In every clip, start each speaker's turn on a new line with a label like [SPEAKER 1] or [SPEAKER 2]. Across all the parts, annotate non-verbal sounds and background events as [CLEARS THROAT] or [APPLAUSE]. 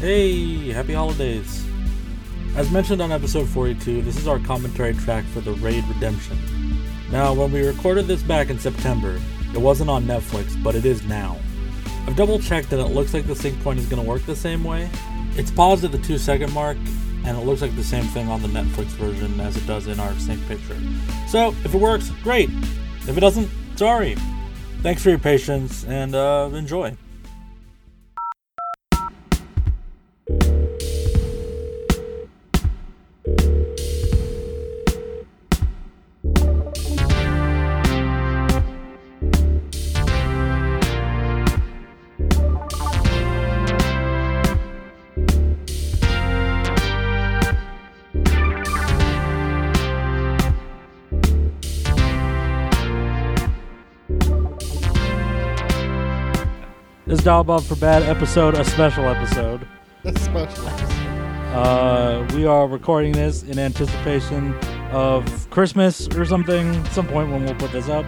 [SPEAKER 1] Hey, happy holidays! As mentioned on episode 42, this is our commentary track for the Raid Redemption. Now, when we recorded this back in September, it wasn't on Netflix, but it is now. I've double checked and it looks like the sync point is going to work the same way. It's paused at the two second mark, and it looks like the same thing on the Netflix version as it does in our sync picture. So, if it works, great. If it doesn't, sorry. Thanks for your patience and uh, enjoy. This is Dial Bob for Bad episode, a special episode.
[SPEAKER 2] That's special.
[SPEAKER 1] Uh, we are recording this in anticipation of Christmas or something, some point when we'll put this up.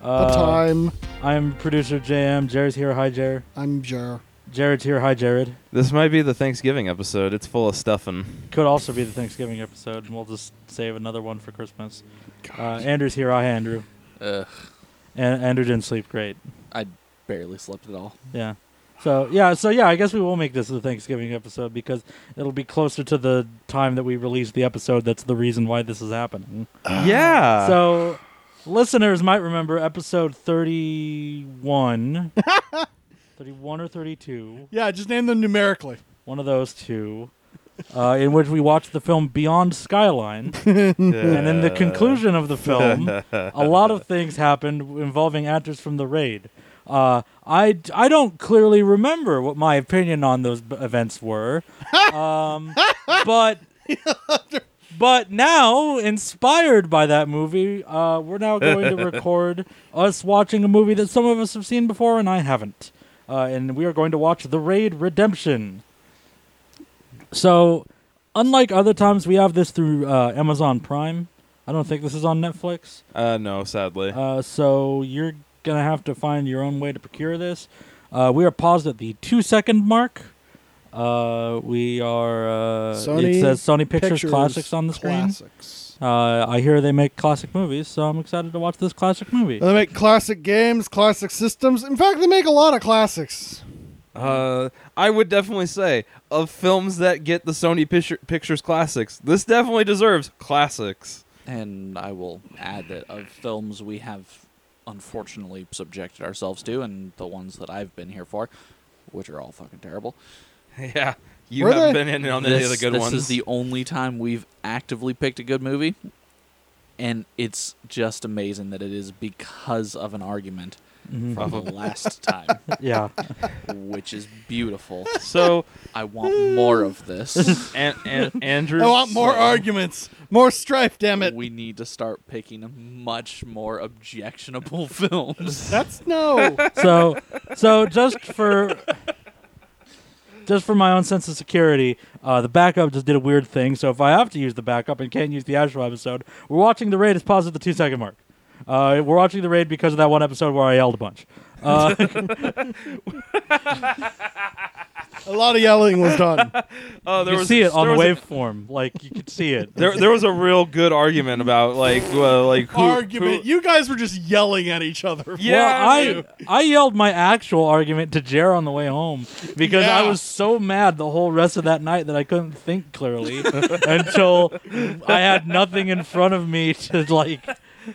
[SPEAKER 2] The
[SPEAKER 1] Uh,
[SPEAKER 2] time.
[SPEAKER 1] I'm producer JM. Jared's here. Hi, Jared.
[SPEAKER 2] I'm Jer.
[SPEAKER 1] Jared's here. Hi, Jared.
[SPEAKER 3] This might be the Thanksgiving episode. It's full of stuffing.
[SPEAKER 1] Could also be the Thanksgiving episode, and we'll just save another one for Christmas. Uh, Andrew's here. Hi, Andrew.
[SPEAKER 4] Ugh,
[SPEAKER 1] And Andrew didn't sleep great.
[SPEAKER 4] I barely slept at all.
[SPEAKER 1] Yeah. So yeah, so yeah, I guess we will make this the Thanksgiving episode because it'll be closer to the time that we release the episode. That's the reason why this is happening.
[SPEAKER 2] Ah.
[SPEAKER 3] yeah.
[SPEAKER 1] so listeners might remember episode 31 31 or 32
[SPEAKER 2] Yeah, just name them numerically.
[SPEAKER 1] one of those two uh, in which we watched the film beyond skyline and in the conclusion of the film a lot of things happened involving actors from the raid uh, I, I don't clearly remember what my opinion on those b- events were um, but but now inspired by that movie uh, we're now going to record us watching a movie that some of us have seen before and i haven't uh, and we are going to watch the raid redemption so unlike other times we have this through uh, amazon prime i don't think this is on netflix
[SPEAKER 3] Uh, no, sadly.
[SPEAKER 1] uh, so you're gonna have to find your own way to procure this. Uh, we are paused at the two second mark. Uh, we are. Uh,
[SPEAKER 2] Sony
[SPEAKER 1] it says Sony Pictures, Classics on the screen.
[SPEAKER 2] Classics.
[SPEAKER 1] Uh, I hear they make classic movies, so I'm excited to watch this classic movie.
[SPEAKER 2] They make classic games, classic systems. In fact, they make a lot of classics.
[SPEAKER 3] Uh, I would definitely say of films that get the Sony Picture- Pictures classics, this definitely deserves classics. [LAUGHS]
[SPEAKER 4] And I will add that of films we have unfortunately subjected ourselves to, and the ones that I've been here for, which are all fucking terrible.
[SPEAKER 3] yeah. You
[SPEAKER 2] Were
[SPEAKER 3] haven't
[SPEAKER 2] they-
[SPEAKER 3] been in on
[SPEAKER 4] this,
[SPEAKER 3] any of the good
[SPEAKER 4] this
[SPEAKER 3] ones.
[SPEAKER 4] is the only time we've actively picked a good movie, and it's just amazing that it is because of an argument
[SPEAKER 1] Mhm.
[SPEAKER 3] Oh.
[SPEAKER 4] from the
[SPEAKER 3] [LAUGHS]
[SPEAKER 4] last time,
[SPEAKER 1] yeah,
[SPEAKER 4] which is beautiful.
[SPEAKER 3] so,
[SPEAKER 4] I want more of this.
[SPEAKER 3] an- an- Andrew.
[SPEAKER 2] I want more
[SPEAKER 3] so-
[SPEAKER 2] arguments, more strife. [LAUGHS] Damn it!
[SPEAKER 4] We need to start picking much more objectionable [LAUGHS] films.
[SPEAKER 2] That's no.
[SPEAKER 1] so so just for just for my own sense of security, uh, the backup just did a weird thing. So if I have to use the backup and can't use the actual episode, we're watching the raid. It's paused at the two second mark. Uh, we're watching the raid because of that one episode where I yelled a bunch. Uh,
[SPEAKER 2] a lot of yelling
[SPEAKER 1] [LAUGHS]
[SPEAKER 2] was done.
[SPEAKER 3] Oh, [LAUGHS] there
[SPEAKER 1] you
[SPEAKER 3] was,
[SPEAKER 1] see it on
[SPEAKER 3] there
[SPEAKER 1] the
[SPEAKER 3] was a-
[SPEAKER 1] waveform, like you could see it.
[SPEAKER 3] There, there was a real good argument about like uh, like who,
[SPEAKER 2] Argument.
[SPEAKER 3] who-
[SPEAKER 2] You guys were just yelling at
[SPEAKER 1] [LAUGHS]
[SPEAKER 2] each other.
[SPEAKER 3] Yeah.
[SPEAKER 1] well, I
[SPEAKER 3] dude.
[SPEAKER 1] I yelled my actual argument to Jer on the way home because I
[SPEAKER 2] Yeah.
[SPEAKER 1] was so mad the whole rest of that night that I couldn't think clearly [LAUGHS] until I had nothing in front of me to like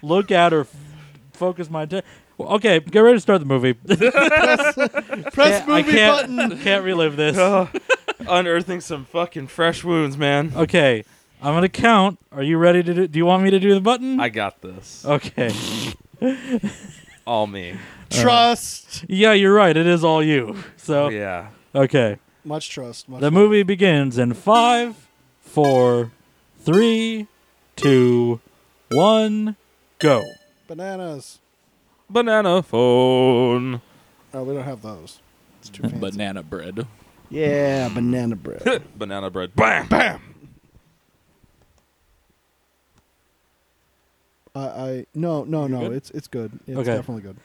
[SPEAKER 1] look at or f- focus my attention. Okay, get ready to start the movie.
[SPEAKER 2] Press
[SPEAKER 1] I
[SPEAKER 2] movie
[SPEAKER 1] can't [LAUGHS]
[SPEAKER 2] button.
[SPEAKER 1] can't relive
[SPEAKER 2] [LAUGHS]
[SPEAKER 1] this.
[SPEAKER 3] [LAUGHS] Ugh, unearthing some fucking fresh wounds, man.
[SPEAKER 1] Okay, I'm gonna count. Are you ready to do? Do you want me to do the
[SPEAKER 2] Um,
[SPEAKER 1] button?
[SPEAKER 3] I got this.
[SPEAKER 1] okay.
[SPEAKER 3] All me.
[SPEAKER 1] uh,
[SPEAKER 2] Trust.
[SPEAKER 1] Yeah, you're right. It is all you. So
[SPEAKER 3] Oh, Yeah.
[SPEAKER 1] okay.
[SPEAKER 2] Much trust. Much
[SPEAKER 1] The movie begins in five, four, three, two, one, go.
[SPEAKER 2] bananas.
[SPEAKER 3] Banana phone.
[SPEAKER 2] Oh, we don't have those. It's too fancy.
[SPEAKER 4] Banana bread.
[SPEAKER 2] yeah, banana bread.
[SPEAKER 3] Banana bread. Bam. Bam.
[SPEAKER 2] I, I no no no.
[SPEAKER 3] good?
[SPEAKER 2] It's it's good. It's
[SPEAKER 1] Okay. [LAUGHS]
[SPEAKER 2] definitely good.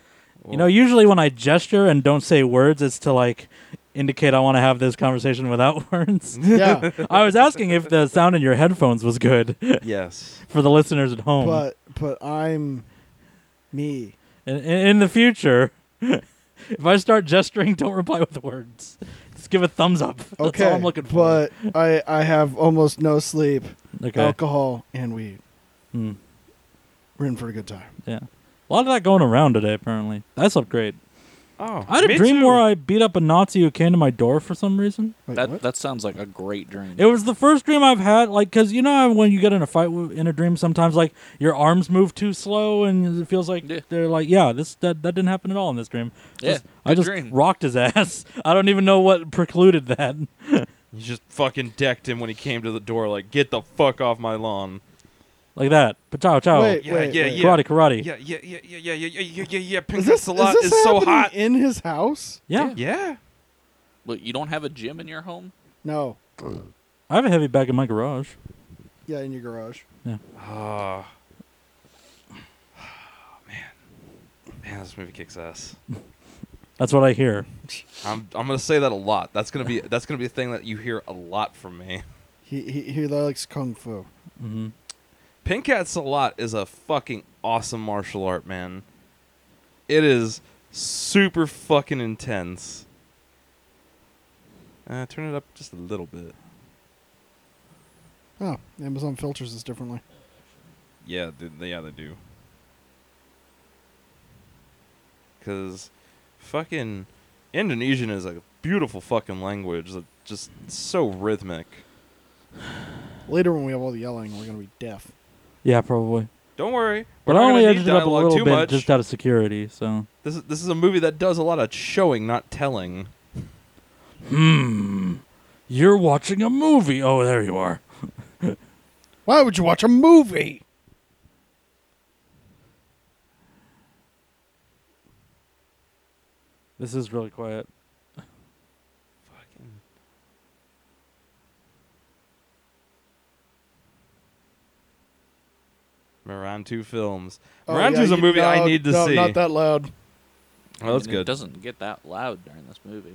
[SPEAKER 1] You know, usually when I gesture and don't say words, it's to like indicate I want to have this conversation without [LAUGHS] words.
[SPEAKER 2] yeah,
[SPEAKER 1] I was asking if the sound in your headphones was good [LAUGHS]
[SPEAKER 3] Yes.
[SPEAKER 1] for the listeners at home.
[SPEAKER 2] but but I'm me.
[SPEAKER 1] in, in in the future, [LAUGHS] if I start gesturing, don't reply with words. Just give a thumbs up. That's
[SPEAKER 2] Okay,
[SPEAKER 1] all I'm looking for.
[SPEAKER 2] But I I have almost no sleep,
[SPEAKER 1] okay.
[SPEAKER 2] alcohol, and weed.
[SPEAKER 1] Hmm.
[SPEAKER 2] We're in for a good time.
[SPEAKER 1] Yeah. A lot of that going around today, apparently. I slept great.
[SPEAKER 3] Oh,
[SPEAKER 1] I had a
[SPEAKER 3] me
[SPEAKER 1] dream
[SPEAKER 3] too.
[SPEAKER 1] where I beat up a Nazi who came to my door for some reason.
[SPEAKER 2] Wait,
[SPEAKER 4] that
[SPEAKER 2] what?
[SPEAKER 4] that sounds like a great dream.
[SPEAKER 1] It was the first dream I've had, like, because you know how when you get in a fight w- in a dream, sometimes, like, your arms move too slow and it feels like
[SPEAKER 4] Yeah.
[SPEAKER 1] they're like, yeah, this that, that didn't happen at all in this dream.
[SPEAKER 4] yeah,
[SPEAKER 1] I
[SPEAKER 4] good
[SPEAKER 1] just
[SPEAKER 4] dream.
[SPEAKER 1] rocked his [LAUGHS] ass. I don't even know what precluded that.
[SPEAKER 3] You just fucking decked him when he came to the door. Like, get the fuck off my lawn.
[SPEAKER 1] Like that. Pachow, chow.
[SPEAKER 2] Wait,
[SPEAKER 3] Yeah,
[SPEAKER 2] wait,
[SPEAKER 3] yeah,
[SPEAKER 2] wait.
[SPEAKER 3] yeah.
[SPEAKER 1] Karate, karate.
[SPEAKER 3] Yeah, yeah, yeah, yeah, yeah, yeah, yeah, yeah, yeah. Pink
[SPEAKER 2] Is this, is
[SPEAKER 3] salad
[SPEAKER 2] this
[SPEAKER 3] is, so
[SPEAKER 2] happening
[SPEAKER 3] hot.
[SPEAKER 2] in his house?
[SPEAKER 1] Yeah.
[SPEAKER 3] Yeah.
[SPEAKER 4] Look, you don't have a gym in your home.
[SPEAKER 2] No.
[SPEAKER 1] I have a heavy bag in my garage.
[SPEAKER 2] Yeah, in your garage.
[SPEAKER 3] Ah. man. Man, this movie kicks ass.
[SPEAKER 1] That's what I hear.
[SPEAKER 3] I'm I'm gonna say that a lot. That's gonna be that's gonna be a thing that you hear a lot from me.
[SPEAKER 2] He he, he likes kung fu.
[SPEAKER 1] Mm-hmm.
[SPEAKER 3] Pink Cat Salat is a fucking awesome martial art, man. It is super fucking intense. Uh, turn it up just a little bit.
[SPEAKER 2] Oh, Amazon filters this differently.
[SPEAKER 3] Yeah, they, they- yeah, they do. Cause fucking Indonesian is a beautiful fucking language that just so rhythmic.
[SPEAKER 2] Later, when we have all the yelling, we're gonna be deaf.
[SPEAKER 1] Yeah, probably.
[SPEAKER 3] Don't worry,
[SPEAKER 1] But
[SPEAKER 3] we're
[SPEAKER 1] I
[SPEAKER 3] not
[SPEAKER 1] only
[SPEAKER 3] gonna need
[SPEAKER 1] edited it up a
[SPEAKER 3] dialogue
[SPEAKER 1] little
[SPEAKER 3] too
[SPEAKER 1] bit
[SPEAKER 3] much.
[SPEAKER 1] just out of security. So
[SPEAKER 3] This is this is a movie that does a lot of showing, not telling.
[SPEAKER 1] you're watching a movie. Oh, there you are.
[SPEAKER 2] Why would you watch a movie?
[SPEAKER 1] This is really quiet.
[SPEAKER 3] Fucking. Moran 2 films.
[SPEAKER 2] Oh,
[SPEAKER 3] Moran
[SPEAKER 2] yeah,
[SPEAKER 3] 2 is a
[SPEAKER 2] you-
[SPEAKER 3] movie I
[SPEAKER 2] no,
[SPEAKER 3] need to
[SPEAKER 2] no,
[SPEAKER 3] see.
[SPEAKER 2] Not that loud.
[SPEAKER 4] I
[SPEAKER 3] Oh, that's
[SPEAKER 4] mean, It
[SPEAKER 3] good.
[SPEAKER 4] doesn't get that loud during this movie.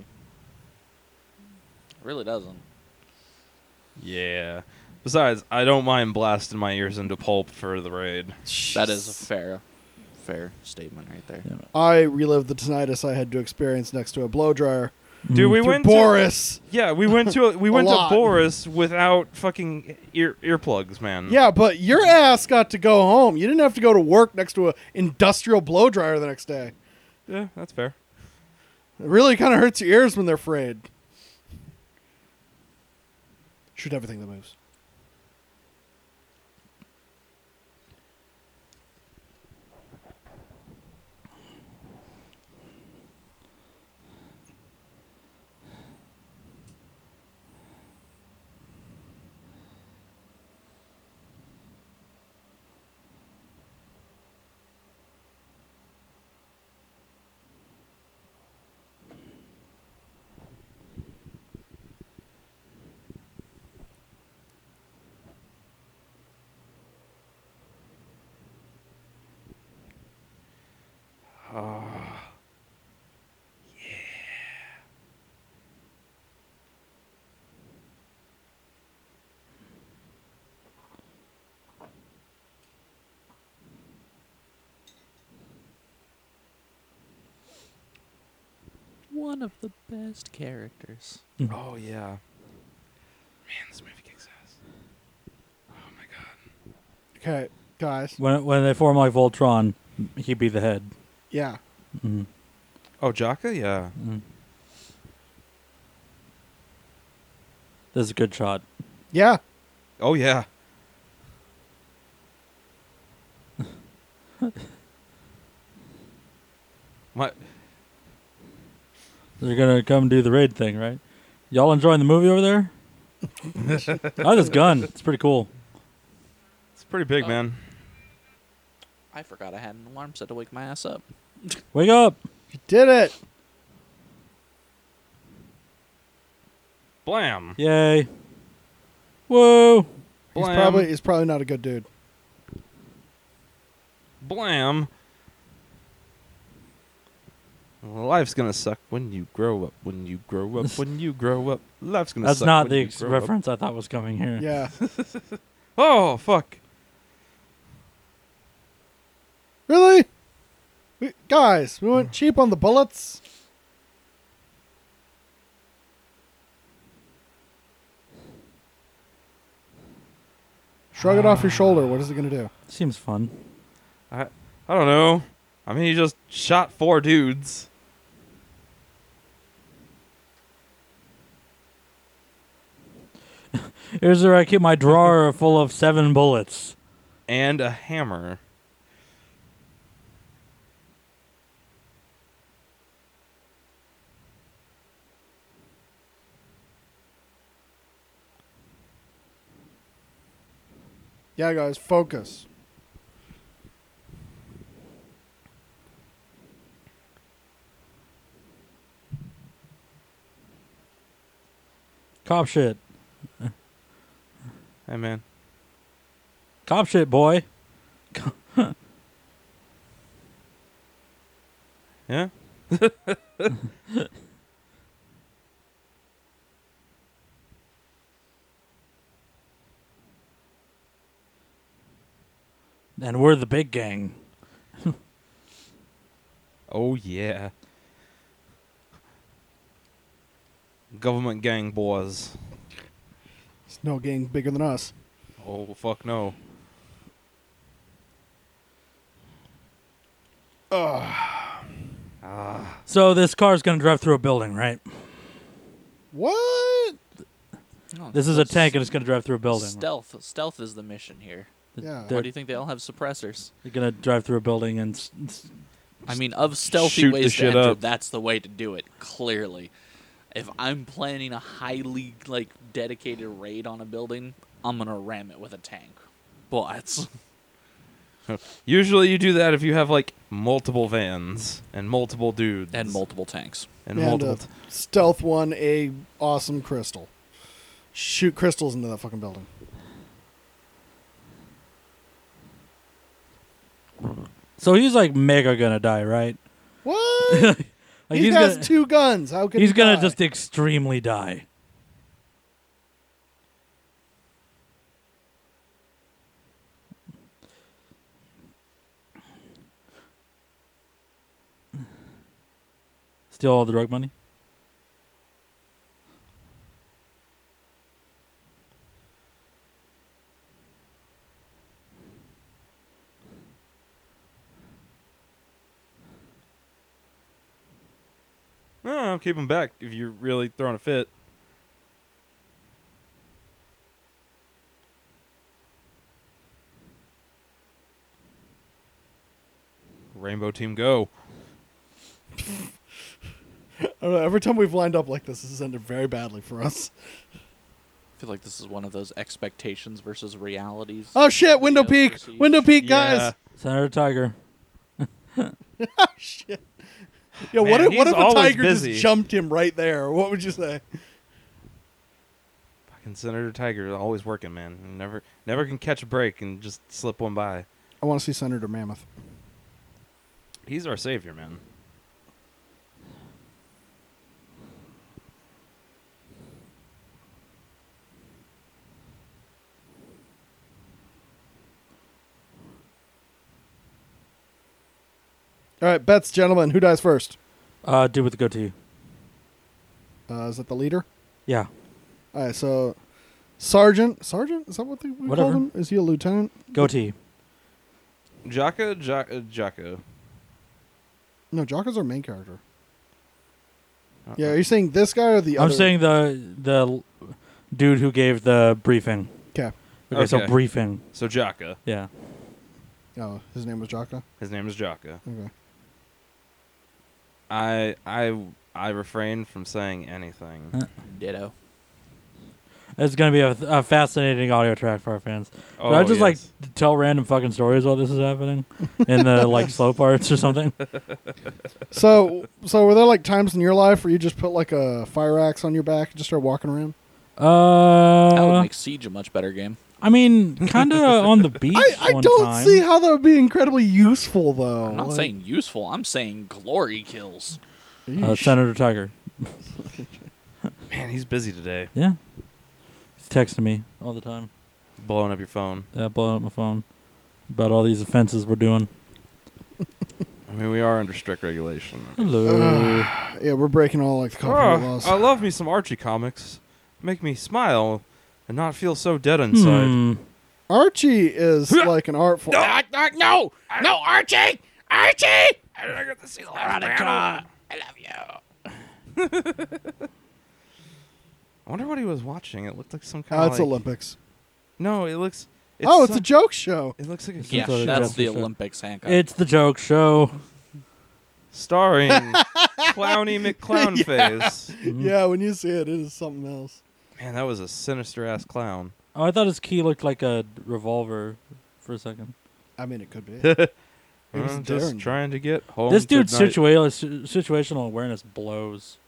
[SPEAKER 4] It really doesn't.
[SPEAKER 3] Yeah. Besides, I don't mind blasting my ears into pulp for the raid.
[SPEAKER 4] That is a fair, fair statement right there.
[SPEAKER 1] Yeah.
[SPEAKER 2] I relived the tinnitus I had to experience next to a blow dryer.
[SPEAKER 1] Mm-hmm.
[SPEAKER 3] Dude, we
[SPEAKER 2] Through
[SPEAKER 3] went
[SPEAKER 2] Boris.
[SPEAKER 3] To, yeah, we went to
[SPEAKER 2] [LAUGHS]
[SPEAKER 3] we
[SPEAKER 2] A
[SPEAKER 3] went to
[SPEAKER 2] lot.
[SPEAKER 3] Boris without fucking ear earplugs, man.
[SPEAKER 2] Yeah, but your ass got to go home. You didn't have to go to work next to a industrial blow dryer the next day.
[SPEAKER 3] Yeah, that's fair.
[SPEAKER 2] It really kind of hurts your ears when they're frayed. Shoot everything that moves.
[SPEAKER 4] One of the best characters.
[SPEAKER 3] Oh yeah. Man, this movie kicks ass. Oh my god.
[SPEAKER 2] Okay, guys.
[SPEAKER 1] When when they form like Voltron, he be the head.
[SPEAKER 2] Yeah.
[SPEAKER 1] Mm.
[SPEAKER 3] Oh, Jaka? Yeah.
[SPEAKER 1] Mm. This is a good shot.
[SPEAKER 2] Yeah.
[SPEAKER 1] [LAUGHS]
[SPEAKER 3] Oh yeah. My
[SPEAKER 1] They're gonna come do the raid thing, right? Y'all enjoying the movie over
[SPEAKER 3] [LAUGHS]
[SPEAKER 1] there? I like this gun. It's pretty cool.
[SPEAKER 3] It's pretty big,
[SPEAKER 4] Oh.
[SPEAKER 3] man.
[SPEAKER 4] I forgot I had an alarm set to wake my ass up.
[SPEAKER 1] Wake up!
[SPEAKER 2] You did it.
[SPEAKER 3] Blam.
[SPEAKER 1] Yay! Whoa!
[SPEAKER 2] He's
[SPEAKER 3] Blam.
[SPEAKER 2] probably he's probably not a good dude.
[SPEAKER 3] Blam. Oh, Life's gonna suck when you grow up. When you
[SPEAKER 1] [LAUGHS]
[SPEAKER 3] grow up. when you grow up. Life's gonna.
[SPEAKER 1] That's
[SPEAKER 3] suck
[SPEAKER 1] not
[SPEAKER 3] when
[SPEAKER 1] the
[SPEAKER 3] you
[SPEAKER 1] ex-
[SPEAKER 3] grow up.
[SPEAKER 1] reference I thought was coming here.
[SPEAKER 2] Yeah.
[SPEAKER 3] Oh fuck!
[SPEAKER 2] really? We, guys, we went cheap on the bullets. Shrug it off your shoulder. What is it going to do?
[SPEAKER 1] Seems fun.
[SPEAKER 3] I I don't know. I mean, he just shot four dudes.
[SPEAKER 1] Here's where I keep my drawer [LAUGHS] full of seven bullets.
[SPEAKER 3] and a hammer.
[SPEAKER 2] Yeah, guys, focus.
[SPEAKER 1] Cop shit.
[SPEAKER 3] Hey man,
[SPEAKER 1] Cop shit, boy.
[SPEAKER 3] yeah.
[SPEAKER 1] And we're the big gang.
[SPEAKER 3] Oh yeah. Government gang boys.
[SPEAKER 2] There's no gang bigger than us.
[SPEAKER 3] Oh fuck no.
[SPEAKER 1] So this car's gonna drive through a building, right?
[SPEAKER 2] What?
[SPEAKER 4] No,
[SPEAKER 1] This is a
[SPEAKER 4] Oh, that's
[SPEAKER 1] tank and it's gonna drive through a building.
[SPEAKER 4] Stealth. Stealth is the mission here.
[SPEAKER 2] Yeah.
[SPEAKER 1] They're,
[SPEAKER 4] Why do you think they all have suppressors?
[SPEAKER 1] they're gonna drive through a building and s- s-
[SPEAKER 4] I mean, of stealthy
[SPEAKER 3] shoot the
[SPEAKER 4] ways to
[SPEAKER 3] shit
[SPEAKER 4] enter,
[SPEAKER 3] up.
[SPEAKER 4] that's the way to do it. Clearly, if I'm planning a highly like dedicated raid on a building, I'm gonna ram it with a tank. But
[SPEAKER 3] Usually you do that if you have like multiple vans and multiple dudes
[SPEAKER 4] and multiple tanks.
[SPEAKER 3] and
[SPEAKER 2] And,
[SPEAKER 3] multiple.
[SPEAKER 2] uh, stealth one, a awesome crystal. Shoot crystals into that fucking building.
[SPEAKER 1] so he's like mega gonna die, right?
[SPEAKER 2] What?
[SPEAKER 1] [LAUGHS] Like
[SPEAKER 2] he
[SPEAKER 1] he's
[SPEAKER 2] has
[SPEAKER 1] gonna,
[SPEAKER 2] two guns. How could
[SPEAKER 1] he's
[SPEAKER 2] he
[SPEAKER 1] gonna
[SPEAKER 2] die?
[SPEAKER 1] just extremely die. Steal all the drug money.
[SPEAKER 3] no, keep them back if you're really throwing a fit. Rainbow team go.
[SPEAKER 2] I don't know. Every time we've lined up like this, this has ended very badly for us.
[SPEAKER 4] I feel like this is one of those expectations versus realities.
[SPEAKER 2] Oh shit! Window
[SPEAKER 4] Reality
[SPEAKER 2] peek.
[SPEAKER 4] versus-
[SPEAKER 2] Window peek, guys. [LAUGHS]
[SPEAKER 1] Senator Tiger.
[SPEAKER 2] Shit. Yeah. What
[SPEAKER 3] Man,
[SPEAKER 2] if, what
[SPEAKER 3] he's
[SPEAKER 2] if a
[SPEAKER 3] always
[SPEAKER 2] tiger
[SPEAKER 3] busy.
[SPEAKER 2] just jumped him right there? What would you say?
[SPEAKER 3] Fucking Senator Tiger always working, man. Never never can catch a break and just slip one by.
[SPEAKER 2] I want to see Senator Mammoth.
[SPEAKER 3] He's our savior, man.
[SPEAKER 2] All right, bets, gentlemen. Who dies first?
[SPEAKER 1] Uh, dude with the goatee.
[SPEAKER 2] Uh, is it the leader?
[SPEAKER 1] Yeah.
[SPEAKER 2] All right. So, sergeant. Sergeant. Is that what they, we
[SPEAKER 1] Whatever.
[SPEAKER 2] call him? Is he a lieutenant?
[SPEAKER 1] Goatee.
[SPEAKER 3] Jaka, Jaka, Jaka.
[SPEAKER 2] No, Jocko's our main character.
[SPEAKER 3] Uh,
[SPEAKER 2] Yeah. Are you saying this guy or the
[SPEAKER 1] I'm
[SPEAKER 2] other?
[SPEAKER 1] saying the the l- dude who gave the briefing.
[SPEAKER 2] Okay.
[SPEAKER 1] Okay, so
[SPEAKER 3] Okay.
[SPEAKER 1] briefing.
[SPEAKER 3] So Jaka.
[SPEAKER 1] Yeah.
[SPEAKER 2] Oh, his name was Jocko.
[SPEAKER 3] His name is Jaka.
[SPEAKER 2] Okay.
[SPEAKER 3] I I I refrain from saying anything.
[SPEAKER 1] Uh,
[SPEAKER 4] Ditto.
[SPEAKER 1] It's gonna be a, a fascinating audio track for our fans.
[SPEAKER 3] Oh,
[SPEAKER 1] Should I just
[SPEAKER 3] yes.
[SPEAKER 1] like tell random fucking stories while this is happening in
[SPEAKER 2] [LAUGHS]
[SPEAKER 1] the like slow parts or something? Uh,
[SPEAKER 2] So, so were there like times in your life where you just put like a fire axe on your back and just start walking around?
[SPEAKER 4] That would
[SPEAKER 1] Uh,
[SPEAKER 4] make Siege a much better game.
[SPEAKER 1] I mean,
[SPEAKER 4] [LAUGHS]
[SPEAKER 1] kind of on the beach.
[SPEAKER 2] I, I
[SPEAKER 1] one
[SPEAKER 2] don't
[SPEAKER 1] time.
[SPEAKER 2] see how that would be incredibly useful, though.
[SPEAKER 4] I'm not
[SPEAKER 2] Like,
[SPEAKER 4] saying useful. I'm saying glory kills.
[SPEAKER 1] Uh,
[SPEAKER 2] Yeesh.
[SPEAKER 1] Senator Tiger.
[SPEAKER 3] Man, he's busy today.
[SPEAKER 1] Yeah. He's texting me all the time.
[SPEAKER 3] Blowing up your phone.
[SPEAKER 1] Yeah, blowing up my phone about all these offenses we're doing.
[SPEAKER 3] I mean, we are under strict regulation.
[SPEAKER 1] Hello.
[SPEAKER 2] yeah, we're breaking all like the copyright
[SPEAKER 3] Oh,
[SPEAKER 2] laws.
[SPEAKER 3] I love me some Archie comics. Make me smile and not feel so dead inside.
[SPEAKER 1] Hmm.
[SPEAKER 2] Archie is like an art form.
[SPEAKER 3] Ah,
[SPEAKER 4] no, no, Archie, Archie,
[SPEAKER 3] I got to see the last
[SPEAKER 4] Veronica, I love you.
[SPEAKER 3] [LAUGHS] I wonder what he was watching. It looked like some kind
[SPEAKER 2] Oh,
[SPEAKER 3] of.
[SPEAKER 2] it's
[SPEAKER 3] like,
[SPEAKER 2] Olympics.
[SPEAKER 3] No, it looks.
[SPEAKER 2] oh, it's
[SPEAKER 3] some-
[SPEAKER 2] a
[SPEAKER 1] [LAUGHS]
[SPEAKER 2] joke show.
[SPEAKER 3] [LAUGHS] It looks like it's
[SPEAKER 4] Yeah,
[SPEAKER 1] Some sort of
[SPEAKER 4] that's
[SPEAKER 1] joke
[SPEAKER 4] the
[SPEAKER 1] for sure.
[SPEAKER 4] Olympics, Hancock.
[SPEAKER 1] It's the joke show.
[SPEAKER 2] [LAUGHS]
[SPEAKER 3] starring Clowny McClownface.
[SPEAKER 1] Mm-hmm.
[SPEAKER 2] Yeah, when you see it, it is something else.
[SPEAKER 3] Man, that was a sinister ass clown.
[SPEAKER 1] Oh, I thought his key looked like a revolver for a second.
[SPEAKER 2] I mean, it could be. was
[SPEAKER 3] I'm just
[SPEAKER 2] Darren.
[SPEAKER 3] trying to get home.
[SPEAKER 1] this dude's
[SPEAKER 3] tonight.
[SPEAKER 1] situa- si- situational awareness blows.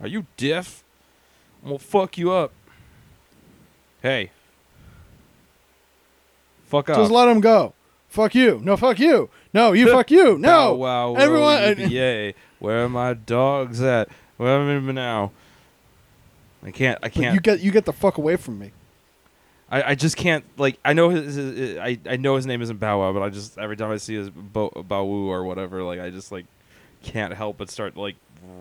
[SPEAKER 3] Are you diff? I'm gonna fuck you up. Hey. Fuck up.
[SPEAKER 2] Just let him go. Fuck you. No, fuck you. No, you fuck you. No.
[SPEAKER 3] Bow wow. wow,
[SPEAKER 2] Everyone.
[SPEAKER 3] Yay. Where are my dogs at? Where am I now? I can't. I
[SPEAKER 2] But
[SPEAKER 3] can't.
[SPEAKER 2] you get you get the fuck away from me.
[SPEAKER 3] I, I just can't. Like I know his, his- I I know his name isn't Bow Wow, but I just every time I see his Bo, Bow Wow or whatever, like I just like can't help but start like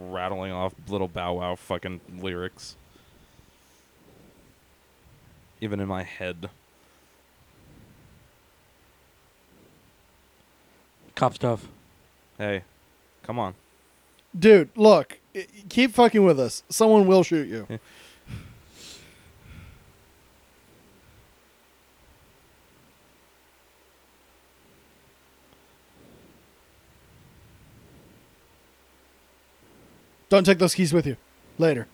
[SPEAKER 3] rattling off little Bow Wow fucking lyrics, even in my head.
[SPEAKER 1] Cop stuff.
[SPEAKER 3] Hey, come on.
[SPEAKER 2] Dude, look. i- Keep fucking with us. Someone will shoot you. Don't take those keys with you. Later.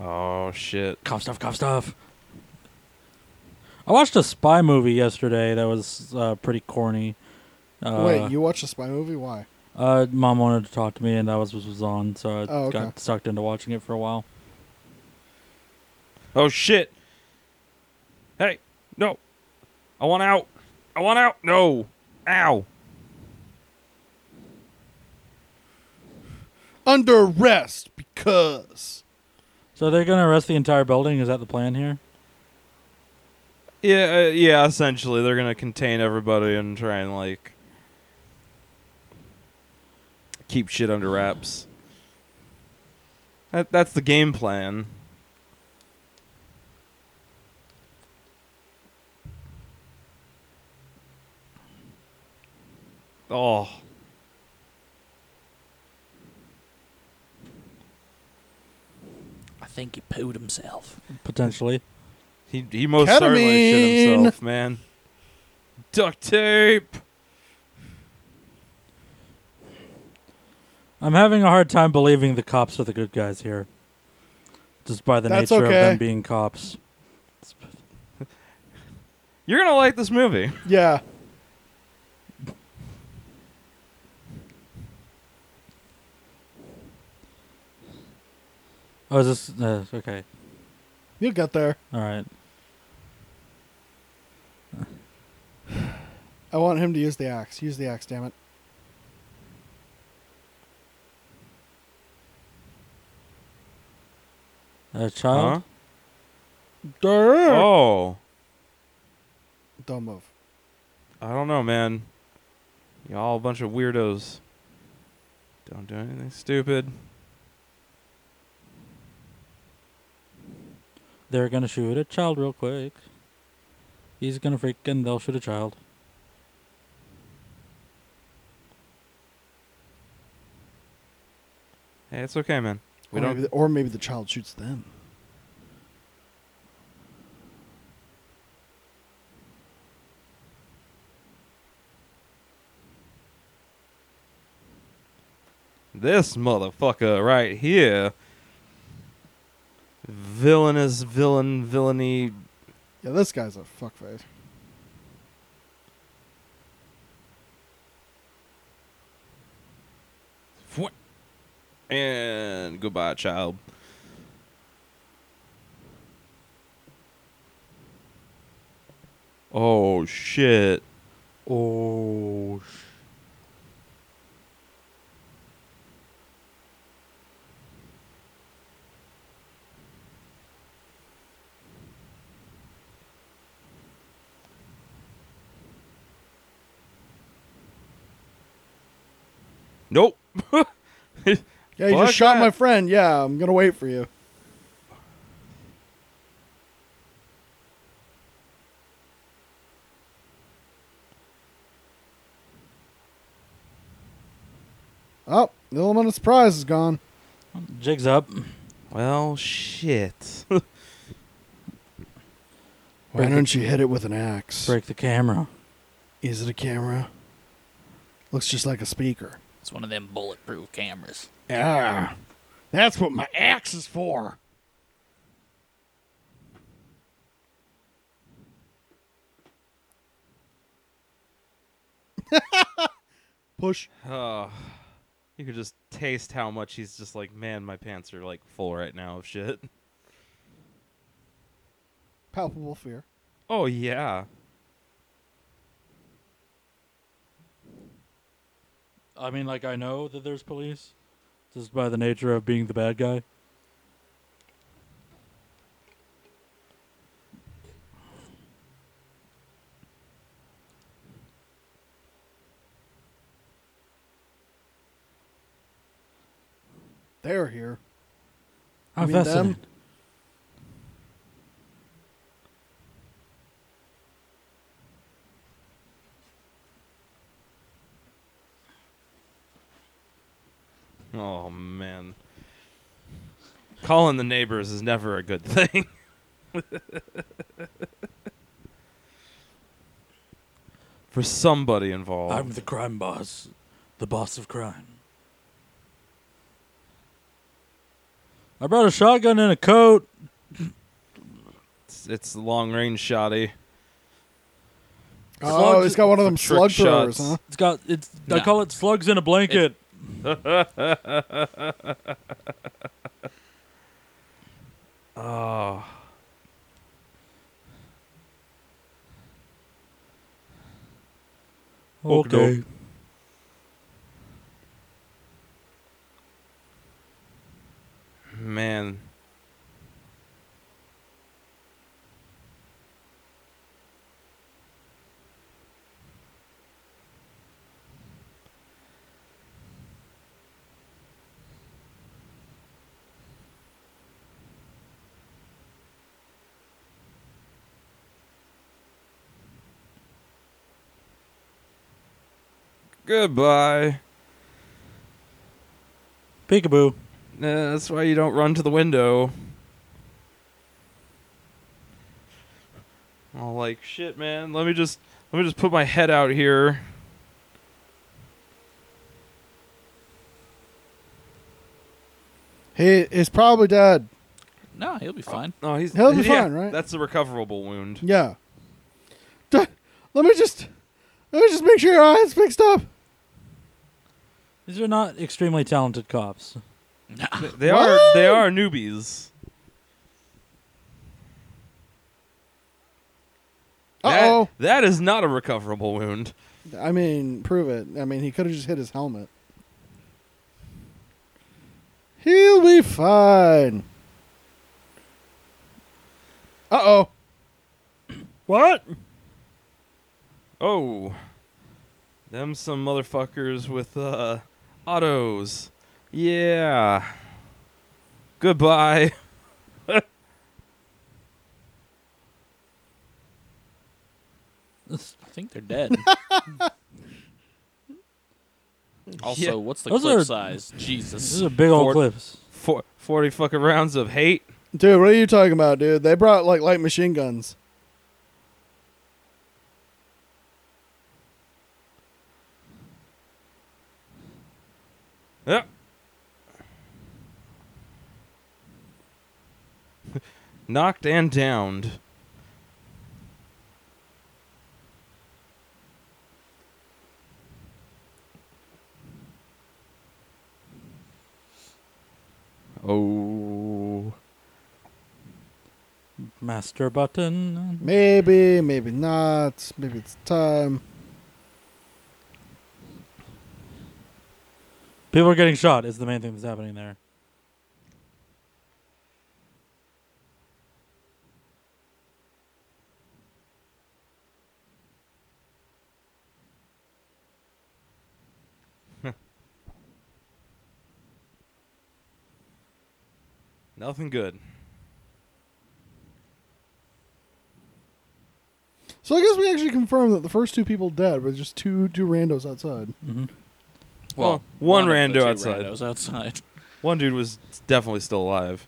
[SPEAKER 3] Oh shit.
[SPEAKER 1] Cop stuff. Cop stuff. I watched a spy movie yesterday that was uh, pretty corny. Uh,
[SPEAKER 2] Wait, you watched a spy movie? Why?
[SPEAKER 1] Uh, mom wanted to talk to me, and that was what was on, so I
[SPEAKER 2] Oh, okay.
[SPEAKER 1] got sucked into watching it for a while.
[SPEAKER 3] Oh shit. Hey, no. I want out. I want out. No. Ow.
[SPEAKER 2] Under arrest because.
[SPEAKER 1] So they're gonna arrest the entire building. Is that the plan here?
[SPEAKER 3] Yeah, uh, yeah. Essentially, they're gonna contain everybody and try and like keep shit under wraps. That that's the game plan. Oh.
[SPEAKER 4] I think he pooed himself.
[SPEAKER 1] Potentially.
[SPEAKER 3] He he most certainly shit
[SPEAKER 2] Ketamine.
[SPEAKER 3] himself, man. Duct tape.
[SPEAKER 1] I'm having a hard time believing the cops are the good guys here, just by the
[SPEAKER 2] That's
[SPEAKER 1] nature of
[SPEAKER 2] okay.
[SPEAKER 1] them being cops.
[SPEAKER 3] You're gonna like this movie.
[SPEAKER 2] Yeah.
[SPEAKER 1] Oh, is this uh, okay?
[SPEAKER 2] You'll get there.
[SPEAKER 1] All right.
[SPEAKER 2] I want him to use the axe. Use the axe, damn it.
[SPEAKER 1] A
[SPEAKER 3] Huh?
[SPEAKER 1] child.
[SPEAKER 3] Oh.
[SPEAKER 2] Don't move.
[SPEAKER 3] I don't know, man. Y'all a bunch of weirdos. Don't do anything stupid.
[SPEAKER 1] They're gonna shoot a child real quick. He's gonna freak, and they'll shoot a child.
[SPEAKER 3] Hey, it's okay, man. We
[SPEAKER 2] or,
[SPEAKER 3] don't.
[SPEAKER 2] maybe the, or maybe the child shoots them.
[SPEAKER 3] This motherfucker right here. Villainous villain villainy.
[SPEAKER 2] Yeah, this guy's a fuckface.
[SPEAKER 3] And goodbye, child. Oh shit.
[SPEAKER 1] Oh.
[SPEAKER 3] Nope.
[SPEAKER 2] Yeah, you
[SPEAKER 3] Fuck
[SPEAKER 2] just shot
[SPEAKER 3] that.
[SPEAKER 2] my friend. Yeah, I'm gonna wait for you. Oh, the element of surprise is gone.
[SPEAKER 1] Jig's up.
[SPEAKER 3] Well, shit. [LAUGHS]
[SPEAKER 2] Why
[SPEAKER 1] Break
[SPEAKER 2] don't you hit it with an axe?
[SPEAKER 1] Break the camera.
[SPEAKER 2] Is it a camera? Looks just like a speaker.
[SPEAKER 4] It's one of them bulletproof cameras.
[SPEAKER 2] Ah, that's what my axe is for. [LAUGHS] Push.
[SPEAKER 3] Oh, you could just taste how much he's just like, man, my pants are like full right now of shit. [LAUGHS]
[SPEAKER 2] Palpable fear.
[SPEAKER 3] Oh yeah.
[SPEAKER 1] I mean, like I know that there's police, just by the nature of being the bad guy.
[SPEAKER 2] They're here.
[SPEAKER 1] How
[SPEAKER 2] mean them?
[SPEAKER 1] fascinating.
[SPEAKER 3] Oh man. Calling the neighbors is never a good [LAUGHS] thing. For somebody involved.
[SPEAKER 1] I'm the crime boss, the boss of crime. I brought a shotgun and a coat.
[SPEAKER 3] It's, it's long range shoddy.
[SPEAKER 2] Oh,
[SPEAKER 1] Slugs-
[SPEAKER 2] he's got one of them
[SPEAKER 3] Trick
[SPEAKER 2] slug throwers,
[SPEAKER 3] shots.
[SPEAKER 2] huh?
[SPEAKER 1] It's got it's. I
[SPEAKER 4] No.
[SPEAKER 1] call it slugs in a blanket. [LAUGHS]
[SPEAKER 3] Oh.
[SPEAKER 1] okay.
[SPEAKER 3] Man. Goodbye.
[SPEAKER 1] Peekaboo.
[SPEAKER 3] Uh, that's why you don't run to the window. Oh, like shit, man. Let me just let me just put my head out here.
[SPEAKER 2] He is probably dead.
[SPEAKER 4] No, he'll be fine.
[SPEAKER 3] No, he's
[SPEAKER 2] He'll be
[SPEAKER 3] [LAUGHS] yeah,
[SPEAKER 2] fine, right?
[SPEAKER 3] That's the recoverable wound.
[SPEAKER 2] Yeah. D- let me just let me just make sure your eyes fixed up.
[SPEAKER 1] These are not extremely talented cops.
[SPEAKER 3] They- They are
[SPEAKER 2] What?
[SPEAKER 3] they are newbies.
[SPEAKER 2] Uh
[SPEAKER 3] That-
[SPEAKER 2] oh.
[SPEAKER 3] that is not a recoverable wound.
[SPEAKER 2] I mean, prove it. I mean, he could have just hit his helmet. He'll be fine. Uh oh.
[SPEAKER 1] What?
[SPEAKER 3] Oh, them some motherfuckers with uh autos. Yeah. Goodbye. [LAUGHS]
[SPEAKER 4] I think they're
[SPEAKER 3] [LAUGHS]
[SPEAKER 4] dead. [LAUGHS] also,
[SPEAKER 3] Yeah.
[SPEAKER 4] what's the
[SPEAKER 1] Those
[SPEAKER 4] clip
[SPEAKER 1] are-
[SPEAKER 4] size?
[SPEAKER 1] This
[SPEAKER 4] Jesus.
[SPEAKER 1] is a big old
[SPEAKER 3] Ford-
[SPEAKER 1] clips.
[SPEAKER 3] Four, Forty fucking rounds of hate.
[SPEAKER 2] Dude, what are you talking about, dude? They brought like light machine guns.
[SPEAKER 3] Yep. [LAUGHS] Knocked and downed. Oh.
[SPEAKER 1] Master button.
[SPEAKER 2] Maybe, maybe not. Maybe it's time.
[SPEAKER 1] People are getting shot. Is the main thing that's happening there.
[SPEAKER 3] Nothing good.
[SPEAKER 2] So I guess we actually confirmed that the first two people dead were just two two randos outside.
[SPEAKER 1] Mm-hmm.
[SPEAKER 3] Well, one
[SPEAKER 4] of the
[SPEAKER 3] rando
[SPEAKER 4] two
[SPEAKER 3] outside.
[SPEAKER 4] randos outside.
[SPEAKER 3] One dude was definitely still alive.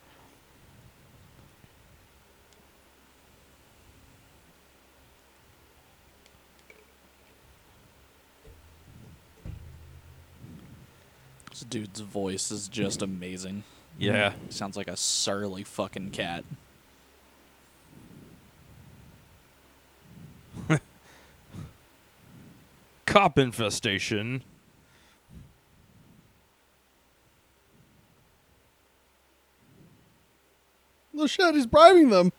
[SPEAKER 4] This dude's voice is just amazing.
[SPEAKER 3] Yeah.
[SPEAKER 4] Sounds like a surly fucking cat.
[SPEAKER 3] Cop infestation.
[SPEAKER 2] No shit, he's bribing them.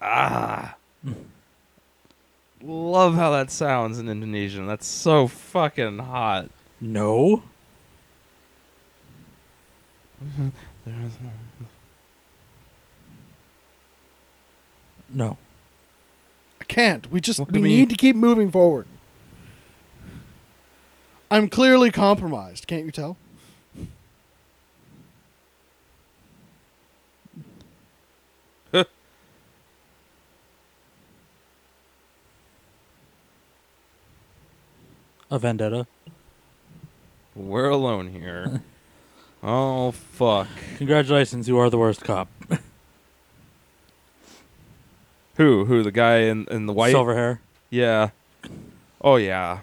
[SPEAKER 3] Ah. Love how that sounds in Indonesian. That's so fucking hot.
[SPEAKER 1] No. No.
[SPEAKER 2] I can't. We just
[SPEAKER 3] What do
[SPEAKER 2] we
[SPEAKER 3] you mean?
[SPEAKER 2] need to keep moving forward. I'm clearly compromised. Can't you tell?
[SPEAKER 1] A vendetta.
[SPEAKER 3] We're alone
[SPEAKER 1] [LAUGHS]
[SPEAKER 3] here. oh fuck.
[SPEAKER 1] Congratulations, you are the worst cop.
[SPEAKER 3] Who? Who? The guy in in the white?
[SPEAKER 1] Silver hair.
[SPEAKER 3] Yeah. Oh yeah.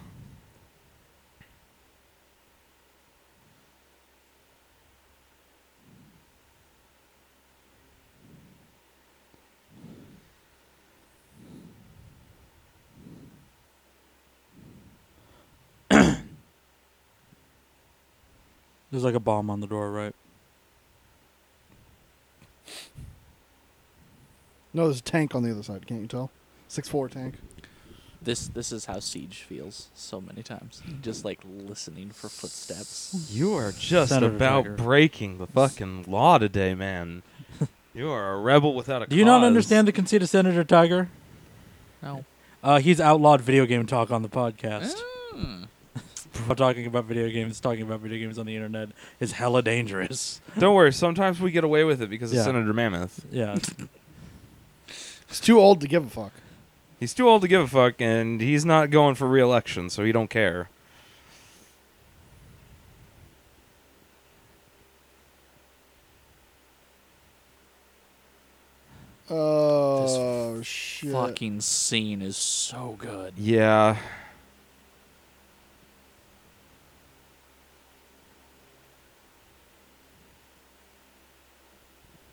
[SPEAKER 1] There's like a bomb on the door, right?
[SPEAKER 2] No, there's a tank on the other side. Can't you tell? Six four tank.
[SPEAKER 4] This this is how siege feels so many times. Just like listening for footsteps.
[SPEAKER 3] You are just
[SPEAKER 1] Senator
[SPEAKER 3] about
[SPEAKER 1] Tucker.
[SPEAKER 3] breaking the fucking law
[SPEAKER 1] [LAUGHS]
[SPEAKER 3] today, man. you are a rebel without a.
[SPEAKER 1] Do you not understand the conceit of Senator Tiger?
[SPEAKER 4] No.
[SPEAKER 1] Uh, he's outlawed video game talk on the podcast.
[SPEAKER 4] Eh?
[SPEAKER 1] While talking about video games, talking about video games on the internet is hella dangerous.
[SPEAKER 3] Don't worry. Sometimes we get away with it because
[SPEAKER 1] Yeah.
[SPEAKER 3] of Senator Mammoth.
[SPEAKER 1] Yeah.
[SPEAKER 2] He's too old to give a fuck.
[SPEAKER 3] He's too old to give a fuck, and he's not going for re-election, so he don't care.
[SPEAKER 2] Oh shit!
[SPEAKER 4] Fucking scene is so good.
[SPEAKER 3] Yeah.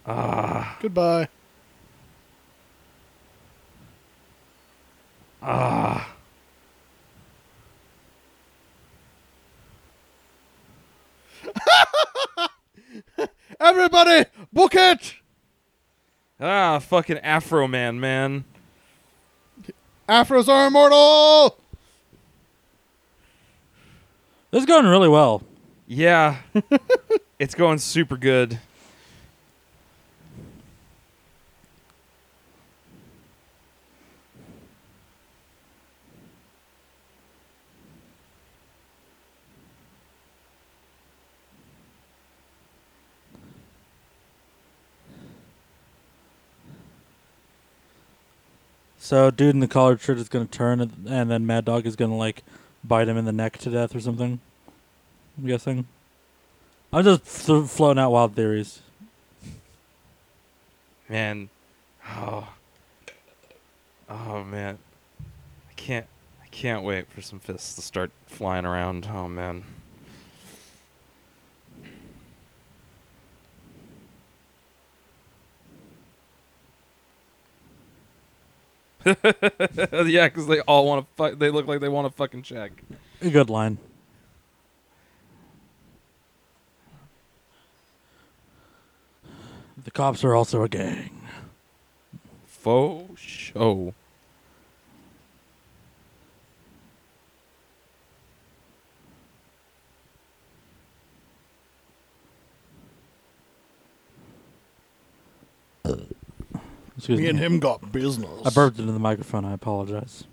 [SPEAKER 3] Ah.
[SPEAKER 2] Goodbye.
[SPEAKER 3] Ah.
[SPEAKER 2] [LAUGHS] Everybody, book it.
[SPEAKER 3] Ah, fucking Afro Man, man.
[SPEAKER 2] Afros are immortal.
[SPEAKER 1] This is going really well. [LAUGHS]
[SPEAKER 3] Yeah. it's going super good.
[SPEAKER 1] So, dude in the collared shirt is going to turn, and and then Mad Dog is going to, like, bite him in the neck to death or something. I'm guessing. I'm just th- floating out wild theories.
[SPEAKER 3] Man. Oh. Oh man. I can't I can't wait for some fists to start flying around. Oh man. [LAUGHS] yeah, because they all want to. Fu- they look like they want to fucking check.
[SPEAKER 1] A good line. The cops are also a gang.
[SPEAKER 3] Faux show.
[SPEAKER 1] Excuse me.
[SPEAKER 2] him got business.
[SPEAKER 1] I burped into the microphone. I apologize.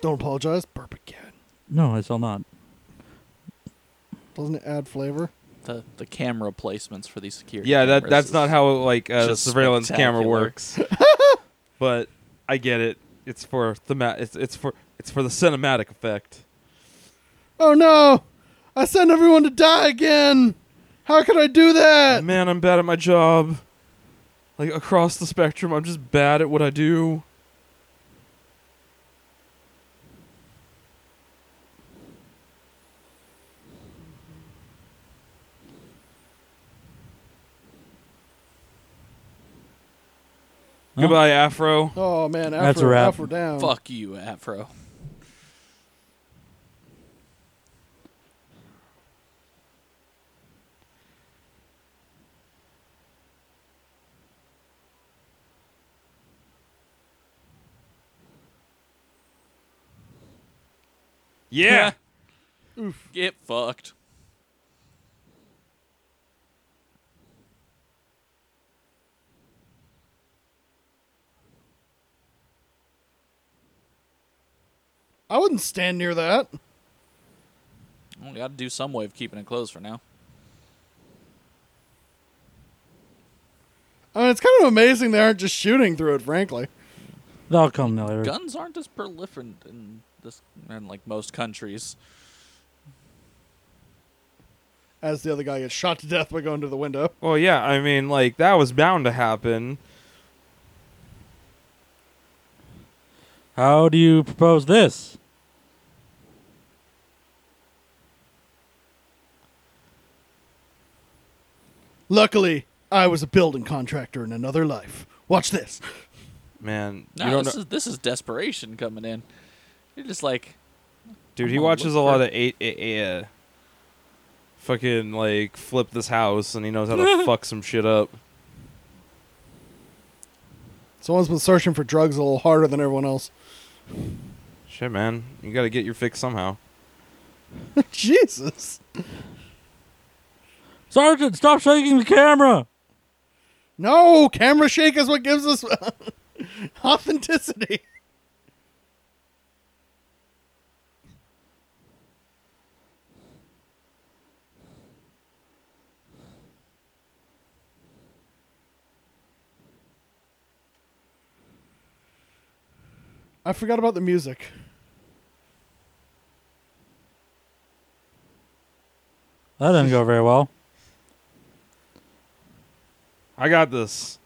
[SPEAKER 2] Don't apologize. Burp again.
[SPEAKER 1] No, I shall not.
[SPEAKER 2] Doesn't it add flavor?
[SPEAKER 4] The the camera placements for these security.
[SPEAKER 3] Yeah, that
[SPEAKER 4] cameras
[SPEAKER 3] that's
[SPEAKER 4] is-
[SPEAKER 3] not how like uh, the
[SPEAKER 4] just
[SPEAKER 3] surveillance camera
[SPEAKER 4] spectacular. [LAUGHS]
[SPEAKER 3] works. but I get it. It's for thema- It's it's for it's for the cinematic effect.
[SPEAKER 2] Oh no! I sent everyone to die again. How could I do that?
[SPEAKER 3] Man, I'm bad at my job. Like across the spectrum, I'm just bad at what I do.
[SPEAKER 1] Huh?
[SPEAKER 3] Goodbye, Afro.
[SPEAKER 2] Oh man, Afro,
[SPEAKER 1] That's a wrap.
[SPEAKER 2] Afro down.
[SPEAKER 4] Fuck you, Afro.
[SPEAKER 3] Yeah.
[SPEAKER 4] Get fucked.
[SPEAKER 2] I wouldn't stand near that.
[SPEAKER 4] Well, we got to do some way of keeping it closed for now.
[SPEAKER 2] I mean, it's kind of amazing they aren't just shooting through it. Frankly,
[SPEAKER 1] That'll come later.
[SPEAKER 4] Guns aren't as proliferant in this in like most countries.
[SPEAKER 2] as the other guy gets shot to death by going to the window.
[SPEAKER 3] Well, yeah. I mean, like that was bound to happen.
[SPEAKER 1] How do you propose this?
[SPEAKER 2] Luckily, I was a building contractor in another life. Watch this.
[SPEAKER 3] Man, you
[SPEAKER 4] Nah,
[SPEAKER 3] don't
[SPEAKER 4] this
[SPEAKER 3] know,
[SPEAKER 4] is this is desperation coming in. You're just like
[SPEAKER 3] dude. He
[SPEAKER 4] I'm gonna
[SPEAKER 3] watches a
[SPEAKER 4] look for
[SPEAKER 3] lot
[SPEAKER 4] it.
[SPEAKER 3] of eight, eight, uh, fucking like flip this house, and he knows how
[SPEAKER 4] [LAUGHS]
[SPEAKER 3] to fuck some shit up.
[SPEAKER 2] Someone's been searching for drugs a little harder than everyone else. [LAUGHS]
[SPEAKER 3] Shit, man, you got to get your fix somehow.
[SPEAKER 2] Jesus.
[SPEAKER 1] Sergeant, stop shaking the camera!
[SPEAKER 2] No, camera shake is what gives us [LAUGHS] authenticity. I forgot about the music.
[SPEAKER 1] That didn't go very well.
[SPEAKER 3] I got this.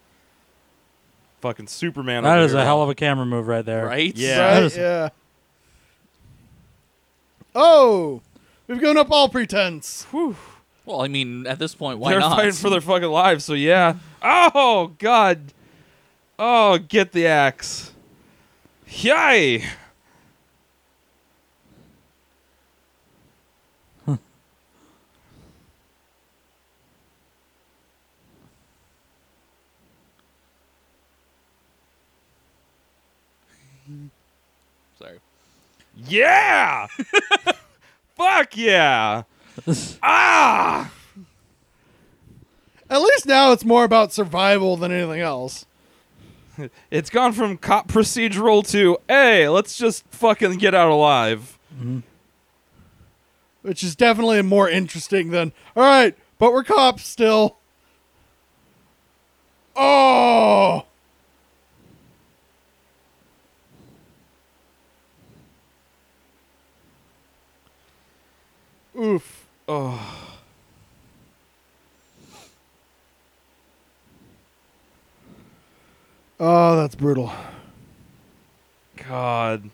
[SPEAKER 3] Fucking Superman.
[SPEAKER 1] That
[SPEAKER 3] over
[SPEAKER 1] is
[SPEAKER 3] here.
[SPEAKER 1] a hell of a camera move right there. [LAUGHS]
[SPEAKER 4] right.
[SPEAKER 3] Yeah.
[SPEAKER 2] Right?
[SPEAKER 1] that is-
[SPEAKER 2] yeah. Oh, we've given up all pretense.
[SPEAKER 4] Well, I mean, at this point, why
[SPEAKER 3] They're
[SPEAKER 4] not?
[SPEAKER 3] fighting for their fucking lives, so yeah. Oh god. Oh, get the axe. Yay!
[SPEAKER 4] Sorry. [LAUGHS]
[SPEAKER 3] Yeah! Fuck yeah! Ah!
[SPEAKER 2] At least now it's more about survival than anything else.
[SPEAKER 3] It's gone from cop procedural to hey, let's just fucking get out alive.
[SPEAKER 2] which is definitely more interesting than all right, but we're cops still. Oh, oof!
[SPEAKER 3] Oh.
[SPEAKER 2] Oh, that's brutal.
[SPEAKER 3] God.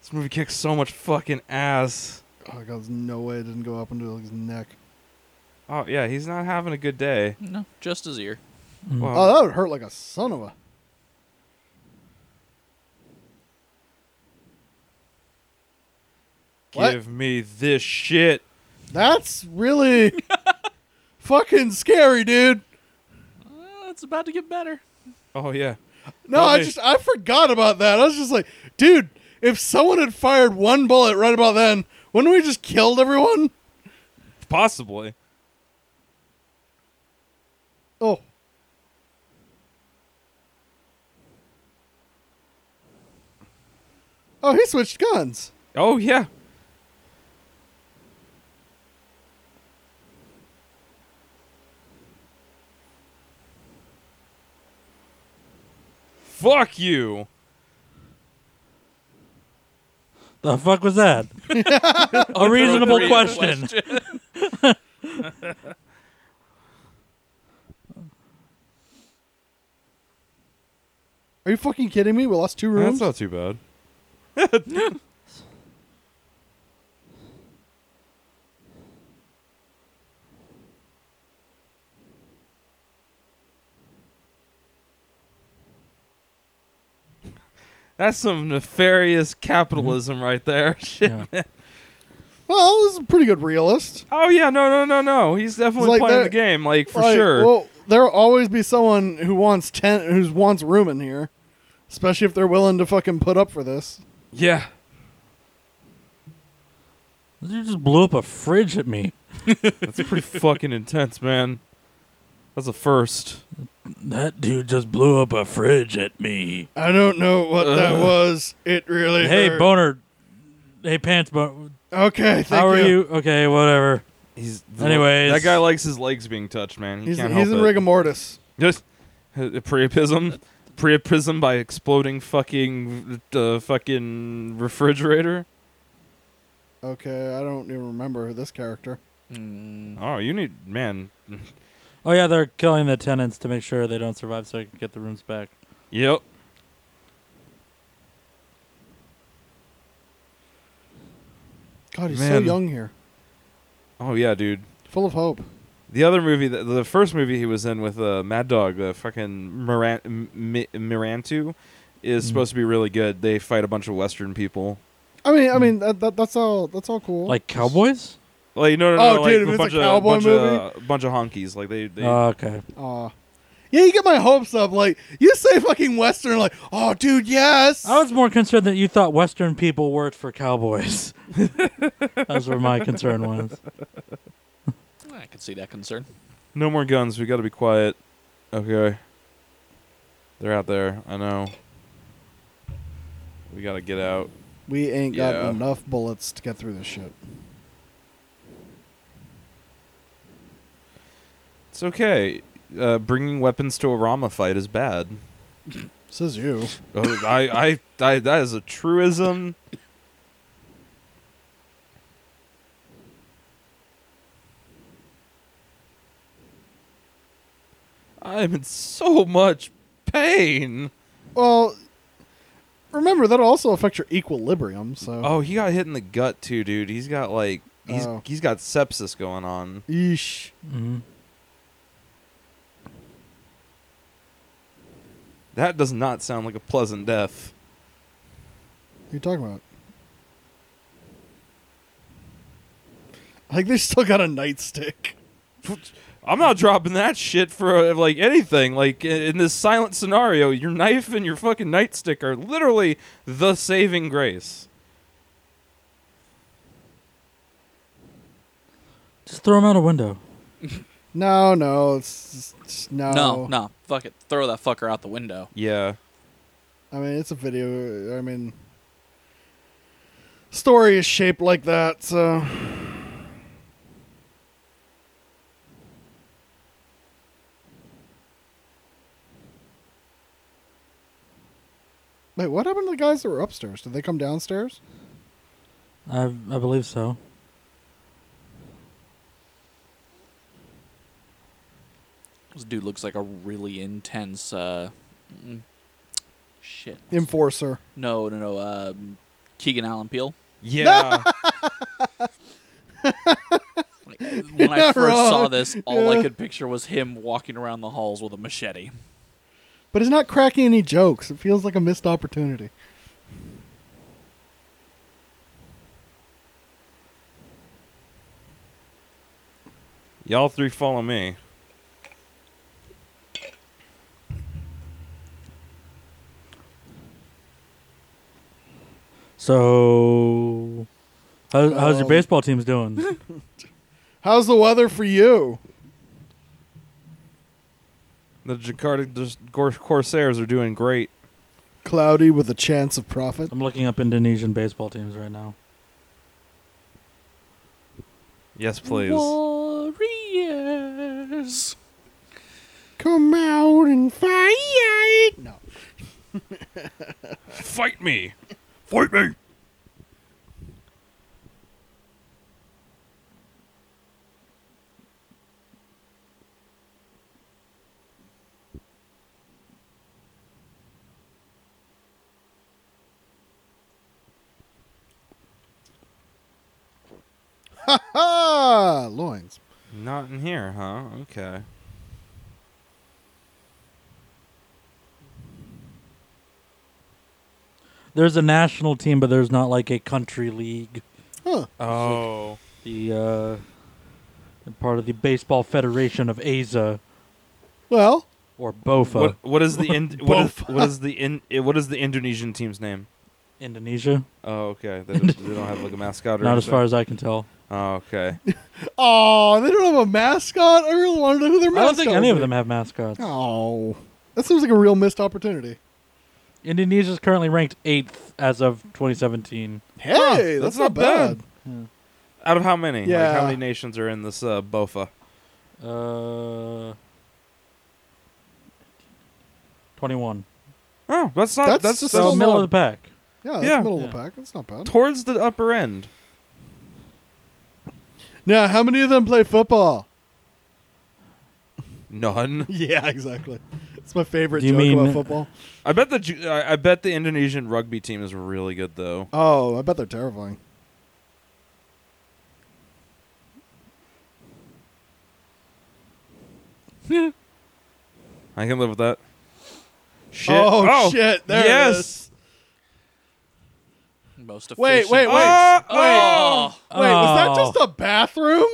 [SPEAKER 3] This movie kicks so much fucking ass.
[SPEAKER 2] Oh god, there's no way it didn't go up into his neck.
[SPEAKER 3] Oh, yeah, he's not having a good day.
[SPEAKER 4] No, just his ear.
[SPEAKER 1] Mm.
[SPEAKER 3] Well,
[SPEAKER 2] Oh, that would hurt like a son of a. What?
[SPEAKER 3] Give me this shit.
[SPEAKER 2] That's
[SPEAKER 3] [LAUGHS]
[SPEAKER 2] really fucking scary, dude.
[SPEAKER 4] Uh, it's about to get better.
[SPEAKER 3] Oh yeah.
[SPEAKER 2] No, I
[SPEAKER 3] Okay.
[SPEAKER 2] just I forgot about that. I was just like, dude, if someone had fired one bullet right about then, wouldn't we just killed everyone?
[SPEAKER 3] Possibly.
[SPEAKER 2] Oh. Oh, he switched guns.
[SPEAKER 3] Oh yeah. Fuck you.
[SPEAKER 1] The fuck was [LAUGHS] that? a reasonable
[SPEAKER 4] Appropriate
[SPEAKER 1] question.
[SPEAKER 3] [LAUGHS]
[SPEAKER 2] Are you fucking kidding me? We lost two rooms.
[SPEAKER 3] That's not too bad. [LAUGHS] That's some nefarious capitalism right there. [LAUGHS] Shit.
[SPEAKER 1] Yeah.
[SPEAKER 2] well, this is a pretty good realist.
[SPEAKER 3] Oh yeah, no, no, no, no. He's definitely
[SPEAKER 2] like
[SPEAKER 3] playing
[SPEAKER 2] that-
[SPEAKER 3] the game, like for
[SPEAKER 2] Like,
[SPEAKER 3] sure.
[SPEAKER 2] Well, there'll always be someone who wants ten, who wants room in here, especially if they're willing to fucking put up for this.
[SPEAKER 3] yeah.
[SPEAKER 1] You just blew up a fridge at me.
[SPEAKER 3] That's pretty fucking intense, man. That's a first.
[SPEAKER 1] That dude just blew up a fridge at me.
[SPEAKER 2] I don't know what that
[SPEAKER 3] Ugh.
[SPEAKER 2] was. It really
[SPEAKER 1] Hey,
[SPEAKER 2] hurt.
[SPEAKER 1] boner. Hey, pants boner.
[SPEAKER 2] okay, thank
[SPEAKER 1] How are you? Okay, whatever.
[SPEAKER 3] He's
[SPEAKER 1] Anyways.
[SPEAKER 3] That guy likes his legs being touched, man. He
[SPEAKER 2] He's,
[SPEAKER 3] can't
[SPEAKER 2] he's in
[SPEAKER 3] help it.
[SPEAKER 2] rigor mortis.
[SPEAKER 3] Just uh, priapism, priapism by exploding fucking uh, fucking refrigerator.
[SPEAKER 2] Okay, I don't even remember this character.
[SPEAKER 4] Mm,
[SPEAKER 3] Oh, you need man.
[SPEAKER 1] Oh yeah, they're killing the tenants to make sure they don't survive, so I can get the rooms back.
[SPEAKER 3] Yep.
[SPEAKER 2] God, he's so
[SPEAKER 3] Man.
[SPEAKER 2] young here,
[SPEAKER 3] Oh yeah, dude.
[SPEAKER 2] full of hope.
[SPEAKER 3] The other movie, the, the first movie he was in with uh, Mad Dog, the fucking Miran- M- M- Mirantu, is
[SPEAKER 1] Mm.
[SPEAKER 3] supposed to be really good. They fight a bunch of Western people.
[SPEAKER 2] I mean, I mean, that, that, that's all. That's all cool.
[SPEAKER 1] Like cowboys?
[SPEAKER 3] Like no, no,
[SPEAKER 2] Oh,
[SPEAKER 3] no, like
[SPEAKER 2] dude, if it's
[SPEAKER 3] a
[SPEAKER 2] a
[SPEAKER 3] bunch of
[SPEAKER 2] cowboy
[SPEAKER 3] bunch
[SPEAKER 2] movie?
[SPEAKER 3] of bunch of honkies. Like they, they
[SPEAKER 1] Oh, okay.
[SPEAKER 2] Aw. yeah, you get my hopes up. Like you say, fucking western. Like, oh, dude, yes.
[SPEAKER 1] I was more concerned that you thought Western people worked for cowboys. [LAUGHS] That's where my concern was.
[SPEAKER 4] I can see that concern.
[SPEAKER 3] no more guns. We got to be quiet. Okay. They're out there. I know. We got to get out.
[SPEAKER 2] we ain't got
[SPEAKER 3] Yeah.
[SPEAKER 2] enough bullets to get through this shit.
[SPEAKER 3] It's okay. Uh, bringing weapons to a Rama fight is bad.
[SPEAKER 2] Says you.
[SPEAKER 3] Oh, I, I, I, that is a truism. I am in so much pain.
[SPEAKER 2] Well, remember that'll also affect your equilibrium. So.
[SPEAKER 3] Oh, he got hit in the gut too, dude. He's got like he's
[SPEAKER 2] Oh.
[SPEAKER 3] he's got sepsis going on.
[SPEAKER 2] Yeesh.
[SPEAKER 1] Mhm.
[SPEAKER 3] That does not sound like a pleasant death.
[SPEAKER 2] What are you talking about? Like they still got a nightstick.
[SPEAKER 3] I'm not dropping that shit for uh, like anything. Like i- in this silent scenario, your knife and your fucking nightstick are literally the saving grace.
[SPEAKER 1] Just throw them out a window.
[SPEAKER 2] No, no, it's, it's
[SPEAKER 3] Oh.
[SPEAKER 2] no.
[SPEAKER 4] No, no, fuck it. Throw that fucker out the window.
[SPEAKER 3] Yeah.
[SPEAKER 2] I mean, it's a video. I mean, story is shaped like that, so Wait, what happened to the guys that were upstairs? Did they come downstairs?
[SPEAKER 1] I I believe so.
[SPEAKER 4] This dude looks like a really intense. uh mm, Shit.
[SPEAKER 2] Enforcer.
[SPEAKER 4] No, no, no. Um, Keegan Allen Peele.
[SPEAKER 3] [LAUGHS] Yeah.
[SPEAKER 4] Like,
[SPEAKER 2] [LAUGHS]
[SPEAKER 4] when I
[SPEAKER 2] not
[SPEAKER 4] first saw
[SPEAKER 2] wrong.
[SPEAKER 4] this, all I
[SPEAKER 2] Yeah.
[SPEAKER 4] could picture was him walking around the halls with a machete.
[SPEAKER 2] But he's not cracking any jokes. It feels like a missed opportunity.
[SPEAKER 3] Y'all three follow me.
[SPEAKER 1] So, how, how's your
[SPEAKER 2] Um,
[SPEAKER 1] baseball team's doing?
[SPEAKER 2] How's the weather for you?
[SPEAKER 3] The Jakarta Dis- Cor- Corsairs are doing great.
[SPEAKER 2] Cloudy with a chance of
[SPEAKER 1] [LAUGHS]
[SPEAKER 2] profit.
[SPEAKER 1] I'm looking up Indonesian baseball teams right now.
[SPEAKER 3] Yes, please.
[SPEAKER 4] Warriors.
[SPEAKER 2] Come out and fight. No.
[SPEAKER 3] Fight me. Fight me.
[SPEAKER 2] Ah, loins.
[SPEAKER 3] Not in here, huh? Okay.
[SPEAKER 1] There's a national team, but there's not like a country league.
[SPEAKER 2] Huh.
[SPEAKER 3] Oh.
[SPEAKER 1] The uh, part of the Baseball Federation of Asia
[SPEAKER 2] Well,
[SPEAKER 1] or BOFA,
[SPEAKER 3] What what is the
[SPEAKER 1] [LAUGHS]
[SPEAKER 3] in, what, is, what is the in, eh, what is the Indonesian team's name?
[SPEAKER 1] Indonesia.
[SPEAKER 3] Oh, okay. They don't, they don't have like a mascot or
[SPEAKER 1] Not as
[SPEAKER 3] anything.
[SPEAKER 1] far as I can tell.
[SPEAKER 3] Oh, okay.
[SPEAKER 2] oh, they don't have a mascot. I really want to know who their
[SPEAKER 1] I
[SPEAKER 2] mascot.
[SPEAKER 1] don't think any of
[SPEAKER 2] would
[SPEAKER 1] them
[SPEAKER 2] be.
[SPEAKER 1] have mascots.
[SPEAKER 2] Oh, that seems like a real missed opportunity.
[SPEAKER 1] Indonesia is currently ranked eighth as of 2017.
[SPEAKER 2] Hey,
[SPEAKER 3] Huh,
[SPEAKER 2] that's, not bad.
[SPEAKER 3] Out of how many? Like
[SPEAKER 2] Yeah.
[SPEAKER 3] how many nations are in this uh, BOFA?
[SPEAKER 1] Uh, 21.
[SPEAKER 3] Oh, that's not
[SPEAKER 2] That's just
[SPEAKER 3] that's, just
[SPEAKER 1] So
[SPEAKER 2] Still
[SPEAKER 1] middle
[SPEAKER 2] not-
[SPEAKER 1] of the pack.
[SPEAKER 2] Yeah, that's
[SPEAKER 3] Yeah.
[SPEAKER 2] middle of the
[SPEAKER 1] Yeah.
[SPEAKER 2] pack. That's not
[SPEAKER 3] [LAUGHS]
[SPEAKER 2] bad.
[SPEAKER 3] towards the upper end.
[SPEAKER 2] Now, how many of them play football? [LAUGHS]
[SPEAKER 3] None.
[SPEAKER 2] Yeah, exactly. It's my favorite
[SPEAKER 1] Do you
[SPEAKER 2] joke
[SPEAKER 1] mean-
[SPEAKER 2] about football.
[SPEAKER 3] I bet the Ju- I I bet the Indonesian rugby team is really good though.
[SPEAKER 2] Oh, I bet they're terrifying.
[SPEAKER 3] I can live with that. Shit.
[SPEAKER 2] Oh, shit! There
[SPEAKER 3] yes.
[SPEAKER 2] it is.
[SPEAKER 4] Most
[SPEAKER 2] Wait,
[SPEAKER 4] efficient.
[SPEAKER 2] wait, wait,
[SPEAKER 3] Ah,
[SPEAKER 2] wait!
[SPEAKER 4] Oh.
[SPEAKER 2] Wait, was that
[SPEAKER 1] Oh.
[SPEAKER 2] just a bathroom? [LAUGHS]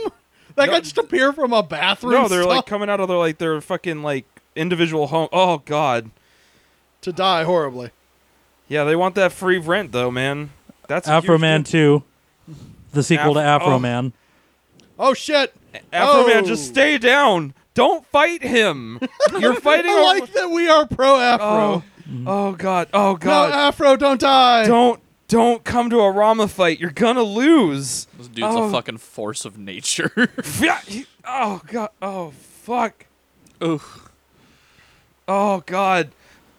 [SPEAKER 2] That
[SPEAKER 3] No,
[SPEAKER 2] guy just appeared from a bathroom.
[SPEAKER 3] No, they're
[SPEAKER 2] stall
[SPEAKER 3] like coming out of their like their fucking like individual home. Oh god.
[SPEAKER 2] to die horribly.
[SPEAKER 3] Yeah, they want that free rent though, man. That's a
[SPEAKER 1] Afro
[SPEAKER 3] huge
[SPEAKER 1] Man
[SPEAKER 3] deal.
[SPEAKER 1] 2, the sequel to
[SPEAKER 3] Af-
[SPEAKER 1] Afro
[SPEAKER 3] oh.
[SPEAKER 1] Man.
[SPEAKER 2] Oh shit!
[SPEAKER 3] Afro Man,
[SPEAKER 2] Oh.
[SPEAKER 3] just stay down. Don't
[SPEAKER 2] [LAUGHS]
[SPEAKER 3] fight him. You're fighting.
[SPEAKER 2] I
[SPEAKER 3] a-
[SPEAKER 2] like that we are pro Afro.
[SPEAKER 3] oh, oh god. Oh
[SPEAKER 2] no
[SPEAKER 3] god.
[SPEAKER 2] Afro, don't die.
[SPEAKER 3] don't don't come to a Rama fight. You're gonna lose.
[SPEAKER 4] [LAUGHS] This dude's
[SPEAKER 3] Oh.
[SPEAKER 4] a fucking force of nature. [LAUGHS]
[SPEAKER 3] Yeah, he- oh god. Oh fuck.
[SPEAKER 4] Oof.
[SPEAKER 3] Oh god.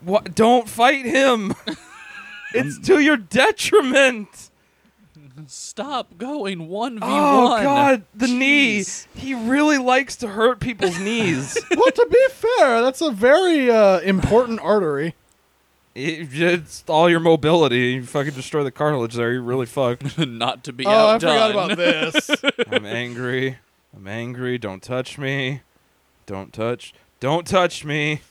[SPEAKER 3] What? Don't fight him. [LAUGHS] it's to your detriment.
[SPEAKER 4] Stop going 1v1.
[SPEAKER 3] Oh god, the
[SPEAKER 4] Jeez.
[SPEAKER 3] knee. He really likes to hurt people's knees.
[SPEAKER 2] well, to be fair, that's a very uh, important artery.
[SPEAKER 3] It- it's all your mobility. You fucking destroy the cartilage there. You're
[SPEAKER 1] [LAUGHS]
[SPEAKER 3] really fucked.
[SPEAKER 4] [LAUGHS] Not to be
[SPEAKER 2] oh, I forgot
[SPEAKER 4] outdone. [LAUGHS]
[SPEAKER 2] about [LAUGHS] this.
[SPEAKER 3] I'm angry. I'm angry. Don't touch me. Don't touch. Don't touch me.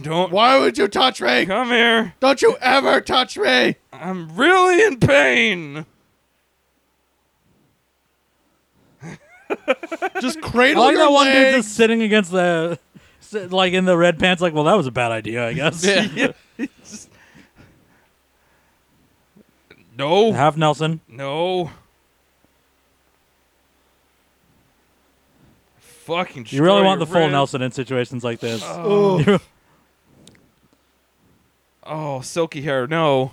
[SPEAKER 3] Don't
[SPEAKER 2] Why would you touch me?
[SPEAKER 3] come here.
[SPEAKER 2] Don't you ever touch me!
[SPEAKER 3] I'm really in pain.
[SPEAKER 2] Just
[SPEAKER 1] I
[SPEAKER 2] cradle
[SPEAKER 1] like
[SPEAKER 2] your
[SPEAKER 1] that one dude
[SPEAKER 2] legs.
[SPEAKER 1] just sitting against the, sit- like in the red pants, like, well, that was a bad idea, I guess.
[SPEAKER 3] [LAUGHS]
[SPEAKER 4] Yeah.
[SPEAKER 3] No.
[SPEAKER 1] Half Nelson.
[SPEAKER 3] No. Fucking.
[SPEAKER 1] You really
[SPEAKER 3] destroy
[SPEAKER 1] want the
[SPEAKER 3] your
[SPEAKER 1] full
[SPEAKER 3] rib.
[SPEAKER 1] Nelson in situations like this.
[SPEAKER 3] Oh,
[SPEAKER 1] You-
[SPEAKER 3] oh, silky hair. No,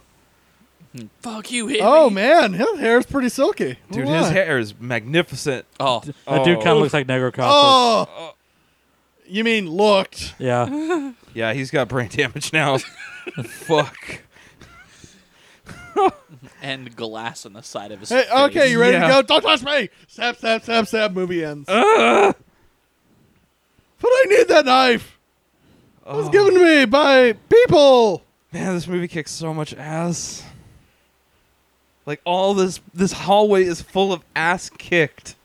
[SPEAKER 4] Fuck you, hit
[SPEAKER 2] Oh
[SPEAKER 4] me.
[SPEAKER 2] man, his hair's pretty silky.
[SPEAKER 3] dude,
[SPEAKER 2] Why?
[SPEAKER 3] his hair is magnificent.
[SPEAKER 4] Oh,
[SPEAKER 1] That dude
[SPEAKER 3] Oh.
[SPEAKER 1] kind of looks like Negro Costa.
[SPEAKER 2] Oh, you mean looked?
[SPEAKER 1] Yeah.
[SPEAKER 3] Yeah, he's got brain [LAUGHS] damage
[SPEAKER 1] [LAUGHS]
[SPEAKER 3] now. Fuck.
[SPEAKER 4] and glass on the side of his
[SPEAKER 2] Hey,
[SPEAKER 4] face.
[SPEAKER 2] okay, you ready
[SPEAKER 3] Yeah.
[SPEAKER 2] to go? Don't touch me! Snap, snap, snap, snap. Movie ends.
[SPEAKER 3] Ugh.
[SPEAKER 2] but I need that knife. It was
[SPEAKER 3] Oh,
[SPEAKER 2] given to me by people.
[SPEAKER 3] Man, this movie kicks so much ass. Like all this, this hallway is full of ass kicked.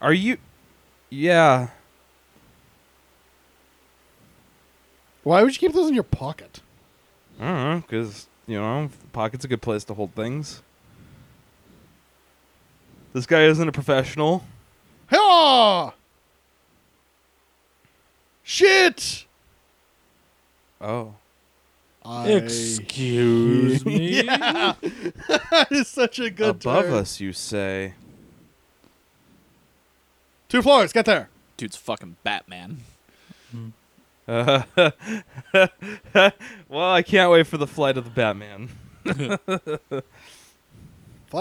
[SPEAKER 3] Are you? Yeah.
[SPEAKER 2] Why would you keep those in your pocket?
[SPEAKER 3] I don't know, because, you know, pocket's a good place to hold things. This guy isn't a professional.
[SPEAKER 2] Haw! Shit!
[SPEAKER 3] Oh.
[SPEAKER 2] I- [LAUGHS]
[SPEAKER 3] [LAUGHS]
[SPEAKER 1] Excuse me.
[SPEAKER 2] Yeah. that is such a good
[SPEAKER 3] Above
[SPEAKER 2] turn.
[SPEAKER 3] us, you say. [LAUGHS]
[SPEAKER 2] Two floors, get there.
[SPEAKER 4] Dude's fucking Batman.
[SPEAKER 3] Uh, well, I can't wait for the flight of the Batman.
[SPEAKER 2] Fly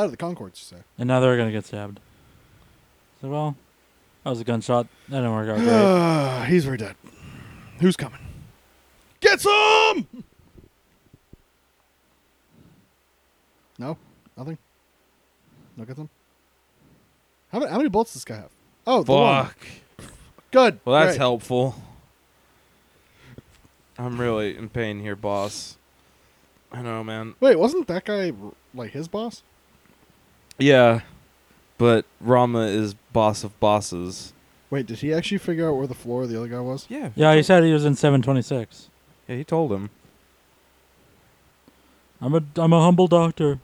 [SPEAKER 2] to the Concords, you say.
[SPEAKER 1] And now they're gonna get stabbed. So well, that was a gunshot. That didn't work out
[SPEAKER 3] [SIGHS]
[SPEAKER 1] great.
[SPEAKER 2] Ah, [SIGHS] He's very dead. Who's coming? Get some! No? Nothing? No get some? How many, how many bullets does this guy have? Oh, the one.
[SPEAKER 3] Fuck.
[SPEAKER 2] Good.
[SPEAKER 3] Well, that's
[SPEAKER 2] Great.
[SPEAKER 3] helpful. I'm really in pain here, boss. I know, man.
[SPEAKER 2] Wait, wasn't that guy like his boss?
[SPEAKER 3] Yeah, but Rama is boss of bosses.
[SPEAKER 2] Wait, did he actually figure out where the floor of the other guy was?
[SPEAKER 3] Yeah.
[SPEAKER 1] Yeah, he said he was in 726.
[SPEAKER 3] Yeah, he told him.
[SPEAKER 1] I'm a I'm a humble doctor.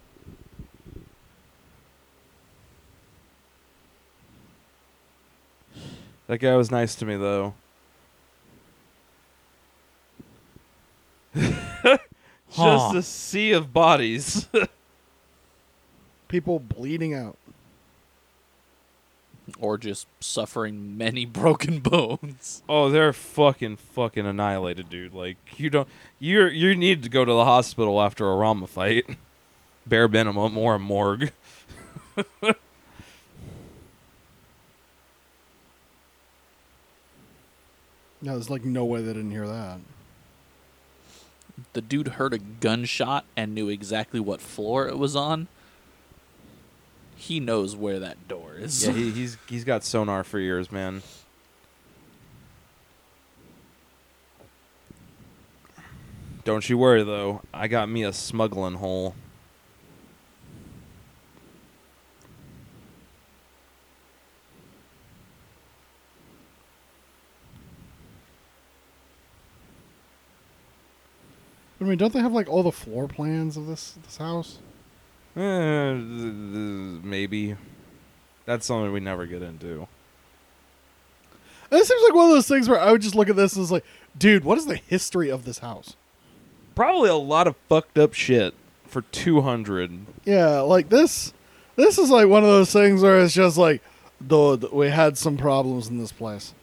[SPEAKER 3] That guy was nice to me, though. [LAUGHS]
[SPEAKER 1] Huh.
[SPEAKER 3] Just a sea of bodies. [LAUGHS]
[SPEAKER 2] People bleeding out.
[SPEAKER 4] Or just suffering many [LAUGHS] broken bones.
[SPEAKER 3] oh, they're fucking fucking annihilated, dude. Like you don't you are you need to go to the hospital after a Rama fight. [LAUGHS] Bare minimum or a morgue.
[SPEAKER 2] No, there's like no way they didn't hear that.
[SPEAKER 4] The dude heard a gunshot and knew exactly what floor it was on. He knows where that door is. [LAUGHS]
[SPEAKER 3] Yeah, he, he's he's got sonar for ears, man. Don't you worry though. I got me a smuggling hole.
[SPEAKER 2] I mean, don't they have like all the floor plans of this this house?
[SPEAKER 3] Eh, th- th- maybe. That's something we never get into.
[SPEAKER 2] This seems like one of those things where I would just look at this and it's like, dude, what is the history of this house?
[SPEAKER 3] Probably a lot of fucked up shit for 200.
[SPEAKER 2] Yeah, like this. This is like one of those things where it's just like, dude, we had some problems in this place.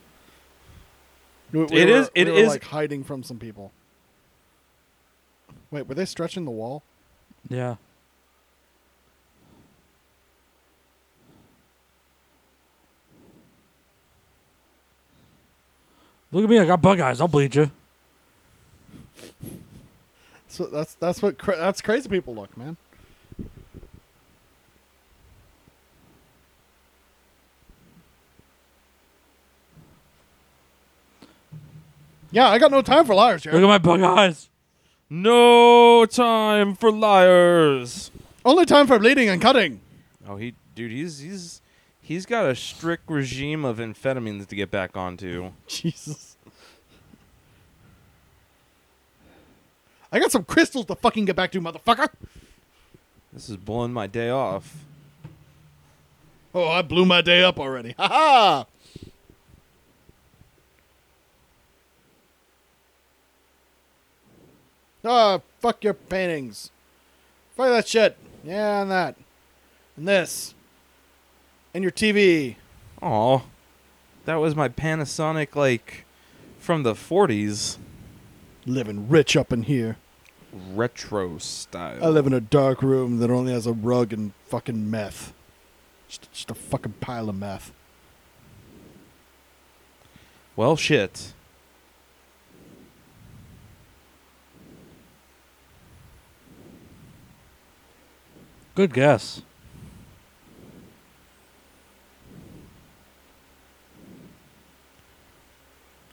[SPEAKER 2] We, we
[SPEAKER 3] It
[SPEAKER 2] were,
[SPEAKER 3] is- it
[SPEAKER 2] we were,
[SPEAKER 3] is-
[SPEAKER 2] like hiding from some people. Wait, were they stretching the wall?
[SPEAKER 1] Yeah. Look at me, I got bug eyes. I'll bleed you.
[SPEAKER 2] So that's that's what cra- that's crazy people look, man. Yeah, I got no time for liars,
[SPEAKER 1] Look
[SPEAKER 2] Jared.
[SPEAKER 1] at my bug eyes.
[SPEAKER 3] No time for liars.
[SPEAKER 2] Only time for bleeding and cutting.
[SPEAKER 3] Oh, he dude, he's he's he's got a strict regime of amphetamines to get back onto.
[SPEAKER 2] Jesus. I got some crystals to fucking get back to, motherfucker.
[SPEAKER 3] This is blowing my day off.
[SPEAKER 2] Oh, I blew my day up already. Ha ha! Ah, fuck your paintings. Fuck that shit. Yeah, and that. And this. And your TV.
[SPEAKER 3] Oh, that was my Panasonic like from the 40s
[SPEAKER 2] Living rich up in here.
[SPEAKER 3] retro style.
[SPEAKER 2] I live in a dark room that only has a rug and fucking meth. Just, just a fucking pile of meth.
[SPEAKER 3] well, shit.
[SPEAKER 1] Good guess.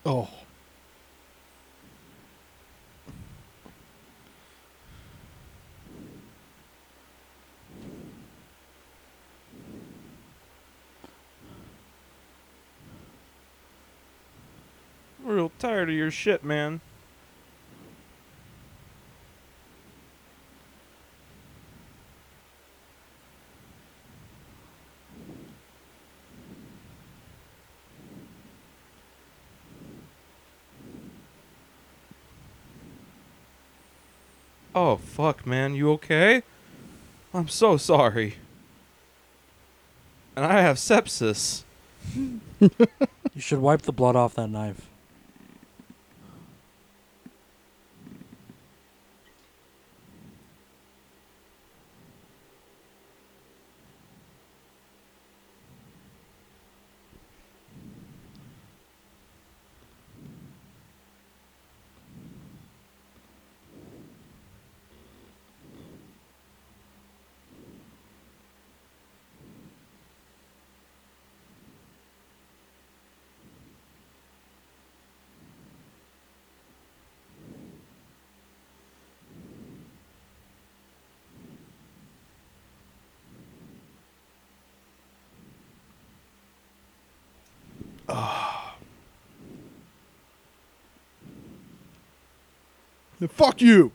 [SPEAKER 2] Oh.
[SPEAKER 3] We're real tired of your shit, man. "Oh fuck, man, you okay? I'm so sorry." And I have sepsis.
[SPEAKER 1] You should wipe the blood off that knife.
[SPEAKER 2] Fuck you.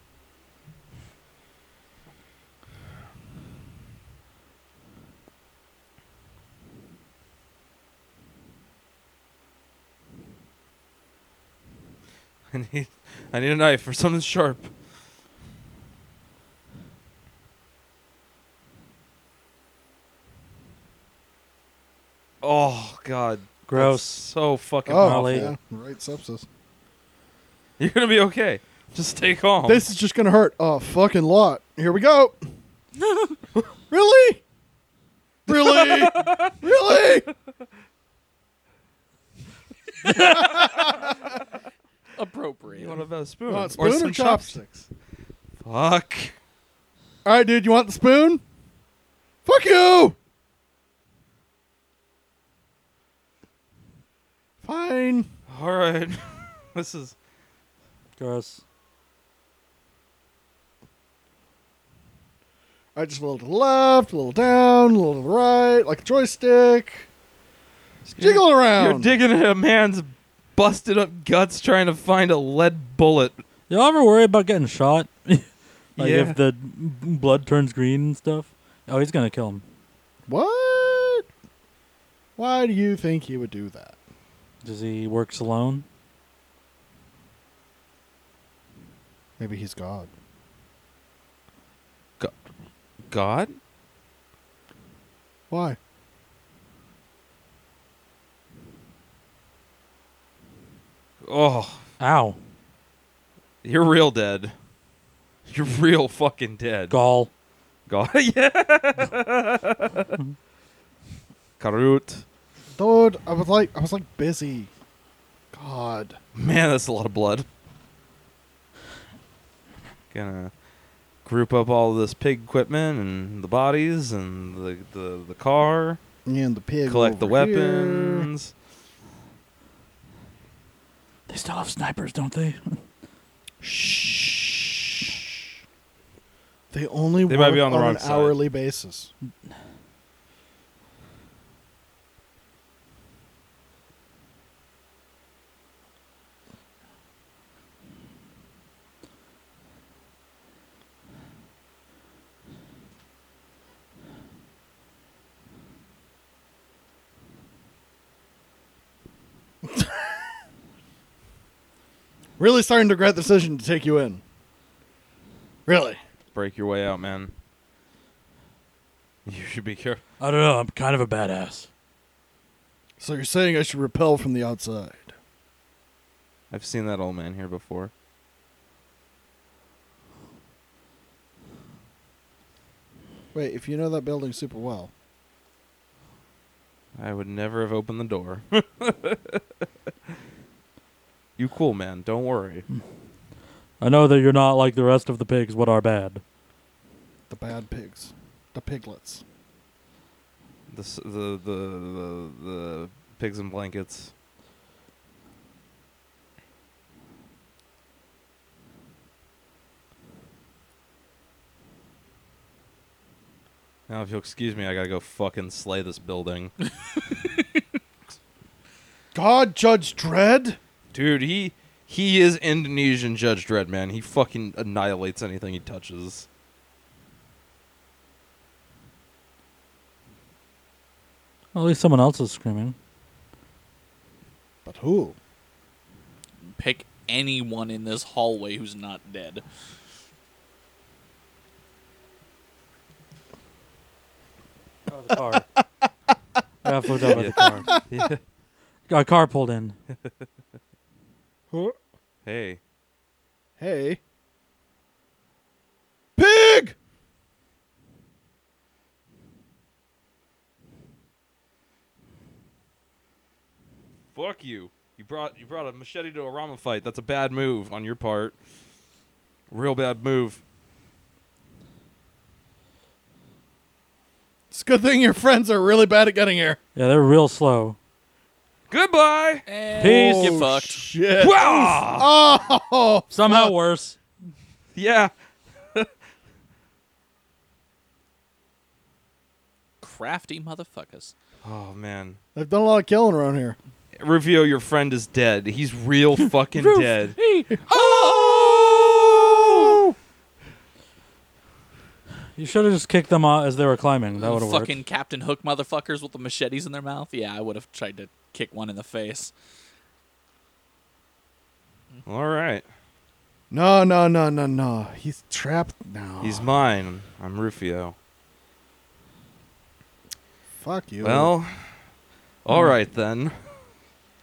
[SPEAKER 3] I need, I need a knife or something sharp. Oh God, that's
[SPEAKER 1] Gross.
[SPEAKER 3] so fucking.
[SPEAKER 2] Oh,
[SPEAKER 3] awful.
[SPEAKER 1] Molly.
[SPEAKER 2] yeah. right sepsis.
[SPEAKER 3] You're gonna be okay. Just stay calm.
[SPEAKER 2] This is just gonna hurt a fucking lot. Here we
[SPEAKER 3] [LAUGHS]
[SPEAKER 2] go. really? Really? really?
[SPEAKER 4] Appropriate.
[SPEAKER 3] you want a spoon,
[SPEAKER 2] Want
[SPEAKER 3] or
[SPEAKER 2] spoon
[SPEAKER 3] some
[SPEAKER 2] or chopsticks?
[SPEAKER 3] Fuck.
[SPEAKER 2] All right, dude. You want the spoon? Fuck you. Fine.
[SPEAKER 3] All right. [LAUGHS] this is.
[SPEAKER 1] Gross.
[SPEAKER 2] All right, just a little to the left, a little down, a little to the right, like a joystick. Jiggle around.
[SPEAKER 3] You're digging at a man's busted up guts trying to find a lead bullet.
[SPEAKER 1] Y'all ever worry about getting shot? [LAUGHS] like
[SPEAKER 3] Yeah.
[SPEAKER 1] if the m- blood turns green and stuff? Oh, he's gonna kill him.
[SPEAKER 2] What? Why do you think he would do that?
[SPEAKER 1] Does he works alone?
[SPEAKER 2] Maybe he's God.
[SPEAKER 3] God?
[SPEAKER 2] Why?
[SPEAKER 3] Oh,
[SPEAKER 1] Ow.
[SPEAKER 3] you're real dead. You're real fucking dead.
[SPEAKER 1] Gall.
[SPEAKER 3] God. [LAUGHS] yeah. Karut.
[SPEAKER 2] Dude, I was like I was like busy. God.
[SPEAKER 3] Man, that's a lot of blood. Gonna group up all this pig equipment and the bodies and the, the, the car.
[SPEAKER 2] And the pig.
[SPEAKER 3] collect the
[SPEAKER 2] over here.
[SPEAKER 3] weapons.
[SPEAKER 1] They still have snipers, don't they?
[SPEAKER 2] Shh. They only
[SPEAKER 3] They might be
[SPEAKER 2] work
[SPEAKER 3] on the wrong
[SPEAKER 2] an
[SPEAKER 3] side.
[SPEAKER 2] hourly basis. [LAUGHS] Really starting to regret the decision to take you in. Really.
[SPEAKER 3] Break your way out, man. You should be careful.
[SPEAKER 1] I don't know. I'm kind of a badass.
[SPEAKER 2] So you're saying I should repel from the outside?
[SPEAKER 3] I've seen that old man here before.
[SPEAKER 2] Wait, if you know that building super well.
[SPEAKER 3] I would never have opened the door. [LAUGHS] you cool, man. Don't worry.
[SPEAKER 1] I know that you're not like the rest of the pigs, what are bad.
[SPEAKER 2] The bad pigs. The piglets.
[SPEAKER 3] The s- the the the, the pigs and blankets. Now, if you'll excuse me, I gotta go fucking slay this building.
[SPEAKER 2] God Judge Dredd?
[SPEAKER 3] Dude, he he is Indonesian Judge Dredd, man. He fucking annihilates anything he touches.
[SPEAKER 1] Well, at least someone else is screaming.
[SPEAKER 2] But who?
[SPEAKER 4] Pick anyone in this hallway who's not dead.
[SPEAKER 3] Oh,
[SPEAKER 1] by the [LAUGHS] car. I got flipped out by the car.
[SPEAKER 3] [LAUGHS] Yeah.
[SPEAKER 1] Got a car pulled in.
[SPEAKER 3] Hey.
[SPEAKER 2] Hey. Pig!
[SPEAKER 3] Fuck you. You brought you brought a machete to a Rama fight. That's a bad move on your part. Real bad move.
[SPEAKER 2] It's a good thing your friends are really bad at getting here.
[SPEAKER 1] Yeah, they're real slow.
[SPEAKER 3] Goodbye.
[SPEAKER 1] Peace.
[SPEAKER 4] Get
[SPEAKER 2] Oh,
[SPEAKER 4] fucked.
[SPEAKER 2] Shit.
[SPEAKER 3] Wah!
[SPEAKER 2] Oh,
[SPEAKER 1] Somehow worse.
[SPEAKER 3] Yeah.
[SPEAKER 4] Crafty motherfuckers.
[SPEAKER 3] Oh man.
[SPEAKER 2] they've done a lot of killing around here.
[SPEAKER 3] Review your friend is dead. He's real fucking dead.
[SPEAKER 1] You should have just kicked them out as they were climbing. That would have
[SPEAKER 4] fucking
[SPEAKER 1] worked.
[SPEAKER 4] Captain Hook motherfuckers with the machetes in their mouth. Yeah, I would have tried to kick one in the face.
[SPEAKER 3] All right.
[SPEAKER 2] No, no, no, no, no. He's trapped now.
[SPEAKER 3] He's mine. I'm Rufio.
[SPEAKER 2] Fuck you.
[SPEAKER 3] Well, all right then.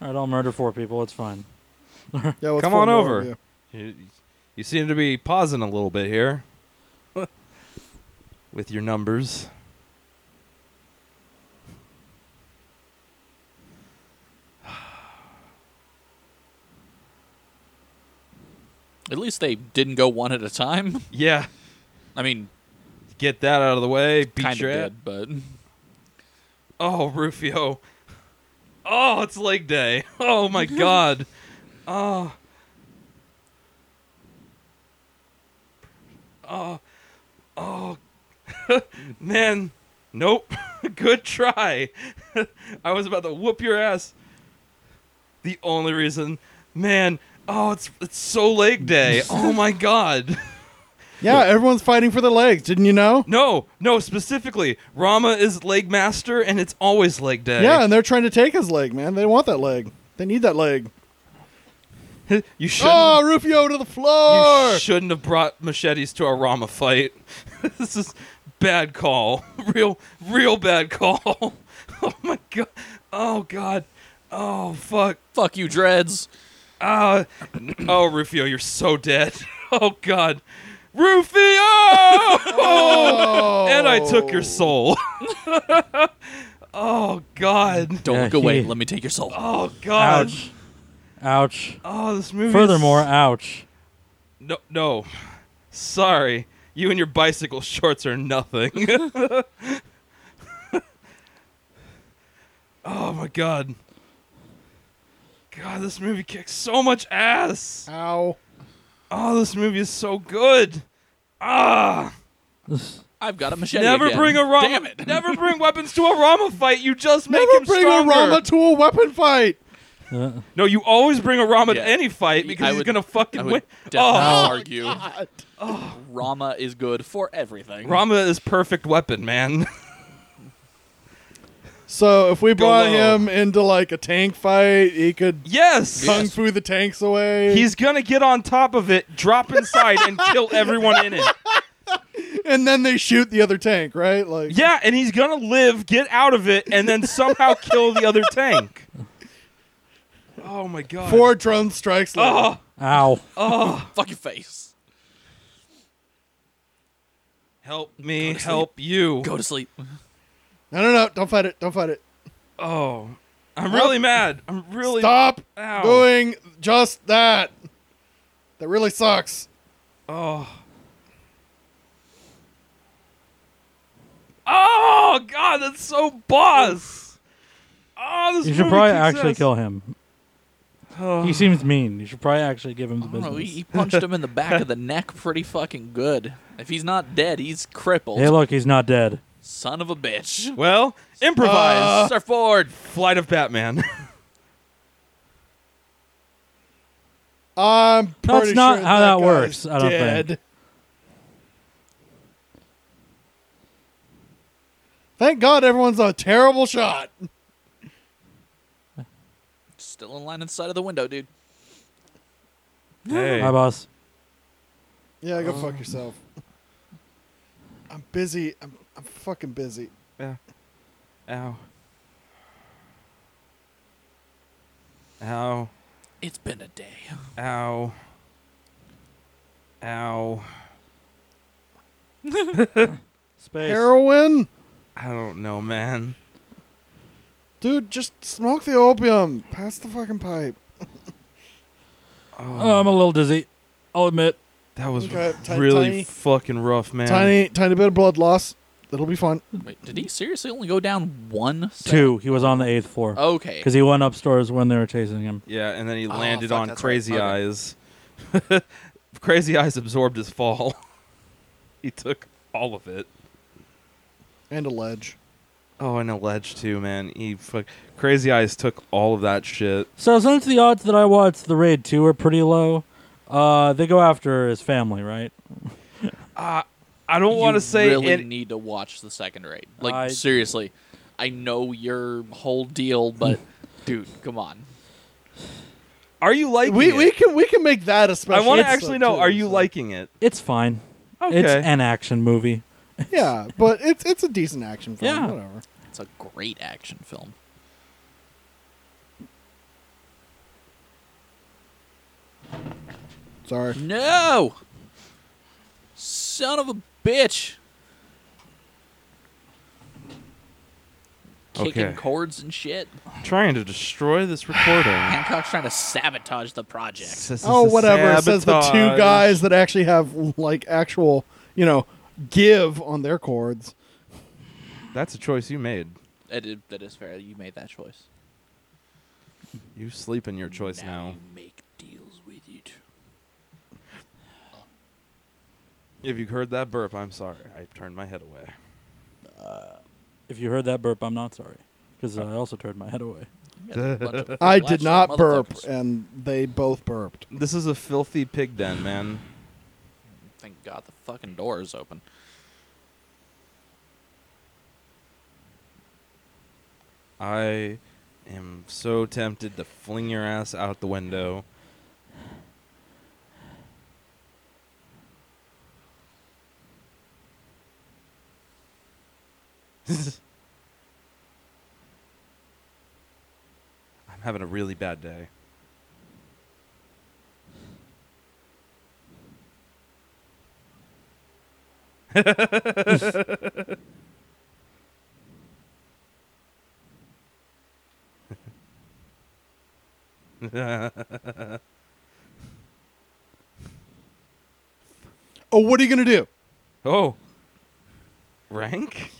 [SPEAKER 1] All right, I'll murder four people. It's fine.
[SPEAKER 2] Yeah, what's
[SPEAKER 3] come
[SPEAKER 2] for
[SPEAKER 3] on
[SPEAKER 2] more
[SPEAKER 3] over.
[SPEAKER 2] of you?
[SPEAKER 3] You, you seem to be pausing a little bit here with your numbers.
[SPEAKER 4] At least they didn't go one at a time. [LAUGHS]
[SPEAKER 3] Yeah,
[SPEAKER 4] I mean,
[SPEAKER 3] get that out of the way. Beat
[SPEAKER 4] kind
[SPEAKER 3] your
[SPEAKER 4] of
[SPEAKER 3] ass.
[SPEAKER 4] did, but [LAUGHS]
[SPEAKER 3] Oh, Rufio. Oh, it's leg day. [LAUGHS] Oh my god. Oh. Oh. Oh. [LAUGHS] Man. Nope. [LAUGHS] Good try. [LAUGHS] I was about to whoop your ass. The only reason, man. Oh, it's it's so leg day. Oh my god. [LAUGHS]
[SPEAKER 2] Yeah, everyone's fighting for their legs. Didn't you know?
[SPEAKER 3] No, no, specifically, Rama is leg master and it's always leg day.
[SPEAKER 2] Yeah, and they're trying to take his leg, man. They want that leg. They need that leg.
[SPEAKER 3] [LAUGHS] you should
[SPEAKER 2] Oh, Rufio to the floor.
[SPEAKER 3] You shouldn't have brought machetes to a Rama fight. [LAUGHS] this is bad call. [LAUGHS] Real, real bad call. [LAUGHS] oh my god. Oh god. Oh fuck.
[SPEAKER 4] fuck you, dreads.
[SPEAKER 3] Ah. [CLEARS THROAT] oh Rufio, you're so dead. [LAUGHS] oh god. Rufio. [LAUGHS]
[SPEAKER 2] Oh.
[SPEAKER 3] and I took your soul. [LAUGHS] oh god.
[SPEAKER 4] Don't
[SPEAKER 1] Yeah,
[SPEAKER 4] look away.
[SPEAKER 1] he-
[SPEAKER 4] Let me take your soul.
[SPEAKER 3] Oh god.
[SPEAKER 1] Ouch. Ouch.
[SPEAKER 3] Oh, this movie. is-
[SPEAKER 1] Furthermore, ouch.
[SPEAKER 3] No, no. Sorry. You and your bicycle shorts are nothing. [LAUGHS] oh my god. God, this movie kicks so much ass.
[SPEAKER 2] Ow.
[SPEAKER 3] Oh, this movie is so good. Ah!
[SPEAKER 4] I've got a machete.
[SPEAKER 3] Never
[SPEAKER 4] again.
[SPEAKER 3] bring a Rama.
[SPEAKER 4] Damn it. [LAUGHS]
[SPEAKER 3] Never bring weapons to a Rama fight. You just make
[SPEAKER 2] Never
[SPEAKER 3] him
[SPEAKER 2] bring
[SPEAKER 3] stronger.
[SPEAKER 2] a Rama to a weapon fight.
[SPEAKER 1] Uh,
[SPEAKER 3] no, you always bring a Rama
[SPEAKER 4] Yeah.
[SPEAKER 3] to any fight because
[SPEAKER 4] I
[SPEAKER 3] he's
[SPEAKER 4] would-
[SPEAKER 3] gonna fucking
[SPEAKER 4] I
[SPEAKER 3] win.
[SPEAKER 4] would [LAUGHS] definitely
[SPEAKER 3] Oh,
[SPEAKER 4] argue Rama is good for everything.
[SPEAKER 3] Oh, Rama is perfect weapon, man. [LAUGHS]
[SPEAKER 2] So if we brought
[SPEAKER 3] low.
[SPEAKER 2] him into like a tank fight, he could
[SPEAKER 3] yes.
[SPEAKER 2] kung fu the tanks away.
[SPEAKER 3] He's gonna get on top of it, drop inside, and
[SPEAKER 1] [LAUGHS]
[SPEAKER 3] kill everyone in it.
[SPEAKER 2] and then they shoot the other tank, right? Like
[SPEAKER 3] Yeah, and he's gonna live, get out of it, and then somehow kill the other tank. Oh my god. ah.
[SPEAKER 2] four drone strikes. later.
[SPEAKER 3] Oh,
[SPEAKER 1] ow.
[SPEAKER 4] Fuck your face.
[SPEAKER 3] help me,
[SPEAKER 4] to sleep.
[SPEAKER 3] help you.
[SPEAKER 4] Go to sleep.
[SPEAKER 2] No, no, no! Don't fight it! Don't fight it!
[SPEAKER 3] Oh, I'm really mad. I'm really.
[SPEAKER 2] Stop
[SPEAKER 3] Ow.
[SPEAKER 2] doing just that. That really sucks.
[SPEAKER 3] Oh. Oh god, that's so boss. Oh, this
[SPEAKER 1] You should
[SPEAKER 3] movie
[SPEAKER 1] probably
[SPEAKER 3] kicks
[SPEAKER 1] actually
[SPEAKER 3] ass.
[SPEAKER 1] kill him.
[SPEAKER 3] Oh.
[SPEAKER 1] He seems mean. You should probably actually give him the
[SPEAKER 4] I don't know, he, he
[SPEAKER 1] business.
[SPEAKER 4] punched him in the back of the neck pretty fucking good. If he's not dead, he's crippled.
[SPEAKER 1] Hey, look, he's not dead.
[SPEAKER 4] Son of a bitch.
[SPEAKER 3] Well,
[SPEAKER 4] Uh,
[SPEAKER 3] improvise.
[SPEAKER 4] Surfboard.
[SPEAKER 3] Flight of Batman.
[SPEAKER 2] I'm
[SPEAKER 1] That's
[SPEAKER 2] pretty
[SPEAKER 1] not
[SPEAKER 2] sure
[SPEAKER 1] how that
[SPEAKER 2] guy's
[SPEAKER 1] works, I don't
[SPEAKER 2] dead.
[SPEAKER 1] think.
[SPEAKER 2] Thank God everyone's a terrible shot.
[SPEAKER 4] Still in line inside of the window, dude.
[SPEAKER 3] [LAUGHS] Hey.
[SPEAKER 1] Hi, boss.
[SPEAKER 2] Yeah, go
[SPEAKER 3] Um,
[SPEAKER 2] fuck yourself. I'm busy. I'm I'm fucking busy.
[SPEAKER 3] Yeah. Ow. Ow.
[SPEAKER 4] It's been a day.
[SPEAKER 3] Ow. Ow.
[SPEAKER 1] Space.
[SPEAKER 2] Heroin?
[SPEAKER 3] I don't know, man.
[SPEAKER 2] Dude, just smoke the opium. Pass the fucking pipe.
[SPEAKER 1] Oh,
[SPEAKER 3] Um,
[SPEAKER 1] I'm a little dizzy. I'll admit.
[SPEAKER 3] that was
[SPEAKER 2] Okay, ti-
[SPEAKER 3] really
[SPEAKER 2] tiny-
[SPEAKER 3] fucking rough, man.
[SPEAKER 2] Tiny, tiny bit of blood loss. It'll be fun.
[SPEAKER 4] Wait, did he seriously only go down one? cell?
[SPEAKER 1] Two. He was on the eighth floor
[SPEAKER 4] Okay.
[SPEAKER 1] because he went upstairs when they were chasing him.
[SPEAKER 3] Yeah, and then he
[SPEAKER 4] Oh,
[SPEAKER 3] landed
[SPEAKER 4] fuck,
[SPEAKER 3] on
[SPEAKER 4] that's right.
[SPEAKER 3] Crazy
[SPEAKER 4] Okay.
[SPEAKER 3] Eyes. [LAUGHS] Crazy Eyes absorbed his fall. [LAUGHS] he took all of it.
[SPEAKER 2] And a ledge.
[SPEAKER 3] Oh, and a ledge too, man. He fuck Crazy Eyes took all of that shit.
[SPEAKER 1] So since the odds that I watched the raid two are pretty low, uh, they go after his family, right?
[SPEAKER 3] I don't want to
[SPEAKER 4] You
[SPEAKER 3] say
[SPEAKER 4] really
[SPEAKER 3] it.
[SPEAKER 4] need to watch the second raid. Like
[SPEAKER 1] I-
[SPEAKER 4] seriously, I know your whole deal, but dude, come on.
[SPEAKER 3] Are you liking
[SPEAKER 2] We,
[SPEAKER 3] it?
[SPEAKER 2] we can we can make that a
[SPEAKER 3] I
[SPEAKER 2] special.
[SPEAKER 3] want to
[SPEAKER 1] it's-
[SPEAKER 3] actually know. Are you
[SPEAKER 2] like?
[SPEAKER 3] liking it?
[SPEAKER 1] It's fine.
[SPEAKER 3] Okay.
[SPEAKER 1] It's an action movie.
[SPEAKER 2] [LAUGHS] Yeah, but it's it's a decent action film.
[SPEAKER 1] Yeah.
[SPEAKER 2] Whatever.
[SPEAKER 4] It's a great action film.
[SPEAKER 2] Sorry.
[SPEAKER 4] No, son of a bitch. Kicking
[SPEAKER 3] Okay.
[SPEAKER 4] cords and shit.
[SPEAKER 3] trying to destroy this recording.
[SPEAKER 4] Hancock's trying to sabotage the project.
[SPEAKER 3] This is
[SPEAKER 2] Oh,
[SPEAKER 3] a
[SPEAKER 2] whatever. It says the two
[SPEAKER 3] sabotage.
[SPEAKER 2] guys that actually have like actual, you know, give on their chords.
[SPEAKER 3] That's a choice you made.
[SPEAKER 4] That is, that is fair. You made that choice.
[SPEAKER 3] You sleep in your choice now.
[SPEAKER 4] you make deals with it.
[SPEAKER 3] If you heard that burp, I'm sorry. I turned my head away.
[SPEAKER 1] If you heard that burp, I'm not sorry because I also turned my head away.
[SPEAKER 4] You guys are a bunch of
[SPEAKER 2] I did
[SPEAKER 4] blasted
[SPEAKER 2] not burp,
[SPEAKER 4] motherfuckers.
[SPEAKER 2] and they both burped.
[SPEAKER 3] This is a filthy pig den, man.
[SPEAKER 4] Thank God the fucking door is open.
[SPEAKER 3] I am so tempted to fling your ass out the window. [LAUGHS] I'm having a really bad day.
[SPEAKER 2] Oh, what are you gonna do?
[SPEAKER 3] Oh. Rank?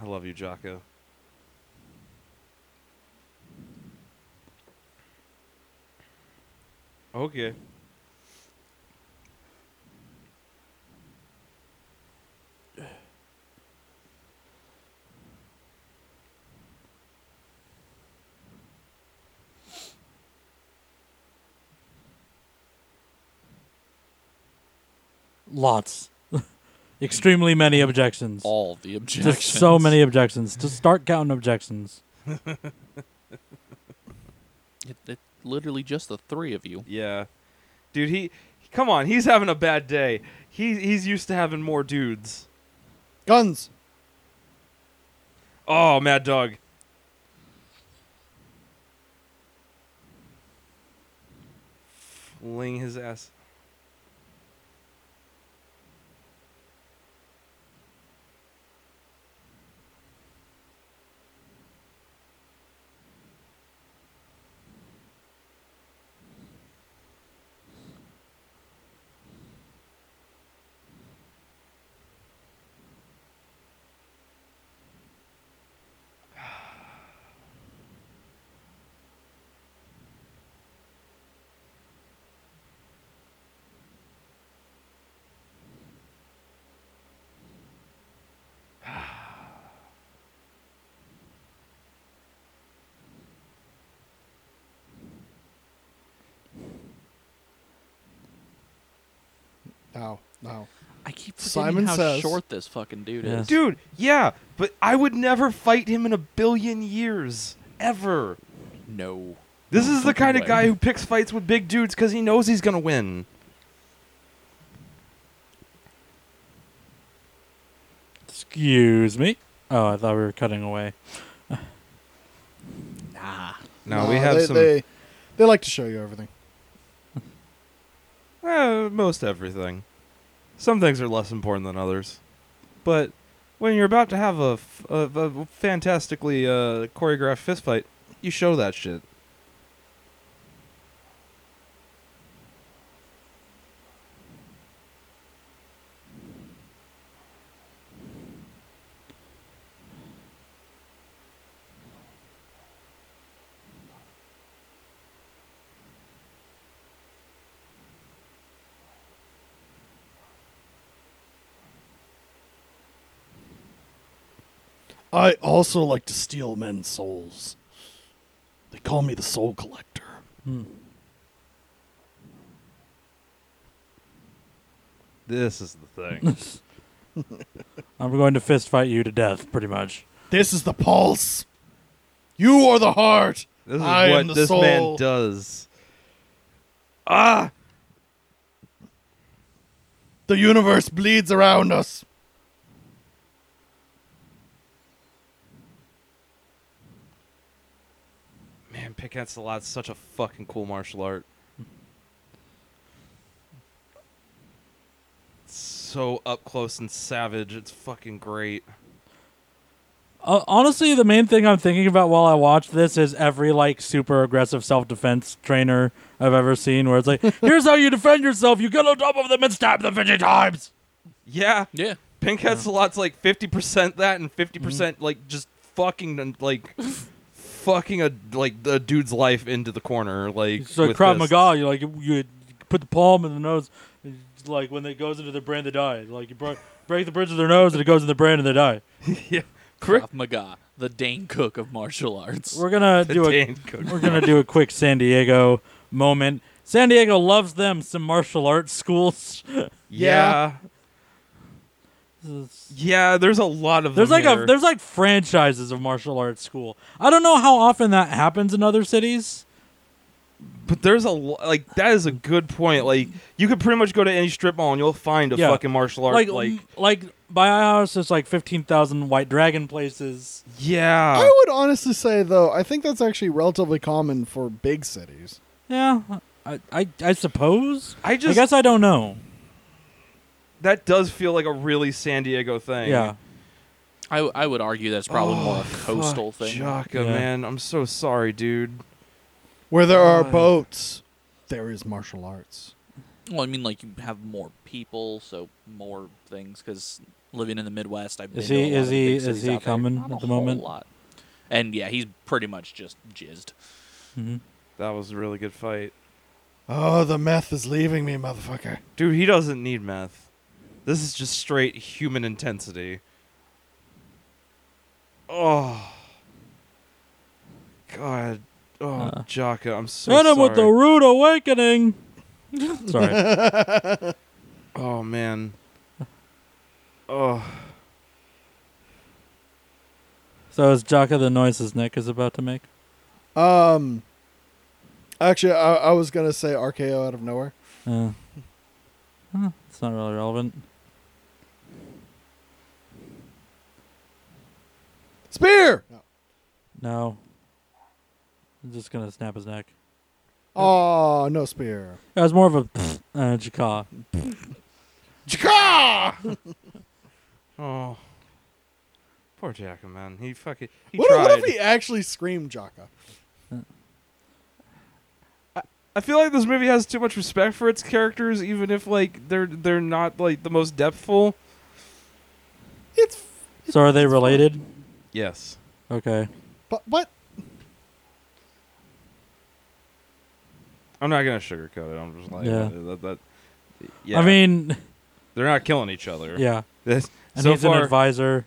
[SPEAKER 3] I love you, Jocko. Okay.
[SPEAKER 1] Lots, [LAUGHS] extremely many objections.
[SPEAKER 4] All the
[SPEAKER 1] Just
[SPEAKER 4] objections.
[SPEAKER 1] so many objections. Just start counting objections.
[SPEAKER 4] It, it, literally just the three of you.
[SPEAKER 3] Yeah, dude, he, come on, he's having a bad day. He he's used to having more dudes.
[SPEAKER 2] Guns.
[SPEAKER 3] Oh, Mad Dog. Fling his ass.
[SPEAKER 2] How? How?
[SPEAKER 4] I keep forgetting
[SPEAKER 2] Simon
[SPEAKER 4] how
[SPEAKER 2] says-
[SPEAKER 4] short this fucking dude
[SPEAKER 1] Yes.
[SPEAKER 4] is.
[SPEAKER 3] Dude, yeah, but I would never fight him in a billion years. Ever.
[SPEAKER 4] No.
[SPEAKER 3] This is the kind of
[SPEAKER 4] way.
[SPEAKER 3] guy who picks fights with big dudes because he knows he's going to win.
[SPEAKER 1] Excuse me. Oh, I thought we were cutting away.
[SPEAKER 4] Nah.
[SPEAKER 3] No,
[SPEAKER 2] Nah,
[SPEAKER 3] we have
[SPEAKER 2] they,
[SPEAKER 3] some.
[SPEAKER 2] They, they like to show you everything.
[SPEAKER 3] Uh, most everything. Some things are less important than others. But when you're about to have a, f- a- a fantastically uh, choreographed fistfight, you show that shit.
[SPEAKER 2] I also like to steal men's souls. They call me the soul collector.
[SPEAKER 1] Hmm.
[SPEAKER 3] This is the thing.
[SPEAKER 1] I'm going to fist fight you to death, pretty much.
[SPEAKER 2] This is the pulse. You are the heart.
[SPEAKER 3] This is
[SPEAKER 2] I am
[SPEAKER 3] what
[SPEAKER 2] the
[SPEAKER 3] this
[SPEAKER 2] soul.
[SPEAKER 3] man does. Ah!
[SPEAKER 2] The universe bleeds around us.
[SPEAKER 3] Man, pickaxe a lot's such a fucking cool martial art. It's so up close and savage. It's fucking great.
[SPEAKER 1] Uh, honestly, the main thing I'm thinking about while I watch this is every like super aggressive self defense trainer I've ever seen, where it's like, "Here's how you defend yourself: you get on top of them and stab them 50 times."
[SPEAKER 3] Yeah,
[SPEAKER 4] Yeah.
[SPEAKER 3] Pinkhead's lot's like fifty percent that, and fifty percent
[SPEAKER 1] Mm-hmm.
[SPEAKER 3] like just fucking and, like fucking a like the dude's life into the corner. Like
[SPEAKER 1] So
[SPEAKER 3] with
[SPEAKER 1] Krav
[SPEAKER 3] fists.
[SPEAKER 1] Maga, you like you you put the palm in the nose, like when it goes into the brain, they die. Like you break, break the bridge of their nose and it goes in the brain and they die.
[SPEAKER 3] yeah, correct.
[SPEAKER 4] Krav Maga, the Dane Cook of martial arts.
[SPEAKER 1] We're
[SPEAKER 3] [LAUGHS]
[SPEAKER 1] gonna do a
[SPEAKER 3] Dan Cook.
[SPEAKER 1] we're gonna do a quick San Diego moment. San Diego loves them some martial arts schools.
[SPEAKER 3] Yeah.
[SPEAKER 1] There's
[SPEAKER 3] yeah, There's a lot of them
[SPEAKER 1] like a
[SPEAKER 3] here.
[SPEAKER 1] there's like franchises of martial arts school. I don't know how often that happens in other cities.
[SPEAKER 3] But there's a lo- like that is a good point. Like you could pretty much go to any strip mall and you'll find a
[SPEAKER 1] Yeah.
[SPEAKER 3] fucking martial art.
[SPEAKER 1] like mm.
[SPEAKER 3] Like,
[SPEAKER 1] like like by our house, there's like fifteen thousand White Dragon places.
[SPEAKER 3] yeah,
[SPEAKER 1] Oh,
[SPEAKER 2] I would honestly say, though, I think that's actually relatively common for big cities.
[SPEAKER 1] Yeah, I I, I suppose.
[SPEAKER 3] I
[SPEAKER 1] I
[SPEAKER 3] just
[SPEAKER 1] guess I don't know.
[SPEAKER 3] that does feel like a really San Diego thing.
[SPEAKER 1] Yeah.
[SPEAKER 4] I, I would argue that's probably more
[SPEAKER 1] Oh,
[SPEAKER 4] a coastal
[SPEAKER 3] Oh, Fuck,
[SPEAKER 4] thing.
[SPEAKER 3] Jaka,
[SPEAKER 1] Yeah.
[SPEAKER 3] man, I'm so sorry, dude.
[SPEAKER 2] Where there are
[SPEAKER 3] Uh.
[SPEAKER 2] boats, there is martial arts.
[SPEAKER 4] Well, I mean, like you have more people, so more things. Because living in the Midwest, I've been
[SPEAKER 1] Is
[SPEAKER 4] to a
[SPEAKER 1] he-
[SPEAKER 4] lot
[SPEAKER 1] is
[SPEAKER 4] of
[SPEAKER 1] he-
[SPEAKER 4] big
[SPEAKER 1] is
[SPEAKER 4] cities
[SPEAKER 1] he
[SPEAKER 4] out there.
[SPEAKER 1] coming
[SPEAKER 4] Not
[SPEAKER 1] at
[SPEAKER 4] a
[SPEAKER 1] the
[SPEAKER 4] whole
[SPEAKER 1] moment?
[SPEAKER 4] lot. And yeah, he's pretty much just jizzed.
[SPEAKER 1] Mhm.
[SPEAKER 3] That was a really good fight,
[SPEAKER 2] Oh, the meth is leaving me, motherfucker.
[SPEAKER 3] dude. He doesn't need meth. This is just straight human intensity. Oh, God. Oh,
[SPEAKER 1] Uh.
[SPEAKER 3] Jaka, I'm so
[SPEAKER 1] Hit him
[SPEAKER 3] sorry.
[SPEAKER 1] with the rude awakening. [LAUGHS]
[SPEAKER 3] [LAUGHS]
[SPEAKER 1] Sorry.
[SPEAKER 3] Oh man. Oh.
[SPEAKER 1] So is Jaka the noise his neck is about to make?
[SPEAKER 2] Um, actually, I, I was gonna say RKO out of nowhere.
[SPEAKER 1] Uh, huh, it's not really relevant.
[SPEAKER 2] Spear.
[SPEAKER 1] No. I'm just gonna snap his neck.
[SPEAKER 2] Oh no, spear.
[SPEAKER 1] It was more of a [LAUGHS] uh, Jaka.
[SPEAKER 2] Chika!
[SPEAKER 3] Oh. Poor Jacka, man. He fucking. He
[SPEAKER 2] What, if-
[SPEAKER 3] tried.
[SPEAKER 2] what if he actually screamed Jaka?
[SPEAKER 3] I feel like this movie has too much respect for its characters, even if like they're they're not like the most depthful.
[SPEAKER 2] It's
[SPEAKER 1] So are they related?
[SPEAKER 3] Yes.
[SPEAKER 1] Okay.
[SPEAKER 2] but what?
[SPEAKER 3] I'm not gonna sugarcoat it. I'm just like
[SPEAKER 1] Yeah.
[SPEAKER 3] that, that, Yeah.
[SPEAKER 1] I mean, [LAUGHS]
[SPEAKER 3] they're not killing each other.
[SPEAKER 1] yeah.
[SPEAKER 3] This,
[SPEAKER 1] And
[SPEAKER 3] so
[SPEAKER 1] he's an
[SPEAKER 3] far,
[SPEAKER 1] advisor.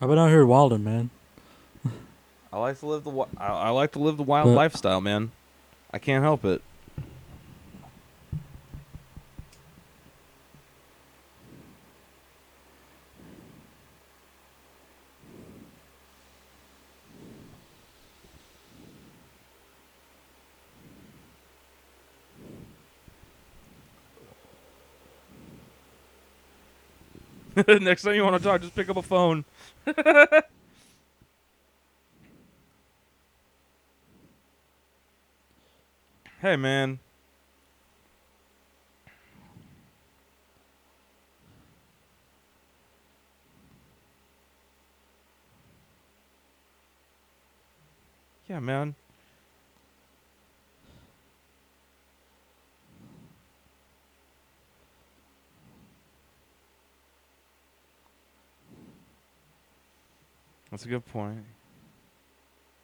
[SPEAKER 1] I've been out here wilding, man.
[SPEAKER 3] I like to live the wi- I, I like to live the wild
[SPEAKER 1] But-
[SPEAKER 3] lifestyle, man. I can't help it. [LAUGHS] Next time you want to talk, just pick up a phone. Hey, man. Yeah, man. That's a good point.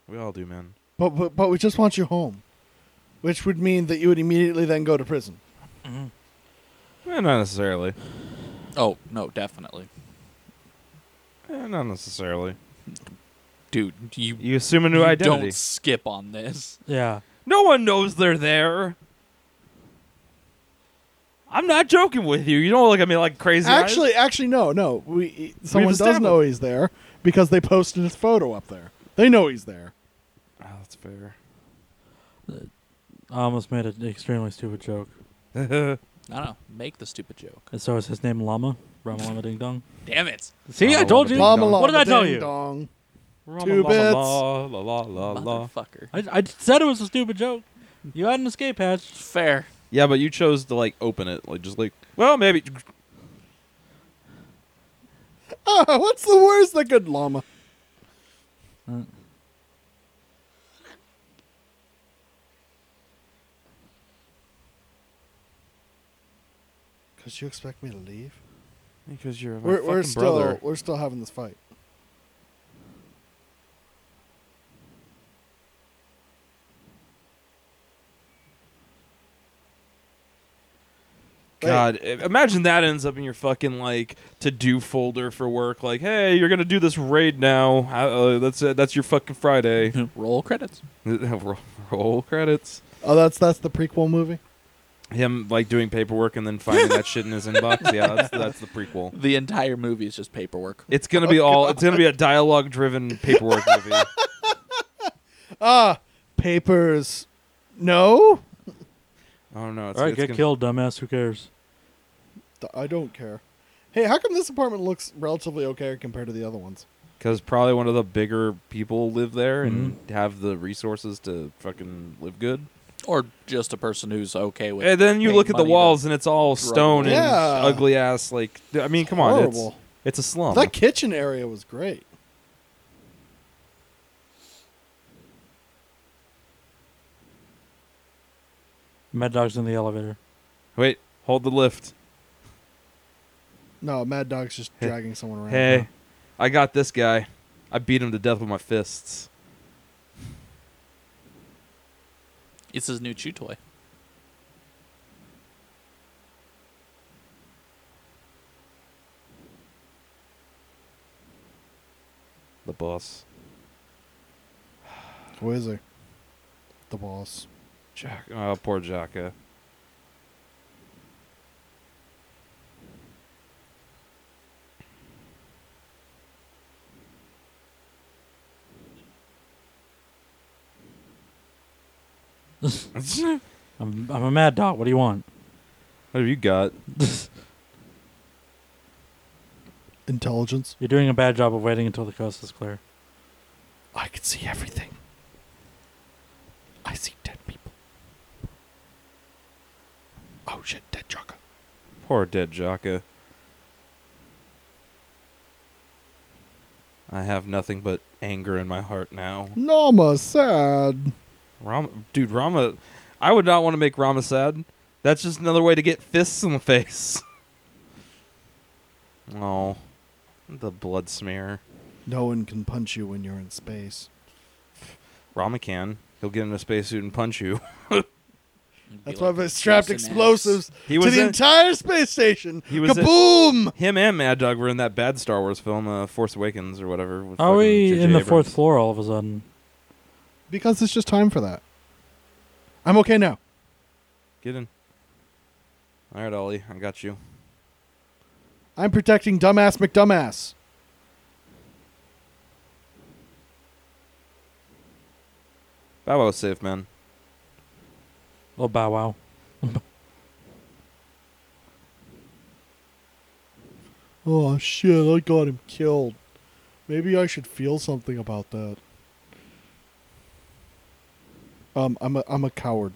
[SPEAKER 3] We all do, man.
[SPEAKER 2] But, but but we just want you home, which would mean that you would immediately then go to prison.
[SPEAKER 3] Eh, not necessarily.
[SPEAKER 4] Oh no, definitely,
[SPEAKER 3] Eh, not necessarily.
[SPEAKER 4] dude. You,
[SPEAKER 3] You assume a new
[SPEAKER 4] you
[SPEAKER 3] identity.
[SPEAKER 4] don't skip on this. [LAUGHS]
[SPEAKER 1] Yeah.
[SPEAKER 3] No one knows they're there. I'm not joking with you. You don't look at me like crazy. eyes.
[SPEAKER 2] actually, actually, no, no. We e, someone does
[SPEAKER 3] established-
[SPEAKER 2] know he's there because they posted his photo up there. They know he's there.
[SPEAKER 3] Oh, that's fair. [LAUGHS]
[SPEAKER 1] I almost made an extremely stupid joke.
[SPEAKER 4] I don't know. Make the stupid joke.
[SPEAKER 1] And so is his name Llama? Rama Lama Ding Dong?
[SPEAKER 4] Damn it!
[SPEAKER 1] See, I
[SPEAKER 3] Llama
[SPEAKER 1] told you.
[SPEAKER 3] Ding Dong.
[SPEAKER 2] Llama,
[SPEAKER 1] What did
[SPEAKER 2] llama,
[SPEAKER 1] I tell
[SPEAKER 2] ding
[SPEAKER 1] you?
[SPEAKER 2] dong.
[SPEAKER 3] Two
[SPEAKER 2] Two
[SPEAKER 3] bits.
[SPEAKER 2] bits.
[SPEAKER 3] La la la la.
[SPEAKER 4] Motherfucker.
[SPEAKER 1] I, I said it was a stupid joke. You had an escape hatch.
[SPEAKER 4] Fair. [LAUGHS]
[SPEAKER 3] Yeah, but you chose to like open it, like just like. Well, maybe.
[SPEAKER 2] Ah, [LAUGHS] what's the worst that could llama? Because you expect me to leave?
[SPEAKER 3] Because you're my
[SPEAKER 2] We're,
[SPEAKER 3] fucking
[SPEAKER 2] we're still
[SPEAKER 3] brother.
[SPEAKER 2] we're still having this fight. Wait.
[SPEAKER 3] God, i- imagine that ends up in your fucking like to do folder for work. Like, hey, you're gonna do this raid now. Uh, uh, that's uh, that's your fucking Friday. [LAUGHS]
[SPEAKER 4] Roll credits.
[SPEAKER 3] roll, roll credits.
[SPEAKER 2] Oh, that's that's the prequel movie.
[SPEAKER 3] him like doing paperwork and then finding that shit in his inbox. Yeah, that's, that's the prequel.
[SPEAKER 4] The entire movie is just paperwork.
[SPEAKER 3] It's gonna be all. It's gonna be a dialogue-driven paperwork movie.
[SPEAKER 2] Ah, papers. No,
[SPEAKER 3] I don't know. It's,
[SPEAKER 1] All right,
[SPEAKER 3] it's
[SPEAKER 1] get
[SPEAKER 3] gonna-
[SPEAKER 1] killed, dumbass. Who cares?
[SPEAKER 2] Th- I don't care. Hey, how come this apartment looks relatively okay compared to the other ones?
[SPEAKER 3] Because probably one of the bigger people live there and
[SPEAKER 1] Mm-hmm.
[SPEAKER 3] have the resources to fucking live good.
[SPEAKER 4] Or just a person who's okay with.
[SPEAKER 3] And then you
[SPEAKER 4] paying
[SPEAKER 3] look at the
[SPEAKER 4] money to-
[SPEAKER 3] walls and it's all stone and
[SPEAKER 2] Yeah.
[SPEAKER 3] ugly ass. Like I mean, come on, it's,
[SPEAKER 2] Horrible.
[SPEAKER 3] it's a slum.
[SPEAKER 2] That kitchen area was great.
[SPEAKER 1] Mad Dog's in the elevator.
[SPEAKER 3] Wait, hold the lift.
[SPEAKER 2] No, Mad Dog's just
[SPEAKER 3] Hey.
[SPEAKER 2] dragging someone around.
[SPEAKER 3] Hey, I got this guy. I beat him to death with my fists.
[SPEAKER 4] It's his new chew toy.
[SPEAKER 3] The boss,
[SPEAKER 2] Who is he? The boss.
[SPEAKER 3] Jack. Oh, poor Jaka. what
[SPEAKER 1] I'm, I'm a mad dog. What do you want?
[SPEAKER 3] have you got?
[SPEAKER 2] Intelligence.
[SPEAKER 1] You're doing a bad job of waiting until the coast is clear.
[SPEAKER 2] I can see everything. I see dead people. Oh shit, dead Chaka.
[SPEAKER 3] Poor dead Jaka. I have nothing but anger in my heart now.
[SPEAKER 2] Nama sad.
[SPEAKER 3] Rama, dude, Rama. I would not want to make Rama sad. That's just another way to get fists in the face. [LAUGHS] Oh, the blood smear.
[SPEAKER 2] No one can punch you when you're in space.
[SPEAKER 3] Rama can. He'll get in a spacesuit and punch you.
[SPEAKER 2] That's
[SPEAKER 4] Be
[SPEAKER 2] why
[SPEAKER 4] like
[SPEAKER 2] they strapped
[SPEAKER 4] Jason X.
[SPEAKER 2] explosives
[SPEAKER 3] He
[SPEAKER 2] to
[SPEAKER 3] [LAUGHS] was
[SPEAKER 2] the
[SPEAKER 3] in-
[SPEAKER 2] entire space station.
[SPEAKER 3] He was in-
[SPEAKER 2] Kaboom!
[SPEAKER 3] Him and Mad Dog were in that bad Star Wars film, uh, Force Awakens or whatever. with
[SPEAKER 1] Are
[SPEAKER 3] fucking
[SPEAKER 1] we
[SPEAKER 3] J.J.
[SPEAKER 1] in the
[SPEAKER 3] Abrams.
[SPEAKER 1] fourth floor all of a sudden?
[SPEAKER 2] because it's just time for that. I'm okay now.
[SPEAKER 3] Get in. All right, Ollie, I got you.
[SPEAKER 2] I'm protecting dumbass McDumbass.
[SPEAKER 3] Bow Wow's safe, man.
[SPEAKER 1] Oh, bow wow.
[SPEAKER 2] Oh shit! I got him killed. Maybe I should feel something about that. Um, I'm a I'm a coward.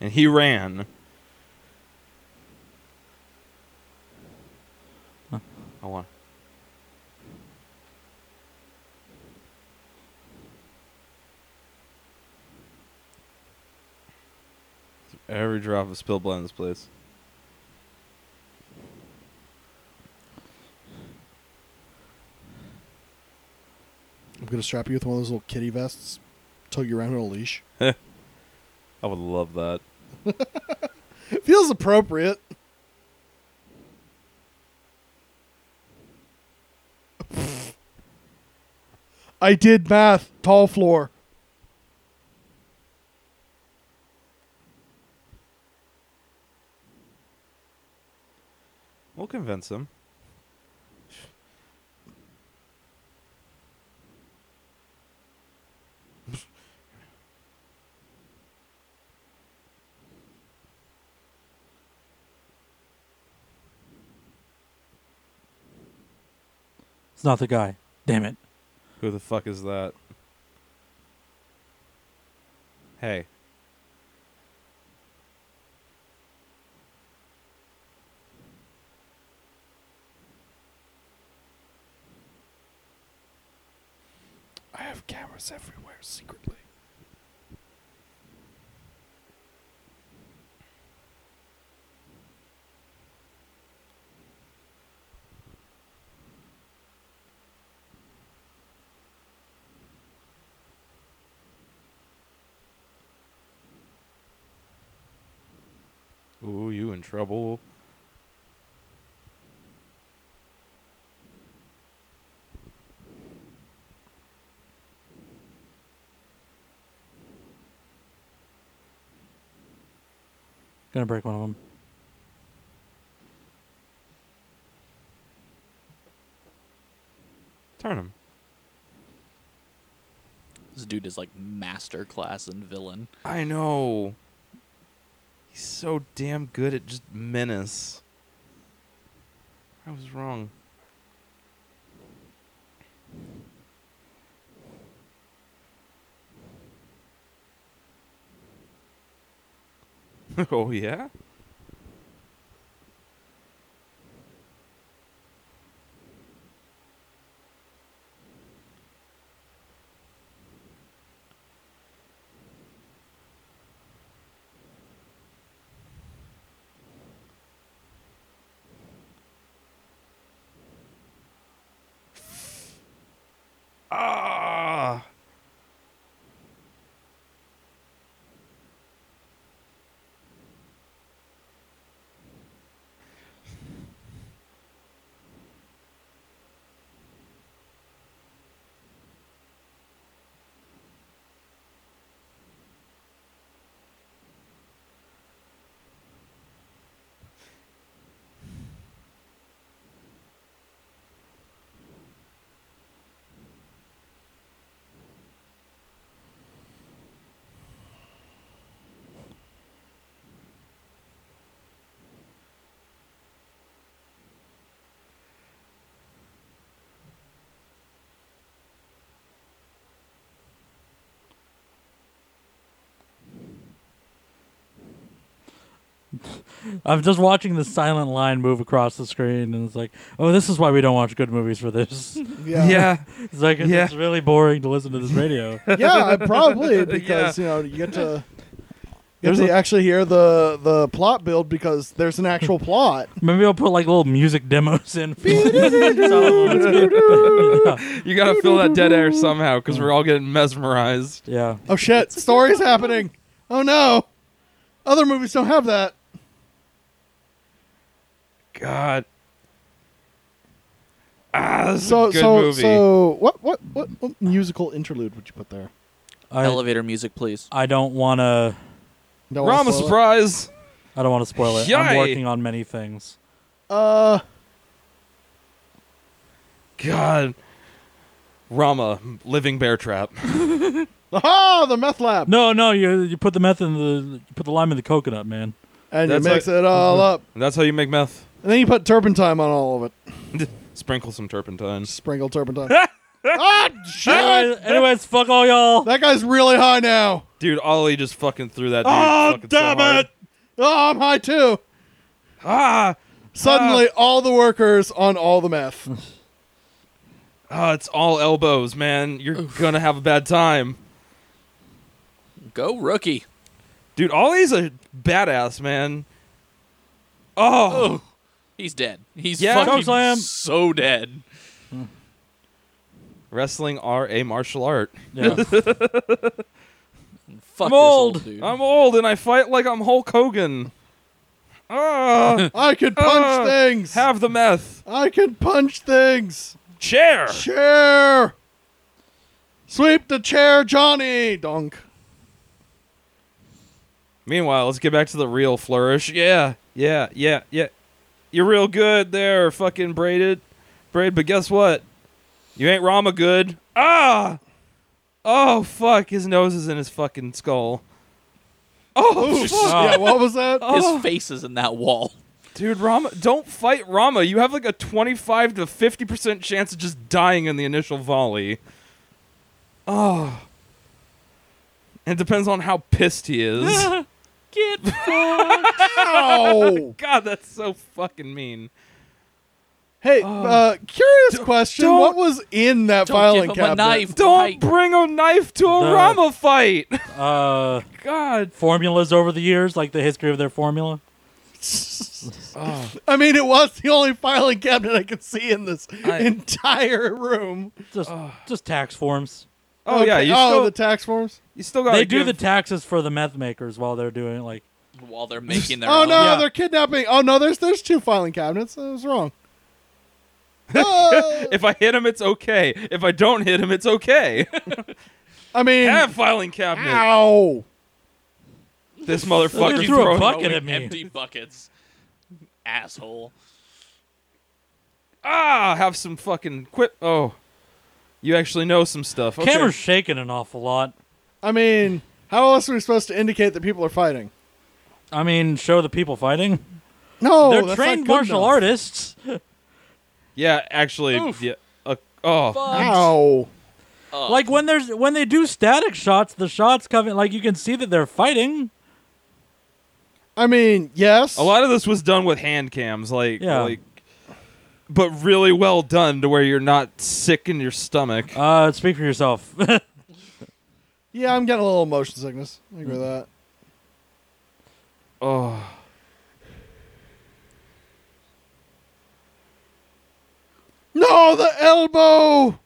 [SPEAKER 3] And he ran. I want. Every drop of spill blood in this place.
[SPEAKER 2] I'm gonna strap you with one of those little kitty vests, tow you around on a leash.
[SPEAKER 3] I would love that.
[SPEAKER 2] It feels appropriate. I did math. Tall floor.
[SPEAKER 3] We'll convince him.
[SPEAKER 1] It's not the guy. Damn it.
[SPEAKER 3] Who the fuck is that? Hey.
[SPEAKER 2] I have cameras everywhere secretly.
[SPEAKER 3] Ooh, you in trouble.
[SPEAKER 1] Gonna break one of them.
[SPEAKER 3] Turn him.
[SPEAKER 4] This dude is like master class in villain.
[SPEAKER 3] I know. He's so damn good at just menace. I was wrong. [LAUGHS] oh yeah? Ah.
[SPEAKER 1] I'm just watching the silent line move across the screen, and it's like, oh, this is why we don't watch good movies for this. [LAUGHS]
[SPEAKER 2] Yeah. [LAUGHS]
[SPEAKER 1] It's like
[SPEAKER 3] Yeah.
[SPEAKER 1] it's really boring to listen to this radio.
[SPEAKER 2] [LAUGHS] yeah, I probably because you know you get to You have
[SPEAKER 1] There's
[SPEAKER 2] to actually hear the the plot build because there's an actual plot.
[SPEAKER 1] [LAUGHS] Maybe I'll put like little music demos [LAUGHS] in.
[SPEAKER 3] You gotta fill that dead
[SPEAKER 2] [LAUGHS]
[SPEAKER 3] air somehow because we're all getting mesmerized.
[SPEAKER 1] yeah.
[SPEAKER 2] [LAUGHS] Oh shit! Story's happening. Oh no! Other movies don't have that.
[SPEAKER 3] God. Ah, this
[SPEAKER 2] So
[SPEAKER 3] is a good
[SPEAKER 2] so
[SPEAKER 3] movie.
[SPEAKER 2] so what, what what what musical interlude would you put there?
[SPEAKER 1] I,
[SPEAKER 4] Elevator music, please.
[SPEAKER 1] I don't want to.
[SPEAKER 2] Don't wanna
[SPEAKER 3] Rama
[SPEAKER 2] spoil it.
[SPEAKER 3] surprise.
[SPEAKER 1] I don't want to spoil it. I'm
[SPEAKER 3] Yay.
[SPEAKER 1] working on many things.
[SPEAKER 2] Uh,
[SPEAKER 3] God. Rama, living bear trap.
[SPEAKER 2] ah, the meth lab,
[SPEAKER 1] No, no, you you put the meth in the you put the lime in the coconut, man.
[SPEAKER 2] and you
[SPEAKER 3] That's
[SPEAKER 2] mix it all up,
[SPEAKER 3] That's how you make meth.
[SPEAKER 2] and then you put turpentine on all of it.
[SPEAKER 3] [LAUGHS] Sprinkle some turpentine.
[SPEAKER 2] Sprinkle turpentine. ah,
[SPEAKER 1] [LAUGHS]
[SPEAKER 2] shit!
[SPEAKER 1] Anyways, anyways, fuck all y'all.
[SPEAKER 2] That guy's really high now.
[SPEAKER 3] Dude, Ollie just fucking threw that dude.
[SPEAKER 2] Oh,
[SPEAKER 3] fucking so
[SPEAKER 2] damn
[SPEAKER 3] hard.
[SPEAKER 2] it. Oh, I'm high too.
[SPEAKER 3] Ah!
[SPEAKER 2] Suddenly, all the workers on all the meth.
[SPEAKER 3] Ah, it's all elbows, man. You're gonna have a bad time.
[SPEAKER 4] Go rookie.
[SPEAKER 3] Dude, Ollie's a badass, man. Oh,
[SPEAKER 4] Oh, he's dead. He's
[SPEAKER 3] Yeah.
[SPEAKER 1] Choke
[SPEAKER 4] fucking
[SPEAKER 1] slam.
[SPEAKER 4] so dead.
[SPEAKER 3] wrestling are a martial art.
[SPEAKER 1] Yeah.
[SPEAKER 4] Fuck
[SPEAKER 1] I'm
[SPEAKER 4] this
[SPEAKER 1] old.
[SPEAKER 4] dude.
[SPEAKER 3] I'm old and I fight like I'm Hulk Hogan.
[SPEAKER 2] [LAUGHS]
[SPEAKER 3] Ah,
[SPEAKER 2] I could punch
[SPEAKER 3] Ah,
[SPEAKER 2] things.
[SPEAKER 3] have the meth.
[SPEAKER 2] I can punch things.
[SPEAKER 3] Chair.
[SPEAKER 2] Chair. Sweep the chair, Johnny. Donk.
[SPEAKER 3] Meanwhile, let's get back to the real flourish. Yeah, yeah, yeah, yeah. You're real good there, fucking braided, braid. But guess what? You ain't Rama good. Ah, oh fuck, his nose is in his fucking skull. Oh,
[SPEAKER 2] Oof.
[SPEAKER 3] fuck.
[SPEAKER 2] yeah, what was that?
[SPEAKER 3] Oh.
[SPEAKER 4] His face is in that wall.
[SPEAKER 3] dude, Rama, don't fight Rama. You have like a 25 to 50 percent chance of just dying in the initial volley. Oh, it depends on how pissed he is.
[SPEAKER 4] Get
[SPEAKER 2] Ow.
[SPEAKER 3] God, that's so fucking mean.
[SPEAKER 2] Hey, uh, curious question.
[SPEAKER 3] don't-
[SPEAKER 2] What was in that
[SPEAKER 4] Don't
[SPEAKER 2] filing
[SPEAKER 4] give him
[SPEAKER 2] cabinet?
[SPEAKER 4] a knife.
[SPEAKER 3] Don't
[SPEAKER 4] Mike.
[SPEAKER 3] bring a knife to a
[SPEAKER 1] No.
[SPEAKER 3] Rama fight. [LAUGHS]
[SPEAKER 1] Uh,
[SPEAKER 3] God.
[SPEAKER 1] formulas over the years, like the history of their formula.
[SPEAKER 2] I mean, it was the only filing cabinet I could see in this
[SPEAKER 3] I-
[SPEAKER 2] entire room.
[SPEAKER 1] Just just tax forms.
[SPEAKER 3] Oh yeah, you
[SPEAKER 2] oh
[SPEAKER 3] still
[SPEAKER 2] the tax forms.
[SPEAKER 3] you still got.
[SPEAKER 1] they do the taxes for the meth makers while they're doing like
[SPEAKER 4] While they're making their
[SPEAKER 2] oh
[SPEAKER 4] own.
[SPEAKER 2] no,
[SPEAKER 1] Yeah.
[SPEAKER 2] they're kidnapping. Oh no, there's there's two filing cabinets. I was
[SPEAKER 3] [LAUGHS]
[SPEAKER 2] wrong. Oh,
[SPEAKER 3] if I hit him, it's okay. If I don't hit him, it's okay.
[SPEAKER 1] [LAUGHS]
[SPEAKER 2] I mean,
[SPEAKER 3] Have filing cabinet.
[SPEAKER 2] ow!
[SPEAKER 3] This motherfucker
[SPEAKER 1] He threw a
[SPEAKER 3] throwing
[SPEAKER 1] bucket
[SPEAKER 3] away-
[SPEAKER 1] at me.
[SPEAKER 4] Empty buckets. Asshole.
[SPEAKER 3] Ah, have some fucking quit. Oh, you actually know some stuff. Okay.
[SPEAKER 1] camera's shaking an awful lot.
[SPEAKER 2] I mean, how else are we supposed to indicate that people are fighting?
[SPEAKER 1] I mean, show the people fighting.
[SPEAKER 2] No,
[SPEAKER 1] they're
[SPEAKER 2] Oh, that's
[SPEAKER 1] trained
[SPEAKER 2] not good
[SPEAKER 1] martial
[SPEAKER 2] enough.
[SPEAKER 1] artists.
[SPEAKER 3] Yeah, actually.
[SPEAKER 4] Oof.
[SPEAKER 3] Yeah. Uh, oh,
[SPEAKER 2] Ow!
[SPEAKER 4] Oh.
[SPEAKER 1] Like when there's when they do static shots, the shots come in like you can see that they're fighting.
[SPEAKER 2] I mean, yes.
[SPEAKER 3] a lot of this was done with hand cams, like
[SPEAKER 1] Yeah.
[SPEAKER 3] like, but really well done to where you're not sick in your stomach.
[SPEAKER 1] Uh, speak for yourself. [LAUGHS]
[SPEAKER 2] Yeah, I'm getting a little motion sickness. I agree with that.
[SPEAKER 3] Oh.
[SPEAKER 2] No, the elbow.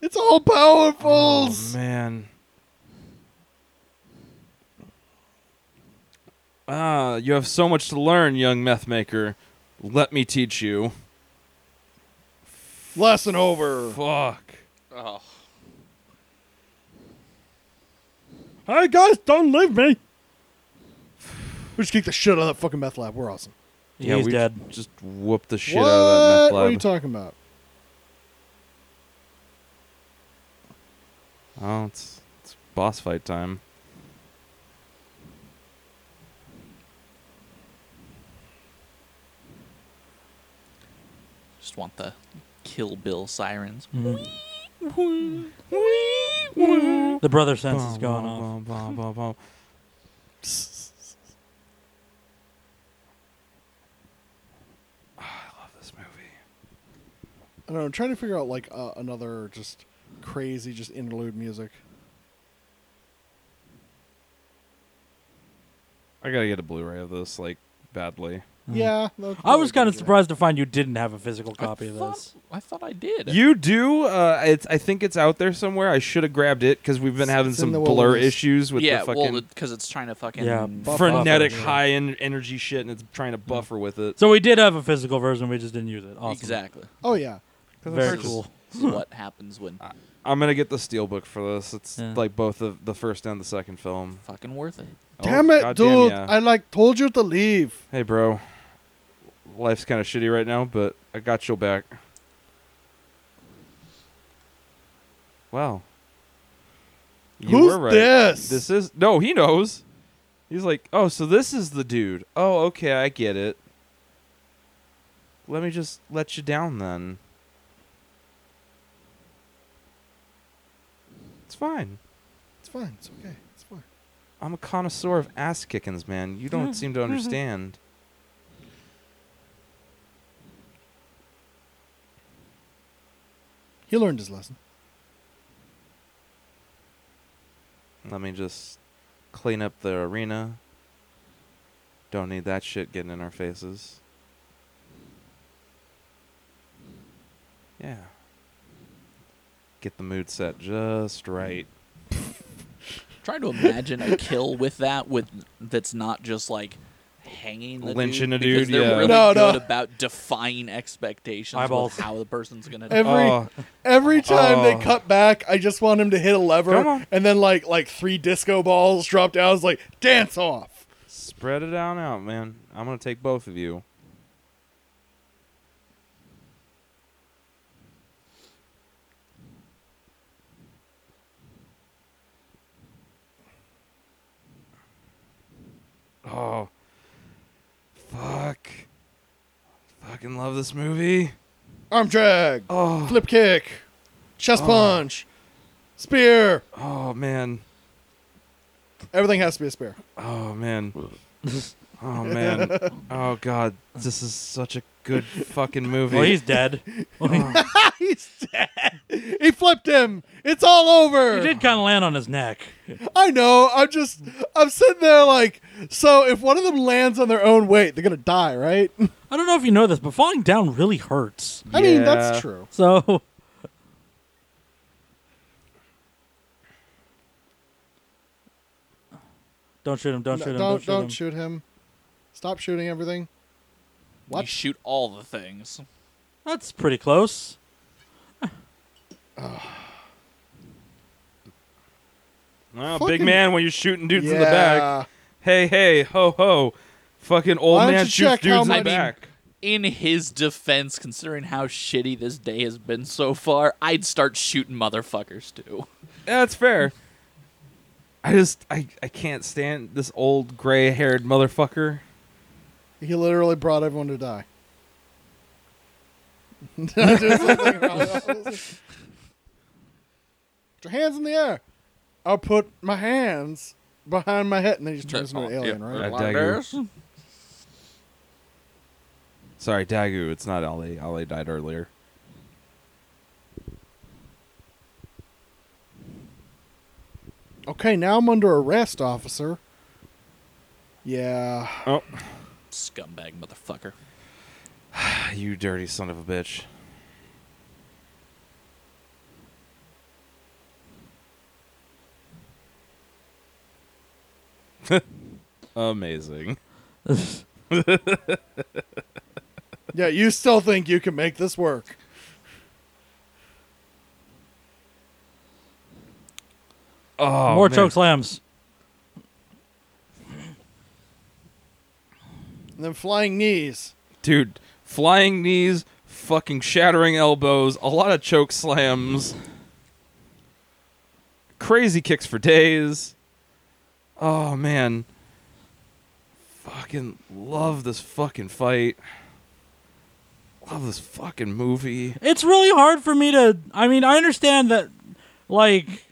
[SPEAKER 2] It's all
[SPEAKER 3] Oh
[SPEAKER 2] powerfuls.
[SPEAKER 3] man. Ah, you have so much to learn, young meth maker. Let me teach you.
[SPEAKER 2] Lesson over.
[SPEAKER 3] Fuck.
[SPEAKER 4] Oh.
[SPEAKER 2] Hey guys, don't leave me. We just kicked the shit out of that fucking meth lab. We're awesome.
[SPEAKER 1] He's
[SPEAKER 3] we
[SPEAKER 4] [LAUGHS]
[SPEAKER 1] dead.
[SPEAKER 3] Just whoop the shit
[SPEAKER 2] what?
[SPEAKER 3] out of that meth
[SPEAKER 2] What are
[SPEAKER 3] lab.
[SPEAKER 2] you talking about?
[SPEAKER 3] oh, it's it's boss fight time.
[SPEAKER 4] Just want the Kill Bill sirens.
[SPEAKER 1] The brother sense is going off.
[SPEAKER 3] Bum, bum, bum, bum. Ah, I love this movie.
[SPEAKER 2] I don't know. I'm trying to figure out like uh, another just crazy just interlude music.
[SPEAKER 3] I gotta get a Blu-ray of this like badly.
[SPEAKER 2] Yeah. no,
[SPEAKER 1] I was kind of
[SPEAKER 2] totally.
[SPEAKER 1] surprised to find you didn't have a physical copy
[SPEAKER 4] I
[SPEAKER 1] of
[SPEAKER 4] thought,
[SPEAKER 1] this.
[SPEAKER 4] I thought I did.
[SPEAKER 3] You do. Uh, it's. I think it's out there somewhere. I should have grabbed it because we've been
[SPEAKER 2] It's-
[SPEAKER 3] having
[SPEAKER 2] it's in
[SPEAKER 3] some
[SPEAKER 2] the
[SPEAKER 3] blur
[SPEAKER 2] wilderness.
[SPEAKER 3] issues with
[SPEAKER 4] yeah,
[SPEAKER 3] the fucking
[SPEAKER 4] well, because it's trying to fucking
[SPEAKER 1] Yeah,
[SPEAKER 2] Buff-
[SPEAKER 3] frenetic
[SPEAKER 1] buffer.
[SPEAKER 3] high en- energy shit, and it's trying to buffer with it.
[SPEAKER 1] So we did have a physical version. We just didn't use it. Awesome.
[SPEAKER 4] exactly.
[SPEAKER 2] Oh yeah.
[SPEAKER 1] Very
[SPEAKER 4] This is-
[SPEAKER 1] cool.
[SPEAKER 4] this is what happens when
[SPEAKER 3] I'm gonna get the steelbook for this. It's
[SPEAKER 1] Yeah.
[SPEAKER 3] like both the the first and the second film.
[SPEAKER 4] fucking worth it.
[SPEAKER 3] Oh,
[SPEAKER 2] Damn it,
[SPEAKER 3] goddamn,
[SPEAKER 2] dude!
[SPEAKER 3] yeah.
[SPEAKER 2] I like told you to leave.
[SPEAKER 3] Hey, bro. Life's kind of shitty right now, but I got your back. Wow. You
[SPEAKER 2] Who's
[SPEAKER 3] were right.
[SPEAKER 2] this?
[SPEAKER 3] This is no. He knows. He's like, oh, so this is the dude. Oh, okay, I get it. Let me just let you down then. It's fine.
[SPEAKER 2] It's fine. It's okay. It's fine.
[SPEAKER 3] I'm a connoisseur of ass kickings, man. You don't seem to understand.
[SPEAKER 2] He learned his lesson.
[SPEAKER 3] Let me just clean up the arena. Don't need that shit getting in our faces. Yeah. Get the mood set just right.
[SPEAKER 4] Trying to imagine a kill with that with that's not just like hanging the
[SPEAKER 3] Lynching
[SPEAKER 4] dude,
[SPEAKER 3] a
[SPEAKER 4] because
[SPEAKER 3] dude,
[SPEAKER 4] They're
[SPEAKER 3] yeah.
[SPEAKER 4] really
[SPEAKER 2] No, no.
[SPEAKER 4] good about defying expectations
[SPEAKER 1] Eyeballs.
[SPEAKER 4] with how the person's gonna die.
[SPEAKER 2] Every every time
[SPEAKER 3] Oh.
[SPEAKER 2] they cut back, I just want him to hit a
[SPEAKER 3] Come
[SPEAKER 2] lever
[SPEAKER 3] on.
[SPEAKER 2] and then like like three disco balls drop down. It's like dance off.
[SPEAKER 3] Spread it on out, man. I'm gonna take both of you. Oh, fuck! Fucking love this movie.
[SPEAKER 2] Arm drag,
[SPEAKER 3] Oh,
[SPEAKER 2] flip kick, chest
[SPEAKER 3] Oh.
[SPEAKER 2] punch, spear.
[SPEAKER 3] oh man,
[SPEAKER 2] Everything has to be a spear.
[SPEAKER 3] oh man, oh man,
[SPEAKER 2] [LAUGHS]
[SPEAKER 3] oh god! This is such a good fucking movie.
[SPEAKER 1] Well, he's
[SPEAKER 3] [LAUGHS]
[SPEAKER 1] dead. [LAUGHS] Well, he,
[SPEAKER 2] He's dead. He flipped him. It's all over.
[SPEAKER 1] he did kind of land on his neck.
[SPEAKER 2] I know. I'm just. I'm sitting there like. So if one of them lands on their own weight, they're gonna die, right? [LAUGHS]
[SPEAKER 1] I don't know if you know this, but falling down really hurts.
[SPEAKER 2] I mean, that's
[SPEAKER 3] Yeah.
[SPEAKER 2] true.
[SPEAKER 1] So don't shoot him! Don't
[SPEAKER 2] No,
[SPEAKER 1] shoot him!
[SPEAKER 2] don't, don't
[SPEAKER 1] shoot him!
[SPEAKER 2] shoot him. Stop shooting everything.
[SPEAKER 4] You
[SPEAKER 2] What?
[SPEAKER 4] shoot all the things.
[SPEAKER 1] That's pretty close.
[SPEAKER 3] Well, big
[SPEAKER 2] Fucking-
[SPEAKER 3] man, when you're shooting dudes in the back. hey, hey, ho, ho. Fucking old
[SPEAKER 2] Why don't
[SPEAKER 3] man
[SPEAKER 2] you
[SPEAKER 3] shoots
[SPEAKER 2] check how
[SPEAKER 3] dudes in the
[SPEAKER 4] much-
[SPEAKER 3] back.
[SPEAKER 4] In his defense, considering how shitty this day has been so far, I'd start shooting motherfuckers too.
[SPEAKER 3] That's fair. I just, I, I can't stand this old gray haired motherfucker.
[SPEAKER 2] He literally brought everyone to die. [LAUGHS] Did I do something wrong? Put your hands in the air. I'll put my hands behind my head, and then he just turns
[SPEAKER 3] Oh,
[SPEAKER 2] into an alien,
[SPEAKER 4] Oh, Yeah,
[SPEAKER 2] right?
[SPEAKER 3] That
[SPEAKER 4] like
[SPEAKER 3] dagger.
[SPEAKER 4] this.
[SPEAKER 3] Sorry, Dagu, it's not Ali. Ali died earlier. [SIGHS]
[SPEAKER 2] Okay, now I'm under arrest, officer. Yeah.
[SPEAKER 3] Oh,
[SPEAKER 4] Scumbag motherfucker.
[SPEAKER 3] you dirty son of a bitch. [LAUGHS] Amazing.
[SPEAKER 2] Yeah, you still think you can make this work.
[SPEAKER 3] Oh,
[SPEAKER 1] More
[SPEAKER 3] man.
[SPEAKER 1] choke slams.
[SPEAKER 2] And then flying knees.
[SPEAKER 3] dude flying knees fucking shattering elbows a lot of choke slams crazy kicks for days oh man fucking love this fucking fight love this fucking movie
[SPEAKER 1] It's really hard for me to. I mean, I understand that. Like,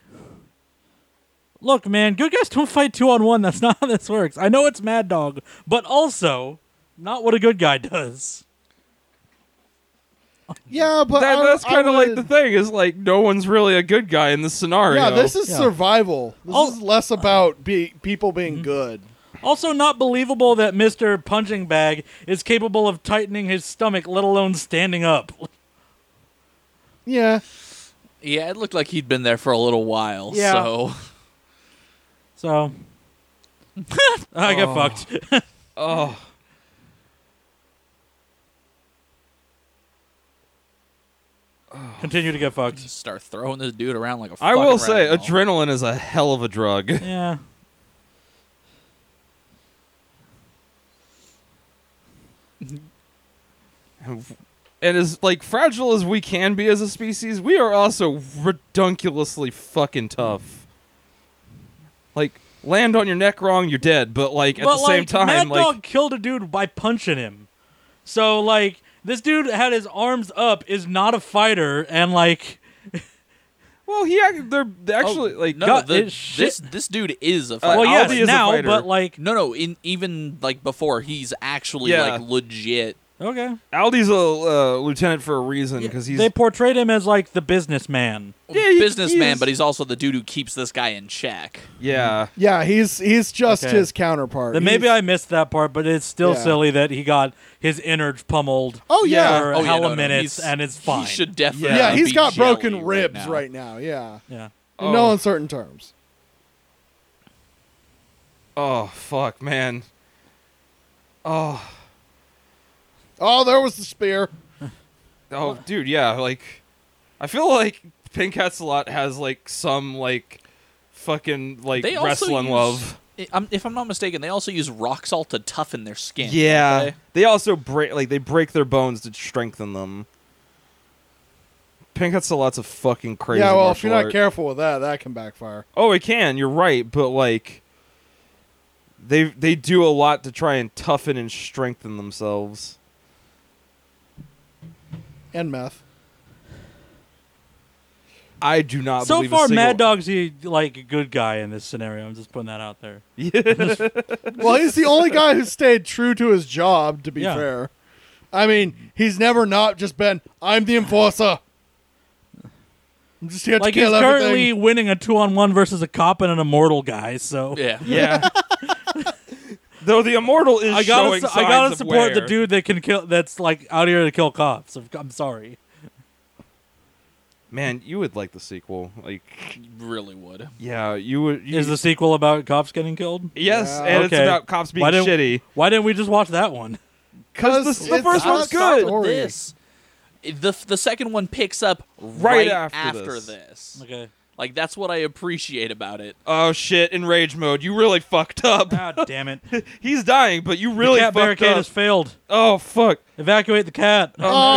[SPEAKER 1] look, man, good guys don't fight two on one. That's [LAUGHS] not how this works. I know it's Mad Dog, but also not what a good guy does.
[SPEAKER 2] Yeah, but
[SPEAKER 3] that,
[SPEAKER 2] I-
[SPEAKER 3] that's
[SPEAKER 2] I
[SPEAKER 3] kind of like
[SPEAKER 2] would-
[SPEAKER 3] the thing is like no one's really a good guy in this scenario
[SPEAKER 2] Yeah, this is
[SPEAKER 1] Yeah.
[SPEAKER 2] survival. This
[SPEAKER 1] Oh.
[SPEAKER 3] Mm-hmm.
[SPEAKER 2] is less about be- people being good.
[SPEAKER 1] Also, not believable that Mister Punching Bag is capable of tightening his stomach, let alone standing up. [LAUGHS]
[SPEAKER 2] Yeah.
[SPEAKER 4] Yeah, it looked like he'd been there for a little while.
[SPEAKER 1] Yeah.
[SPEAKER 4] So [LAUGHS]
[SPEAKER 1] So, [LAUGHS] I got
[SPEAKER 3] Oh.
[SPEAKER 1] fucked.
[SPEAKER 3] Oh.
[SPEAKER 1] Continue to get fucked.
[SPEAKER 4] start throwing this dude around like a.
[SPEAKER 3] I will
[SPEAKER 4] fucking
[SPEAKER 3] say,
[SPEAKER 4] rag doll.
[SPEAKER 3] adrenaline is a hell of a drug. [LAUGHS]
[SPEAKER 1] Yeah.
[SPEAKER 3] And as like fragile as we can be as a species, we are also redunculously fucking tough. Like, land on your neck wrong, you're dead. But like at
[SPEAKER 1] but
[SPEAKER 3] the
[SPEAKER 1] like,
[SPEAKER 3] same time,
[SPEAKER 1] Mad
[SPEAKER 3] like
[SPEAKER 1] Dog killed a dude by punching him. So like, this dude had his arms up, is not a fighter, and like,
[SPEAKER 3] well, he act- they're they're
[SPEAKER 4] Oh,
[SPEAKER 3] actually like
[SPEAKER 4] no,
[SPEAKER 1] God,
[SPEAKER 4] the-
[SPEAKER 1] it's shit.
[SPEAKER 4] this this dude is a.
[SPEAKER 3] Uh,
[SPEAKER 1] well,
[SPEAKER 4] fucking
[SPEAKER 1] yes,
[SPEAKER 3] Aldi is a
[SPEAKER 1] now,
[SPEAKER 3] fighter.
[SPEAKER 1] but like,
[SPEAKER 4] No, no. In even like before, he's actually
[SPEAKER 3] Yeah.
[SPEAKER 4] like legit.
[SPEAKER 1] okay,
[SPEAKER 3] Aldi's a uh, lieutenant for a reason because he's
[SPEAKER 1] they portrayed him as like the businessman.
[SPEAKER 3] Yeah, he-
[SPEAKER 4] businessman,
[SPEAKER 3] he's-
[SPEAKER 4] but he's also the dude who keeps this guy in check.
[SPEAKER 3] yeah.
[SPEAKER 2] Yeah, he's he's just
[SPEAKER 1] Okay.
[SPEAKER 2] his counterpart.
[SPEAKER 1] Then maybe
[SPEAKER 2] He's-
[SPEAKER 1] I missed that part, but it's still
[SPEAKER 2] Yeah.
[SPEAKER 1] silly that he got his innards pummeled.
[SPEAKER 2] Oh yeah.
[SPEAKER 1] For
[SPEAKER 4] oh, yeah,
[SPEAKER 1] hella
[SPEAKER 4] no, no,
[SPEAKER 1] minutes,
[SPEAKER 4] he's-
[SPEAKER 1] and it's fine.
[SPEAKER 4] He should definitely.
[SPEAKER 2] yeah, he's
[SPEAKER 4] be
[SPEAKER 2] got broken
[SPEAKER 4] jelly
[SPEAKER 2] ribs
[SPEAKER 4] right now.
[SPEAKER 2] right now. Yeah.
[SPEAKER 1] Yeah.
[SPEAKER 2] In no
[SPEAKER 3] Oh.
[SPEAKER 2] uncertain terms.
[SPEAKER 3] Oh fuck, man. Oh,
[SPEAKER 2] Oh, there was the spear.
[SPEAKER 3] oh, dude, yeah. Like, I feel like Pink Cat's lot has like some like fucking like
[SPEAKER 4] They also
[SPEAKER 3] wrestling
[SPEAKER 4] use-
[SPEAKER 3] love.
[SPEAKER 4] I- I'm- if I'm not mistaken, they also use rock salt to toughen their skin.
[SPEAKER 3] Yeah,
[SPEAKER 4] okay?
[SPEAKER 3] they also break like they break their bones to strengthen them. Pink Cat's lot's a fucking crazy.
[SPEAKER 2] yeah, well, if
[SPEAKER 3] martial
[SPEAKER 2] you're not
[SPEAKER 3] art.
[SPEAKER 2] careful with that, that can backfire.
[SPEAKER 3] Oh, it can. You're right, but like they they do a lot to try and toughen and strengthen themselves.
[SPEAKER 2] And meth.
[SPEAKER 3] I do not.
[SPEAKER 1] So
[SPEAKER 3] believe
[SPEAKER 1] far,
[SPEAKER 3] a single-
[SPEAKER 1] Mad Dog's the like a good guy in this scenario. I'm just putting that out there.
[SPEAKER 2] Well, he's the only guy who stayed true to his job, to be
[SPEAKER 1] Yeah.
[SPEAKER 2] fair. I mean, he's never not just been, I'm the enforcer. I'm just here
[SPEAKER 1] Like
[SPEAKER 2] to
[SPEAKER 1] he's
[SPEAKER 2] kill
[SPEAKER 1] currently
[SPEAKER 2] everything.
[SPEAKER 1] winning a two on one versus a cop and an immortal guy. So
[SPEAKER 4] Yeah.
[SPEAKER 3] [LAUGHS] Yeah. Though the immortal is
[SPEAKER 1] I
[SPEAKER 3] showing
[SPEAKER 1] gotta, su- I
[SPEAKER 3] signs
[SPEAKER 1] gotta
[SPEAKER 3] of
[SPEAKER 1] support the
[SPEAKER 3] wear.
[SPEAKER 1] dude that can kill. That's like out here to kill cops. I'm- I'm sorry.
[SPEAKER 3] Man, you would like the sequel. Like,
[SPEAKER 4] Really would.
[SPEAKER 3] yeah, you would. You,
[SPEAKER 1] Is the sequel about cops getting killed?
[SPEAKER 3] yes,
[SPEAKER 2] Yeah.
[SPEAKER 3] and it's
[SPEAKER 1] Okay.
[SPEAKER 3] about cops being
[SPEAKER 1] Why don't-
[SPEAKER 3] shitty.
[SPEAKER 1] Why didn't we just watch that one?
[SPEAKER 3] Because the,
[SPEAKER 2] Because
[SPEAKER 3] the
[SPEAKER 2] it's
[SPEAKER 3] first
[SPEAKER 2] not
[SPEAKER 3] one's
[SPEAKER 2] stopped
[SPEAKER 3] good.
[SPEAKER 2] or- Story.
[SPEAKER 4] This. The, the second one picks up
[SPEAKER 3] Right
[SPEAKER 4] right,
[SPEAKER 3] after this.
[SPEAKER 4] this.
[SPEAKER 1] Okay.
[SPEAKER 4] Like that's what I appreciate about it.
[SPEAKER 3] Oh shit! In rage mode, you really fucked up.
[SPEAKER 1] God damn it! The
[SPEAKER 3] [LAUGHS] He's dying, but you really
[SPEAKER 1] Ah. cat
[SPEAKER 3] fucked
[SPEAKER 1] barricade
[SPEAKER 3] up.
[SPEAKER 1] has failed.
[SPEAKER 3] oh fuck!
[SPEAKER 1] Evacuate the cat.
[SPEAKER 3] Oh,
[SPEAKER 2] oh,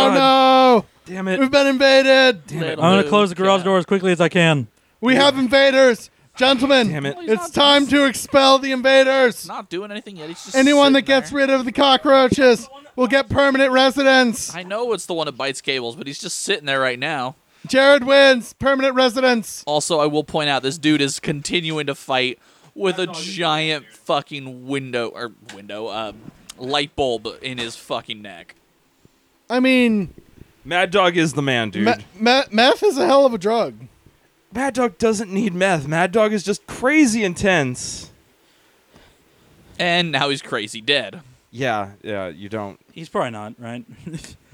[SPEAKER 3] my Damn
[SPEAKER 2] no. [LAUGHS]
[SPEAKER 3] it!
[SPEAKER 2] We've been invaded.
[SPEAKER 4] Little
[SPEAKER 1] I'm gonna
[SPEAKER 4] blue
[SPEAKER 1] close the garage
[SPEAKER 4] cat.
[SPEAKER 1] door as quickly as I can.
[SPEAKER 2] We have invaders. Gentlemen,
[SPEAKER 3] Damn it.
[SPEAKER 2] it's time to expel the invaders.
[SPEAKER 4] Not doing anything yet. He's just
[SPEAKER 2] Anyone that
[SPEAKER 4] sitting
[SPEAKER 2] gets
[SPEAKER 4] there.
[SPEAKER 2] rid of the cockroaches will get permanent residence.
[SPEAKER 4] I know it's the one that bites cables, but he's just sitting there right now.
[SPEAKER 2] Jared wins. Permanent residence.
[SPEAKER 4] Also, I will point out this dude is continuing to fight with a giant fucking window or window uh, light bulb in his fucking neck.
[SPEAKER 2] I mean,
[SPEAKER 3] Mad Dog is the man, dude.
[SPEAKER 2] me- me- meth is a hell of a drug.
[SPEAKER 3] Mad Dog doesn't need meth. Mad Dog is just crazy intense.
[SPEAKER 4] And now he's crazy dead.
[SPEAKER 3] Yeah, yeah. You don't.
[SPEAKER 1] He's probably not [LAUGHS] right.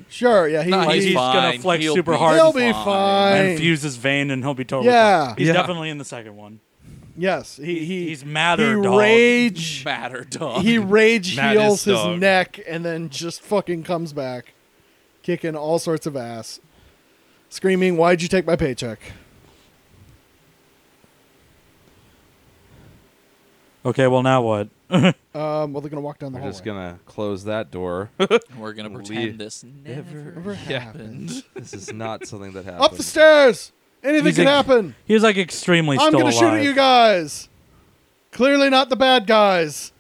[SPEAKER 2] Sure, yeah, he,
[SPEAKER 4] No,
[SPEAKER 1] he's
[SPEAKER 4] he's,
[SPEAKER 2] he-
[SPEAKER 1] fine. gonna
[SPEAKER 4] fine.
[SPEAKER 1] flex
[SPEAKER 4] He'll
[SPEAKER 1] super
[SPEAKER 4] be
[SPEAKER 1] hard.
[SPEAKER 2] he'll be
[SPEAKER 4] fine.
[SPEAKER 2] fine.
[SPEAKER 1] and fuse his vein, and he'll be totally.
[SPEAKER 2] Yeah.
[SPEAKER 1] fine. he's
[SPEAKER 3] Yeah.
[SPEAKER 1] definitely in the second one.
[SPEAKER 2] Yes, he he
[SPEAKER 1] he's
[SPEAKER 2] he
[SPEAKER 1] madder dog.
[SPEAKER 4] [LAUGHS]
[SPEAKER 2] rage
[SPEAKER 4] Matter dog.
[SPEAKER 2] he rage
[SPEAKER 3] Maddest
[SPEAKER 2] heals his
[SPEAKER 3] dog.
[SPEAKER 2] neck and then just fucking comes back, kicking all sorts of ass, screaming, "Why'd you take my paycheck?"
[SPEAKER 1] Okay, well now what?
[SPEAKER 2] Um, well, they're gonna walk down the
[SPEAKER 3] We're
[SPEAKER 2] hallway.
[SPEAKER 3] just gonna close
[SPEAKER 1] [LAUGHS]
[SPEAKER 3] that door.
[SPEAKER 4] We're gonna
[SPEAKER 3] Leave.
[SPEAKER 4] pretend this never,
[SPEAKER 2] Never happened.
[SPEAKER 4] happened.
[SPEAKER 3] this is not something that happened.
[SPEAKER 2] Up the stairs. Anything
[SPEAKER 1] He's
[SPEAKER 2] can
[SPEAKER 1] a-
[SPEAKER 2] happen.
[SPEAKER 1] He's like extremely.
[SPEAKER 2] I'm
[SPEAKER 1] still
[SPEAKER 2] gonna shoot
[SPEAKER 1] alive.
[SPEAKER 2] at you guys. Clearly not the bad guys.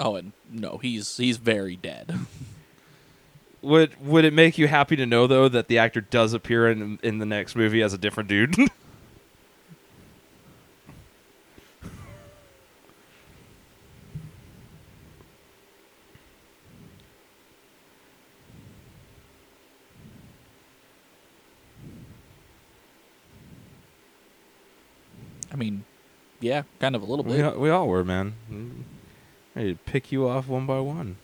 [SPEAKER 4] Oh, and no, he's he's very dead.
[SPEAKER 3] Would would it make you happy to know though that the actor does appear in in the next movie as a different dude? [LAUGHS]
[SPEAKER 4] I mean, yeah, kind of a little bit.
[SPEAKER 3] we, all- we all were, man. I pick you off one by one.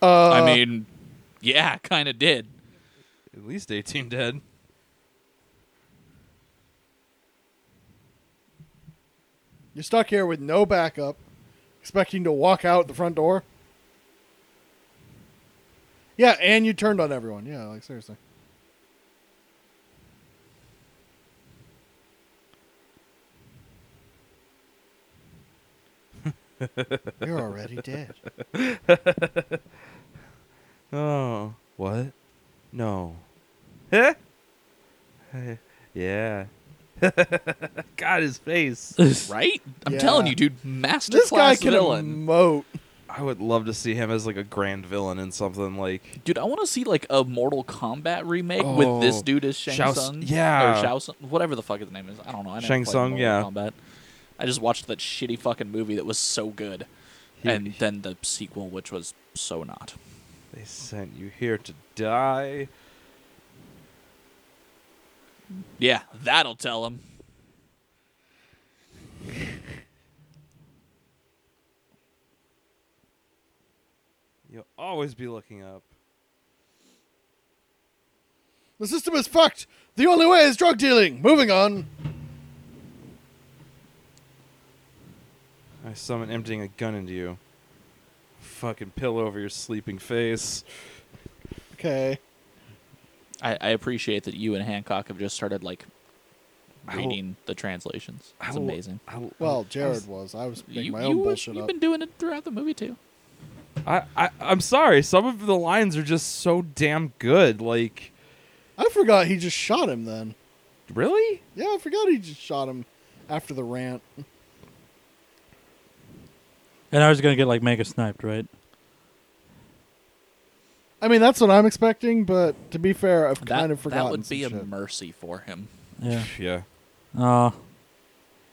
[SPEAKER 2] Uh,
[SPEAKER 4] I mean, yeah, [LAUGHS] kind of
[SPEAKER 2] [LAUGHS]
[SPEAKER 4] did.
[SPEAKER 3] At least 18 dead.
[SPEAKER 2] you're stuck here with no backup, expecting to walk out the front door. Yeah, and you turned on everyone. Yeah,
[SPEAKER 1] [LAUGHS]
[SPEAKER 2] like seriously. You're already dead.
[SPEAKER 3] Oh. What? No. Huh? [LAUGHS] yeah. [LAUGHS] God, his face.
[SPEAKER 4] Right? I'm
[SPEAKER 2] Yeah.
[SPEAKER 4] telling you, dude. Masterclass
[SPEAKER 2] This guy can
[SPEAKER 4] villain.
[SPEAKER 2] emote.
[SPEAKER 3] I would love to see him as like a grand villain in something like.
[SPEAKER 4] Dude, I want to see like a Mortal Kombat remake with this
[SPEAKER 3] Oh,
[SPEAKER 4] dude as Shang
[SPEAKER 3] Shao-
[SPEAKER 4] Tsung.
[SPEAKER 3] yeah.
[SPEAKER 4] Or Shao Tsung, whatever the fuck his name is. I don't know. I never
[SPEAKER 3] Shang
[SPEAKER 4] played
[SPEAKER 3] Tsung,
[SPEAKER 4] Mortal
[SPEAKER 3] yeah.
[SPEAKER 4] Kombat. I just watched that shitty fucking movie that was so good.
[SPEAKER 3] He-
[SPEAKER 4] and then the sequel, which was so not.
[SPEAKER 3] They sent you here to die.
[SPEAKER 4] Yeah, that'll tell him.
[SPEAKER 3] You'll always be looking up.
[SPEAKER 2] The system is fucked. The only way is drug dealing. Moving on.
[SPEAKER 3] I summon emptying a gun into you. Fucking pill over your sleeping face.
[SPEAKER 2] Okay.
[SPEAKER 4] I, I appreciate that you and Hancock have just started like
[SPEAKER 3] I will-
[SPEAKER 4] reading the translations.
[SPEAKER 3] I
[SPEAKER 4] It's
[SPEAKER 3] will-
[SPEAKER 4] amazing.
[SPEAKER 3] I, I-
[SPEAKER 2] Well, Jared was. I was making
[SPEAKER 4] You,
[SPEAKER 2] my
[SPEAKER 4] you
[SPEAKER 2] own
[SPEAKER 4] were-
[SPEAKER 2] bullshit
[SPEAKER 4] you've
[SPEAKER 2] up.
[SPEAKER 4] been doing it throughout the movie too.
[SPEAKER 3] I, I I'm sorry. Some of the lines are just so damn good. Like,
[SPEAKER 2] I forgot he just shot him then.
[SPEAKER 3] really?
[SPEAKER 2] Yeah, I forgot he just shot him after the rant.
[SPEAKER 1] And I was gonna get like mega sniped, right?
[SPEAKER 2] I mean, that's what I'm expecting, but to be fair, I've
[SPEAKER 4] That,
[SPEAKER 2] kind of forgotten.
[SPEAKER 4] that would be a
[SPEAKER 2] some shit.
[SPEAKER 4] mercy for him.
[SPEAKER 1] Yeah.
[SPEAKER 3] Yeah.
[SPEAKER 1] Uh,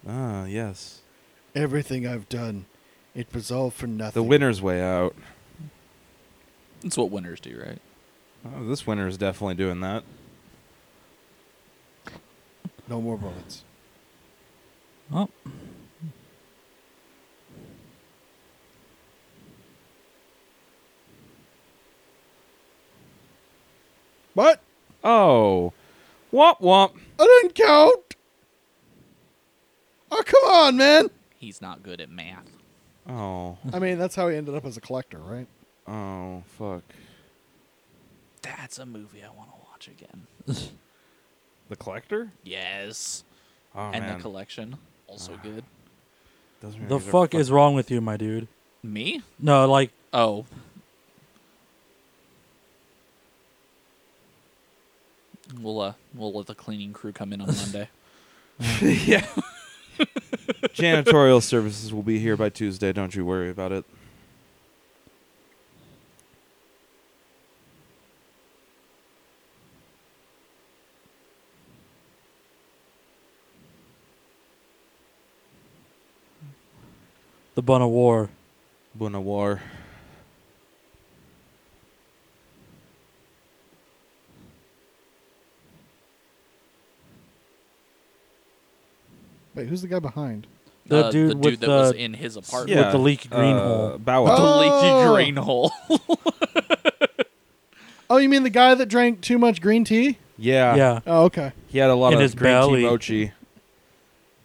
[SPEAKER 3] Ah, yes.
[SPEAKER 2] Everything I've done, it was all for nothing.
[SPEAKER 3] The winner's way out.
[SPEAKER 4] That's what winners do, right?
[SPEAKER 3] Oh, this winner is definitely doing that.
[SPEAKER 2] No more bullets.
[SPEAKER 1] oh.
[SPEAKER 2] What?
[SPEAKER 3] Oh, womp womp.
[SPEAKER 2] I didn't count. Oh, come on, man.
[SPEAKER 4] He's not good at math.
[SPEAKER 3] Oh,
[SPEAKER 2] I mean, that's how he ended up as a collector, right?
[SPEAKER 3] oh, fuck.
[SPEAKER 4] That's a movie I want to watch again.
[SPEAKER 3] The collector?
[SPEAKER 4] Yes.
[SPEAKER 3] Oh
[SPEAKER 4] and
[SPEAKER 3] man.
[SPEAKER 4] the collection
[SPEAKER 1] Ah.
[SPEAKER 4] also good.
[SPEAKER 3] Those
[SPEAKER 1] The
[SPEAKER 3] movies are
[SPEAKER 1] fuck
[SPEAKER 3] fuck-
[SPEAKER 1] is wrong with you, my dude?
[SPEAKER 4] Me?
[SPEAKER 1] No, like
[SPEAKER 4] Oh. We'll uh we'll let the cleaning crew come in
[SPEAKER 1] [LAUGHS]
[SPEAKER 4] on Monday. [LAUGHS]
[SPEAKER 3] yeah. [LAUGHS] Janitorial services will be here by Tuesday. Don't you worry about it.
[SPEAKER 1] the bun of war.
[SPEAKER 3] Buena war.
[SPEAKER 2] Wait, who's the guy behind?
[SPEAKER 1] The
[SPEAKER 4] Uh,
[SPEAKER 1] dude
[SPEAKER 4] the dude
[SPEAKER 1] with
[SPEAKER 4] that was
[SPEAKER 1] the-
[SPEAKER 4] in his apartment.
[SPEAKER 1] Yeah. the leaky green
[SPEAKER 3] Uh,
[SPEAKER 1] hole.
[SPEAKER 3] Bow
[SPEAKER 4] The
[SPEAKER 3] Wow.
[SPEAKER 2] Oh.
[SPEAKER 4] leaky green hole. [LAUGHS]
[SPEAKER 2] Oh, you mean the guy that drank too much green tea?
[SPEAKER 3] Yeah.
[SPEAKER 1] yeah.
[SPEAKER 2] Oh, okay.
[SPEAKER 3] He had a lot
[SPEAKER 1] In
[SPEAKER 3] of
[SPEAKER 1] his
[SPEAKER 3] green
[SPEAKER 1] belly.
[SPEAKER 3] tea mochi.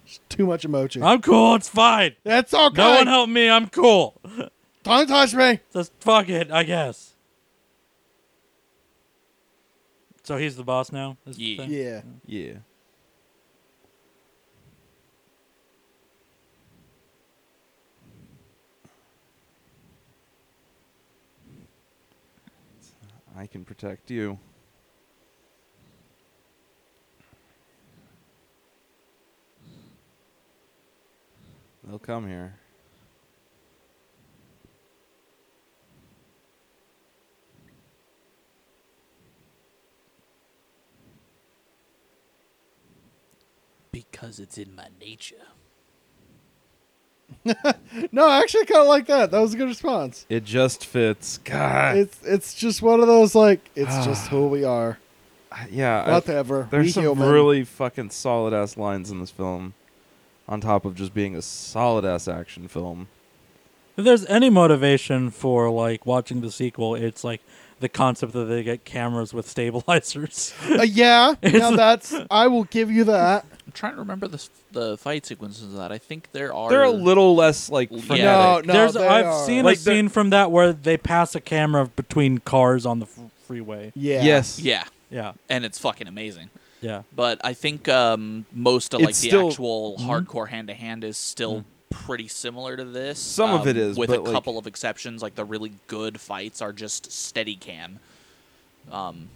[SPEAKER 2] It's too much emoji.
[SPEAKER 1] I'm cool. It's fine.
[SPEAKER 2] that's okay.
[SPEAKER 1] No one help me. I'm cool.
[SPEAKER 2] Don't touch me.
[SPEAKER 1] Just fuck it, I guess. So he's the boss now. is the
[SPEAKER 4] Yeah.
[SPEAKER 1] thing?
[SPEAKER 2] Yeah.
[SPEAKER 3] Yeah. I can protect you. They'll come here.
[SPEAKER 4] because it's in my nature.
[SPEAKER 2] No, I actually kind of like that. That was a good response.
[SPEAKER 3] It just fits. God.
[SPEAKER 2] It's it's just one of those like it's just who we are.
[SPEAKER 3] yeah. Ah. I-
[SPEAKER 2] Whatever. we
[SPEAKER 3] There's some
[SPEAKER 2] human.
[SPEAKER 3] really fucking solid ass lines in this film, on top of just being a solid ass action film.
[SPEAKER 1] If there's any motivation for like watching the sequel, it's like the concept that they get cameras with stabilizers. [LAUGHS]
[SPEAKER 2] Uh, yeah,
[SPEAKER 3] [LAUGHS]
[SPEAKER 2] now that's I will give you that.
[SPEAKER 4] I'm trying to remember the s- the fight sequences of that. I think there are.
[SPEAKER 3] They're a little less like
[SPEAKER 4] Yeah.
[SPEAKER 3] frenetic.
[SPEAKER 2] No, no,
[SPEAKER 1] there's
[SPEAKER 2] they
[SPEAKER 1] I've
[SPEAKER 2] are-
[SPEAKER 1] seen
[SPEAKER 3] Like
[SPEAKER 1] a
[SPEAKER 3] the-
[SPEAKER 1] scene from that where they pass a camera between cars on the f- freeway.
[SPEAKER 2] Yeah.
[SPEAKER 3] Yes.
[SPEAKER 4] Yeah,
[SPEAKER 1] Yeah,
[SPEAKER 4] and it's fucking amazing.
[SPEAKER 1] yeah.
[SPEAKER 4] But I think um, most of like
[SPEAKER 3] It's
[SPEAKER 4] the
[SPEAKER 3] still- Mm-hmm. Mm.
[SPEAKER 4] actual hardcore hand to hand is still pretty similar to this.
[SPEAKER 3] Some of
[SPEAKER 4] um,
[SPEAKER 3] it is,
[SPEAKER 4] with
[SPEAKER 3] but,
[SPEAKER 4] a
[SPEAKER 3] like-
[SPEAKER 4] couple of exceptions. Like the really good fights are just steady cam. Um,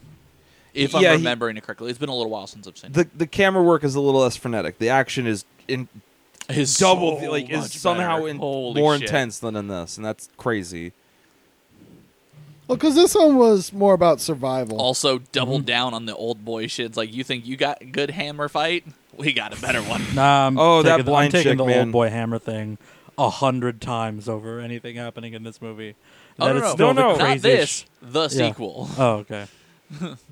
[SPEAKER 4] if
[SPEAKER 3] Yeah,
[SPEAKER 4] I'm
[SPEAKER 3] he-
[SPEAKER 4] remembering it correctly, it's been a little while since I've seen
[SPEAKER 3] The the camera work is a little less frenetic. The action is in
[SPEAKER 4] it. It's
[SPEAKER 3] double
[SPEAKER 4] so
[SPEAKER 3] like
[SPEAKER 4] much
[SPEAKER 3] is somehow
[SPEAKER 4] better.
[SPEAKER 3] in,
[SPEAKER 4] Holy
[SPEAKER 3] more
[SPEAKER 4] shit.
[SPEAKER 3] intense than in this, and that's crazy.
[SPEAKER 2] Well, because this one was more about survival.
[SPEAKER 4] Also, double
[SPEAKER 3] Mm-hmm.
[SPEAKER 4] down on the old boy shit. It's like you think you got good hammer fight, we got a better one.
[SPEAKER 3] [LAUGHS]
[SPEAKER 1] Nah, I'm
[SPEAKER 3] Oh, that
[SPEAKER 1] taking the, I'm
[SPEAKER 3] blind
[SPEAKER 1] taking
[SPEAKER 3] chick,
[SPEAKER 1] the
[SPEAKER 3] man.
[SPEAKER 1] old boy hammer thing a hundred times over anything happening in this movie.
[SPEAKER 4] Oh,
[SPEAKER 1] That
[SPEAKER 4] no,
[SPEAKER 1] it's
[SPEAKER 4] no,
[SPEAKER 1] still
[SPEAKER 3] no,
[SPEAKER 1] the
[SPEAKER 3] no.
[SPEAKER 4] Not
[SPEAKER 1] craziest.
[SPEAKER 4] this, the
[SPEAKER 1] Yeah.
[SPEAKER 4] sequel.
[SPEAKER 1] Oh, okay.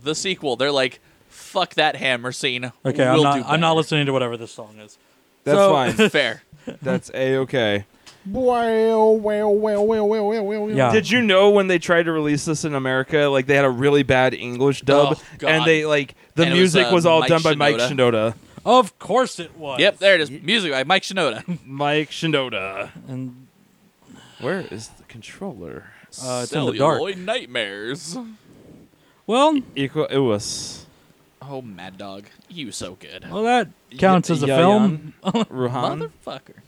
[SPEAKER 4] The sequel. They're like, fuck that hammer scene.
[SPEAKER 1] Okay,
[SPEAKER 4] we'll
[SPEAKER 1] I'm
[SPEAKER 4] do
[SPEAKER 1] not. I'm not
[SPEAKER 4] better."
[SPEAKER 1] listening to whatever this song is.
[SPEAKER 3] That's
[SPEAKER 1] So-
[SPEAKER 3] [LAUGHS] fine.
[SPEAKER 1] [LAUGHS]
[SPEAKER 4] [LAUGHS] Fair.
[SPEAKER 3] That's a okay.
[SPEAKER 2] Well, well, well, well, well, well, well, well.
[SPEAKER 1] Yeah.
[SPEAKER 3] Did you know when they tried to release this in America, like they had a really bad English dub,
[SPEAKER 4] Oh, God.
[SPEAKER 3] and they like the
[SPEAKER 4] And it was,
[SPEAKER 3] music
[SPEAKER 4] uh,
[SPEAKER 3] was, all
[SPEAKER 4] Mike
[SPEAKER 3] done by Mike Shinoda.
[SPEAKER 1] Of course it was.
[SPEAKER 4] Yep, there it is. Music by Mike
[SPEAKER 1] [LAUGHS] Uh,
[SPEAKER 4] Shinoda.
[SPEAKER 3] Mike Shinoda.
[SPEAKER 1] And
[SPEAKER 3] Where is the controller?
[SPEAKER 1] Uh, it's in the dark.
[SPEAKER 4] Celluloid nightmares.
[SPEAKER 1] well,
[SPEAKER 3] Equal it was.
[SPEAKER 4] Oh, Mad Dog, you so good,
[SPEAKER 1] well, that counts
[SPEAKER 3] Y-
[SPEAKER 1] as a
[SPEAKER 3] Yayan
[SPEAKER 1] film.
[SPEAKER 4] [LAUGHS]
[SPEAKER 3] Ruhan.
[SPEAKER 4] motherfucker.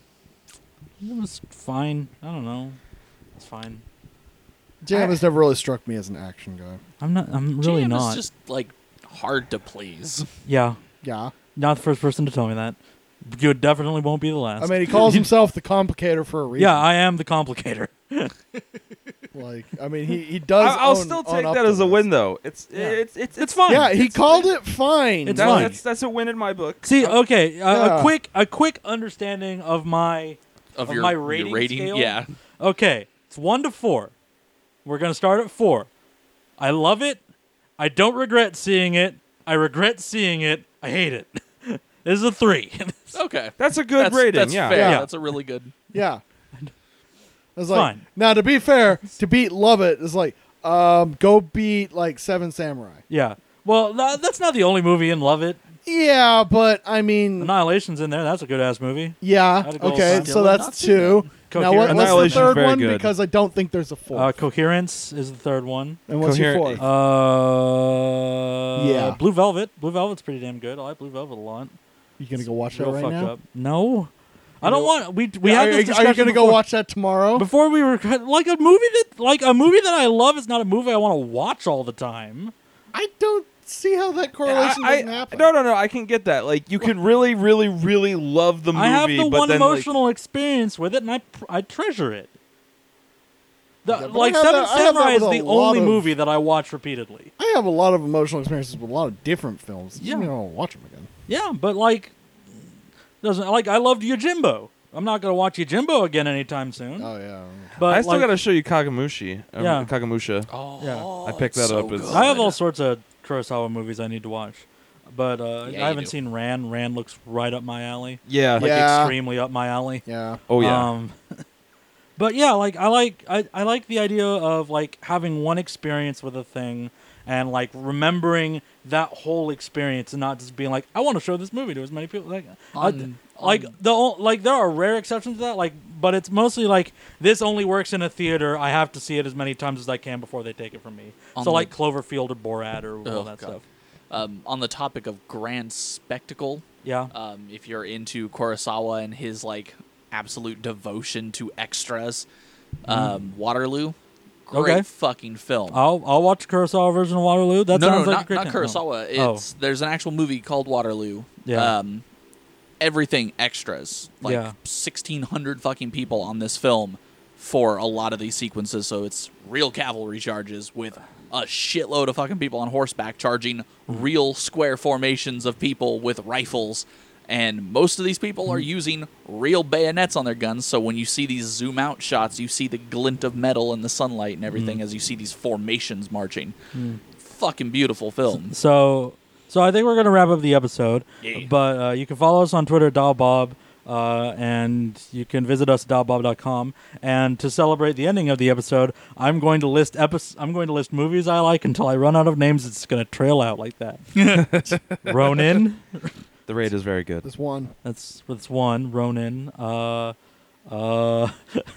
[SPEAKER 1] It was fine. I don't know. It's fine.
[SPEAKER 2] Jam has never really struck me as an action guy.
[SPEAKER 1] I'm not. I'm really
[SPEAKER 4] Jam
[SPEAKER 1] not.
[SPEAKER 4] Is just like hard to please.
[SPEAKER 1] yeah.
[SPEAKER 2] Yeah.
[SPEAKER 1] Not the first person to tell me that. You definitely won't be the last.
[SPEAKER 2] I mean, he calls himself the complicator for a reason.
[SPEAKER 1] yeah, I am the complicator. [LAUGHS]
[SPEAKER 2] like, I mean, he, he
[SPEAKER 3] I-
[SPEAKER 2] does.
[SPEAKER 3] I'll
[SPEAKER 2] own-
[SPEAKER 3] still
[SPEAKER 2] own
[SPEAKER 3] take
[SPEAKER 2] up
[SPEAKER 3] that
[SPEAKER 2] to
[SPEAKER 3] as a
[SPEAKER 2] this.
[SPEAKER 3] win, though. It's
[SPEAKER 1] Yeah.
[SPEAKER 3] it's it's it's
[SPEAKER 1] fine.
[SPEAKER 2] Yeah, he called it fine.
[SPEAKER 1] It's
[SPEAKER 3] That-
[SPEAKER 1] fine.
[SPEAKER 3] That's that's a win in my book.
[SPEAKER 1] See, okay, uh,
[SPEAKER 2] Yeah.
[SPEAKER 1] a quick, a quick understanding of my.
[SPEAKER 4] Of,
[SPEAKER 1] Of
[SPEAKER 4] your
[SPEAKER 1] my
[SPEAKER 4] your
[SPEAKER 1] rating
[SPEAKER 4] rating
[SPEAKER 1] scale?
[SPEAKER 4] yeah.
[SPEAKER 1] Okay, it's one to four. We're gonna start at four. I love it. I don't regret seeing it. I regret seeing it. I hate it. [LAUGHS] this is a three. [LAUGHS]
[SPEAKER 4] Okay,
[SPEAKER 3] That's a good
[SPEAKER 4] that's,
[SPEAKER 3] rating.
[SPEAKER 4] That's
[SPEAKER 3] yeah.
[SPEAKER 4] fair.
[SPEAKER 1] Yeah.
[SPEAKER 4] That's a
[SPEAKER 1] [LAUGHS]
[SPEAKER 4] really good.
[SPEAKER 2] Yeah. I was like,
[SPEAKER 1] Fine.
[SPEAKER 2] now to be fair, to beat Love It is like, um, go beat like Seven Samurai.
[SPEAKER 1] yeah. Well, no, that's not the only movie in Love It.
[SPEAKER 2] Yeah, but I mean,
[SPEAKER 1] Annihilation's in there. That's a good ass movie.
[SPEAKER 2] yeah,
[SPEAKER 1] I'd go
[SPEAKER 2] okay,
[SPEAKER 1] with
[SPEAKER 2] so
[SPEAKER 4] that.
[SPEAKER 2] that's two. Now
[SPEAKER 4] Still not
[SPEAKER 2] what,
[SPEAKER 1] Coherent.
[SPEAKER 2] what's
[SPEAKER 3] Annihilation's
[SPEAKER 2] the third
[SPEAKER 3] very
[SPEAKER 2] one?
[SPEAKER 3] good.
[SPEAKER 2] Because I don't think there's a fourth.
[SPEAKER 1] Uh, Coherence is the third one.
[SPEAKER 2] and what's your
[SPEAKER 3] Coherent-
[SPEAKER 2] fourth?
[SPEAKER 1] Uh,
[SPEAKER 2] Yeah.
[SPEAKER 1] Blue Velvet. Blue Velvet's pretty damn good. I like Blue Velvet a lot.
[SPEAKER 2] you gonna go watch that
[SPEAKER 1] Real
[SPEAKER 2] right
[SPEAKER 1] fucked
[SPEAKER 2] now?
[SPEAKER 1] up. No, I don't want. We we
[SPEAKER 2] are,
[SPEAKER 1] had this
[SPEAKER 2] are
[SPEAKER 1] discussion
[SPEAKER 2] you gonna go
[SPEAKER 1] before.
[SPEAKER 2] watch that tomorrow?
[SPEAKER 1] before we were like a movie that like a movie that I love is not a movie I want to watch all the time.
[SPEAKER 2] I don't see how that
[SPEAKER 3] I,
[SPEAKER 2] correlation
[SPEAKER 3] I,
[SPEAKER 2] doesn't happen.
[SPEAKER 3] no, no, no. I can get that. Like, you can really, really, really love the movie,
[SPEAKER 1] I have the
[SPEAKER 3] but
[SPEAKER 1] one
[SPEAKER 3] then
[SPEAKER 1] emotional experience with it, and I pr- I treasure it. The,
[SPEAKER 2] Yeah, but I
[SPEAKER 1] like
[SPEAKER 2] have
[SPEAKER 1] Seven
[SPEAKER 2] that- I have
[SPEAKER 1] Samurai
[SPEAKER 2] that
[SPEAKER 1] is
[SPEAKER 2] with
[SPEAKER 1] the
[SPEAKER 2] a lot
[SPEAKER 1] only
[SPEAKER 2] of-
[SPEAKER 1] movie that I watch repeatedly.
[SPEAKER 2] I have a lot of emotional experiences with a lot of different films.
[SPEAKER 1] Yeah.
[SPEAKER 2] Yeah, I don't wanna watch them again.
[SPEAKER 1] Yeah, but like doesn't like I loved Yojimbo. I'm not gonna watch Yojimbo again anytime soon.
[SPEAKER 2] Oh yeah.
[SPEAKER 1] but
[SPEAKER 3] I still
[SPEAKER 1] like,
[SPEAKER 3] gotta show you Kagamushi. Um,
[SPEAKER 1] Yeah.
[SPEAKER 3] Kagamusha.
[SPEAKER 4] Oh,
[SPEAKER 1] Yeah.
[SPEAKER 3] I picked that
[SPEAKER 4] so
[SPEAKER 3] up as-
[SPEAKER 4] good.
[SPEAKER 1] I have all sorts of Kurosawa movies I need to watch, but uh,
[SPEAKER 4] Yeah,
[SPEAKER 1] I
[SPEAKER 4] you
[SPEAKER 1] haven't
[SPEAKER 4] do.
[SPEAKER 1] seen Ran. Ran looks right up my alley,
[SPEAKER 3] Yeah.
[SPEAKER 1] like
[SPEAKER 2] Yeah.
[SPEAKER 1] extremely up my alley.
[SPEAKER 2] Yeah.
[SPEAKER 3] Oh yeah.
[SPEAKER 1] Um, [LAUGHS] but yeah, like I like I, I like the idea of like having one experience with a thing and like remembering that whole experience and not just being like I want to show this movie to as many people like I-
[SPEAKER 4] On-
[SPEAKER 1] like
[SPEAKER 4] on-
[SPEAKER 1] the o- like there are rare exceptions to that like but it's mostly like this only works in a theater I have to see it as many times as I can before they take it from me.
[SPEAKER 4] On
[SPEAKER 1] so
[SPEAKER 4] the-
[SPEAKER 1] like Cloverfield or Borat or all
[SPEAKER 4] Oh,
[SPEAKER 1] that
[SPEAKER 4] God.
[SPEAKER 1] stuff.
[SPEAKER 4] Um, on the topic of grand spectacle,
[SPEAKER 1] Yeah.
[SPEAKER 4] um, if you're into Kurosawa and his like absolute devotion to extras, um, Waterloo, great
[SPEAKER 1] Mm-hmm. Okay.
[SPEAKER 4] fucking film.
[SPEAKER 1] I'll I'll watch Kurosawa version of Waterloo. That
[SPEAKER 4] no, no,
[SPEAKER 1] sounds like
[SPEAKER 4] not,
[SPEAKER 1] a great
[SPEAKER 4] not
[SPEAKER 1] name.
[SPEAKER 4] Kurosawa.
[SPEAKER 1] No. Oh.
[SPEAKER 4] It's there's an actual movie called Waterloo.
[SPEAKER 1] Yeah.
[SPEAKER 4] Um, everything extras, like
[SPEAKER 1] Yeah.
[SPEAKER 4] sixteen hundred fucking people on this film for a lot of these sequences. So it's real cavalry charges with a shitload of fucking people on horseback charging
[SPEAKER 1] Mm-hmm.
[SPEAKER 4] real square formations of people with rifles. And most of these people
[SPEAKER 1] Mm-hmm.
[SPEAKER 4] are using real bayonets on their guns, so when you see these zoom out shots, you see the glint of metal in the sunlight and everything
[SPEAKER 1] Mm-hmm.
[SPEAKER 4] as you see these formations marching
[SPEAKER 1] Mm.
[SPEAKER 4] fucking beautiful
[SPEAKER 1] [LAUGHS]
[SPEAKER 4] film.
[SPEAKER 1] So, so I think we're gonna wrap up the episode. But uh, you can follow us on Twitter, Doll Bob. Uh, and you can visit us at .bob.com. And to celebrate the ending of the episode, I'm going to list epis I'm going to list movies I like until I run out of names. It's going to trail out like
[SPEAKER 4] [LAUGHS]
[SPEAKER 1] that. Ronin,
[SPEAKER 3] The raid is very good.
[SPEAKER 2] This one.
[SPEAKER 1] that's that's one. Ronin. Uh, uh,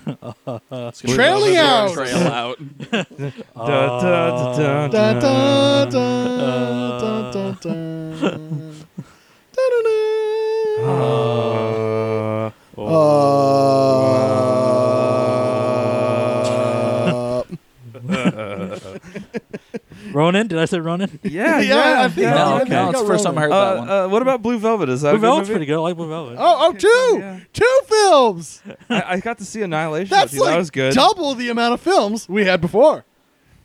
[SPEAKER 4] It's gonna
[SPEAKER 2] Trailing
[SPEAKER 4] go
[SPEAKER 2] out.
[SPEAKER 4] Trail out.
[SPEAKER 1] Uh,
[SPEAKER 3] Da, da, da, da,
[SPEAKER 2] Da, da,
[SPEAKER 1] Uh.
[SPEAKER 2] da, da, da, da. Da-da-da.
[SPEAKER 3] Uh,
[SPEAKER 2] Oh. Uh,
[SPEAKER 1] Ronin. Did I say Ronin?
[SPEAKER 3] [LAUGHS] yeah,
[SPEAKER 2] [LAUGHS]
[SPEAKER 3] yeah,
[SPEAKER 2] Yeah, I think
[SPEAKER 3] yeah.
[SPEAKER 4] No,
[SPEAKER 2] I
[SPEAKER 1] okay.
[SPEAKER 4] no, it's the first time I heard
[SPEAKER 3] Uh,
[SPEAKER 4] that one.
[SPEAKER 3] uh, what about Blue Velvet? Is that
[SPEAKER 1] Blue
[SPEAKER 3] a good
[SPEAKER 1] Velvet's
[SPEAKER 3] movie?
[SPEAKER 1] pretty good. I like Blue Velvet.
[SPEAKER 2] Oh, oh, two,
[SPEAKER 3] Yeah.
[SPEAKER 2] two films.
[SPEAKER 3] I, I got to see Annihilation.
[SPEAKER 2] That's
[SPEAKER 3] with you.
[SPEAKER 2] like
[SPEAKER 3] that was good.
[SPEAKER 2] double the amount of films we had before.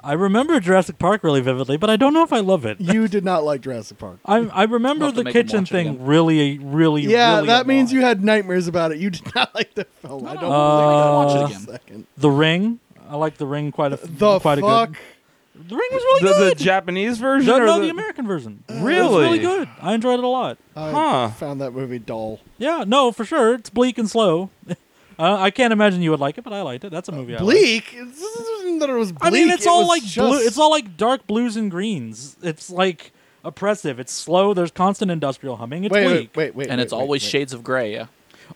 [SPEAKER 1] I remember Jurassic Park really vividly, but I don't know if I love it.
[SPEAKER 2] You did not like Jurassic Park.
[SPEAKER 1] I I remember
[SPEAKER 4] We'll have to
[SPEAKER 1] the
[SPEAKER 4] make him
[SPEAKER 1] kitchen
[SPEAKER 4] watch it
[SPEAKER 1] thing
[SPEAKER 4] again.
[SPEAKER 1] really, really.
[SPEAKER 2] yeah,
[SPEAKER 1] really
[SPEAKER 2] that means
[SPEAKER 1] a lot.
[SPEAKER 2] you had nightmares about it. You did not like the film. I
[SPEAKER 4] No,
[SPEAKER 2] don't
[SPEAKER 4] no,
[SPEAKER 1] I
[SPEAKER 2] believe
[SPEAKER 1] gotta
[SPEAKER 2] that
[SPEAKER 1] watch
[SPEAKER 4] it
[SPEAKER 2] for a
[SPEAKER 4] again.
[SPEAKER 2] second.
[SPEAKER 1] The Ring. I like The Ring quite a
[SPEAKER 2] The
[SPEAKER 1] quite a
[SPEAKER 2] fuck.
[SPEAKER 1] good. The Ring was really
[SPEAKER 3] the, the
[SPEAKER 1] good.
[SPEAKER 3] Japanese version?
[SPEAKER 1] Oh no,
[SPEAKER 3] or
[SPEAKER 1] no,
[SPEAKER 3] the, Uh,
[SPEAKER 1] the American version. It was
[SPEAKER 3] Really?
[SPEAKER 1] really good. I enjoyed it a lot.
[SPEAKER 2] I
[SPEAKER 3] Huh.
[SPEAKER 2] found that movie dull.
[SPEAKER 1] Yeah, no, for sure. It's bleak and slow. [LAUGHS] uh, I can't imagine you would like it, but I liked it. That's a movie. I liked.
[SPEAKER 2] Uh, Bleak. This isn't that it was
[SPEAKER 1] I
[SPEAKER 2] bleak.
[SPEAKER 1] mean, it's
[SPEAKER 2] it
[SPEAKER 1] all
[SPEAKER 2] was
[SPEAKER 1] like blue.
[SPEAKER 2] just-
[SPEAKER 1] It's all like dark blues and greens. It's like oppressive. It's slow. There's constant industrial humming. It's
[SPEAKER 2] wait,
[SPEAKER 1] bleak.
[SPEAKER 2] wait, wait, wait,
[SPEAKER 4] [LAUGHS] and it's
[SPEAKER 2] wait,
[SPEAKER 4] always
[SPEAKER 2] wait.
[SPEAKER 4] shades of gray. Yeah.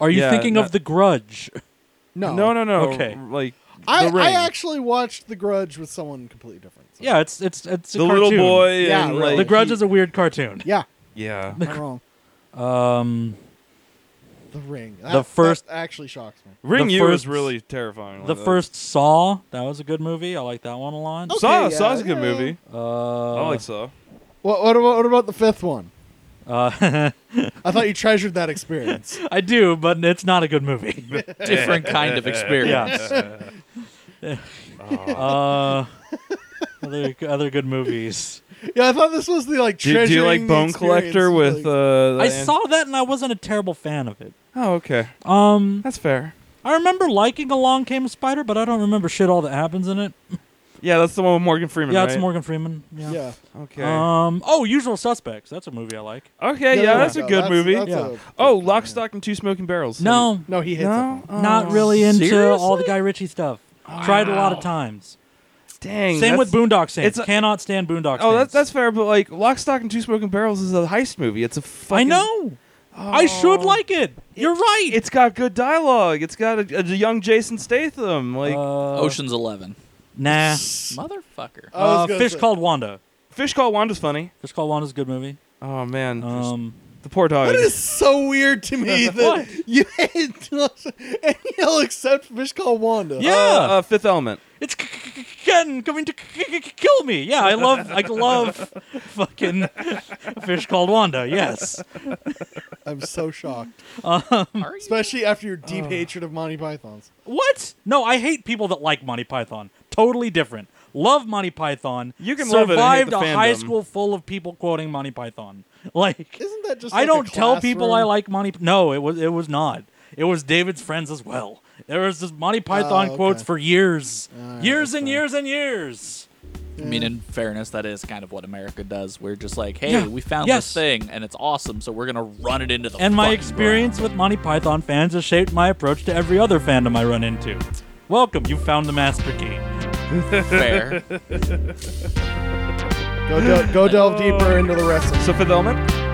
[SPEAKER 1] Are you
[SPEAKER 3] Yeah,
[SPEAKER 1] thinking
[SPEAKER 3] no-
[SPEAKER 1] of The Grudge? [LAUGHS]
[SPEAKER 2] No,
[SPEAKER 3] No, no, no.
[SPEAKER 1] Okay.
[SPEAKER 3] Like
[SPEAKER 2] I,
[SPEAKER 3] the ring.
[SPEAKER 2] I actually watched The Grudge with someone completely different. so-
[SPEAKER 1] yeah, it's it's it's a
[SPEAKER 3] the little
[SPEAKER 1] cartoon.
[SPEAKER 3] boy.
[SPEAKER 2] Yeah,
[SPEAKER 3] and,
[SPEAKER 2] really.
[SPEAKER 3] like,
[SPEAKER 1] The Grudge is a weird
[SPEAKER 3] [LAUGHS]
[SPEAKER 1] cartoon.
[SPEAKER 2] yeah,
[SPEAKER 3] Yeah.
[SPEAKER 2] not wrong.
[SPEAKER 1] Um,
[SPEAKER 2] The Ring. That,
[SPEAKER 1] first-
[SPEAKER 2] that actually shocks me.
[SPEAKER 3] Ring
[SPEAKER 1] The
[SPEAKER 3] U is
[SPEAKER 1] first-
[SPEAKER 3] really terrifying.
[SPEAKER 1] the first Saw that was a good movie. I like that one a lot.
[SPEAKER 2] Okay, yeah,
[SPEAKER 3] Saw. Saw's a good
[SPEAKER 2] yeah,
[SPEAKER 3] movie.
[SPEAKER 1] Uh,
[SPEAKER 3] I like [LAUGHS] Saw.
[SPEAKER 2] What, what about what about the fifth one?
[SPEAKER 1] uh, [LAUGHS]
[SPEAKER 2] I thought you treasured that experience.
[SPEAKER 1] I do, but it's not a good movie.
[SPEAKER 4] Different
[SPEAKER 1] [LAUGHS]
[SPEAKER 4] kind of experience.
[SPEAKER 1] yeah. uh, other other good movies.
[SPEAKER 2] yeah, I thought this was the like
[SPEAKER 3] Do,
[SPEAKER 2] treasuring.
[SPEAKER 3] do you like
[SPEAKER 2] the
[SPEAKER 3] Bone
[SPEAKER 2] experience,
[SPEAKER 3] Collector with?
[SPEAKER 2] like-
[SPEAKER 3] Uh,
[SPEAKER 1] I
[SPEAKER 3] the-
[SPEAKER 1] saw that and I wasn't a terrible fan of it.
[SPEAKER 3] Oh, okay.
[SPEAKER 1] Um,
[SPEAKER 3] That's fair.
[SPEAKER 1] I remember liking Along Came a Spider, but I don't remember shit all that happens in it.
[SPEAKER 3] Yeah, that's the one with Morgan Freeman.
[SPEAKER 1] yeah,
[SPEAKER 3] right?
[SPEAKER 1] it's Morgan Freeman. Yeah.
[SPEAKER 2] yeah.
[SPEAKER 3] Okay.
[SPEAKER 1] Um. Oh, Usual Suspects. That's a movie I like.
[SPEAKER 3] okay. Yeah, that's a good movie.
[SPEAKER 1] Yeah.
[SPEAKER 3] oh, Lock, Stock, and Two Smoking Barrels.
[SPEAKER 1] No,
[SPEAKER 2] No, he hates
[SPEAKER 3] No.
[SPEAKER 2] that.
[SPEAKER 1] not
[SPEAKER 3] Oh.
[SPEAKER 1] really into all the
[SPEAKER 3] Seriously?
[SPEAKER 1] Guy Ritchie stuff. Tried a lot
[SPEAKER 3] Wow.
[SPEAKER 1] of times.
[SPEAKER 3] Dang.
[SPEAKER 1] Same with
[SPEAKER 3] that's-
[SPEAKER 1] Boondock Saints.
[SPEAKER 3] it's a-
[SPEAKER 1] Cannot stand Boondock Saints.
[SPEAKER 3] Oh, that's that's fair, but like Lock, Stock, and Two Smoking Barrels is a heist movie. It's a fucking.
[SPEAKER 1] I know. I should
[SPEAKER 3] Oh.
[SPEAKER 1] like it. You're right.
[SPEAKER 3] It's got good dialogue. It's got a, a young Jason Statham. Like
[SPEAKER 1] Uh,
[SPEAKER 4] [LAUGHS] Ocean's Eleven.
[SPEAKER 1] Nah.
[SPEAKER 4] Motherfucker.
[SPEAKER 2] I was
[SPEAKER 1] Uh,
[SPEAKER 2] gonna
[SPEAKER 1] Fish
[SPEAKER 2] say-
[SPEAKER 1] Called Wanda.
[SPEAKER 3] Fish Call Wanda's funny.
[SPEAKER 1] Fish Called Wanda's a good movie.
[SPEAKER 3] Oh man,
[SPEAKER 1] Um,
[SPEAKER 3] the poor dog.
[SPEAKER 2] That is so weird to
[SPEAKER 1] [LAUGHS]
[SPEAKER 2] me that
[SPEAKER 1] What?
[SPEAKER 2] you hate and you'll accept Fish Called Wanda.
[SPEAKER 1] Yeah.
[SPEAKER 3] Uh, uh, Fifth Element.
[SPEAKER 1] it's c- c- c- Ken coming to c- c- c- kill me. Yeah, I love I love [LAUGHS] fucking Fish Called Wanda. Yes.
[SPEAKER 2] I'm so shocked.
[SPEAKER 4] Are you?
[SPEAKER 2] Especially after your deep hatred of Monty Python's.
[SPEAKER 1] What? No, I hate people that like Monty Python. Totally different. Love Monty Python.
[SPEAKER 3] You can love
[SPEAKER 1] survived
[SPEAKER 3] it and hate
[SPEAKER 1] a
[SPEAKER 3] the
[SPEAKER 1] high
[SPEAKER 3] fandom.
[SPEAKER 1] school full of people quoting Monty Python. [LAUGHS] Like
[SPEAKER 2] Isn't that just
[SPEAKER 1] I
[SPEAKER 2] like a
[SPEAKER 1] don't tell people I
[SPEAKER 2] classroom?
[SPEAKER 1] like Monty. No, it was it was not. It was David's friends as well. There was this Monty Python
[SPEAKER 2] Oh, okay.
[SPEAKER 1] quotes for years,
[SPEAKER 2] Alright,
[SPEAKER 1] years and years and years.
[SPEAKER 4] I mean, in fairness, that is kind of what America does. We're just like, hey,
[SPEAKER 1] Yeah.
[SPEAKER 4] we found
[SPEAKER 1] Yes.
[SPEAKER 4] this thing and it's awesome, so we're gonna run it into the.
[SPEAKER 1] And my
[SPEAKER 4] fucking ground.
[SPEAKER 1] experience with Monty Python fans has shaped my approach to every other fandom I run into. Welcome, you found the master key.
[SPEAKER 4] Fair.
[SPEAKER 1] [LAUGHS]
[SPEAKER 2] Go, del- go delve deeper into the rest of
[SPEAKER 3] So Fifth Element.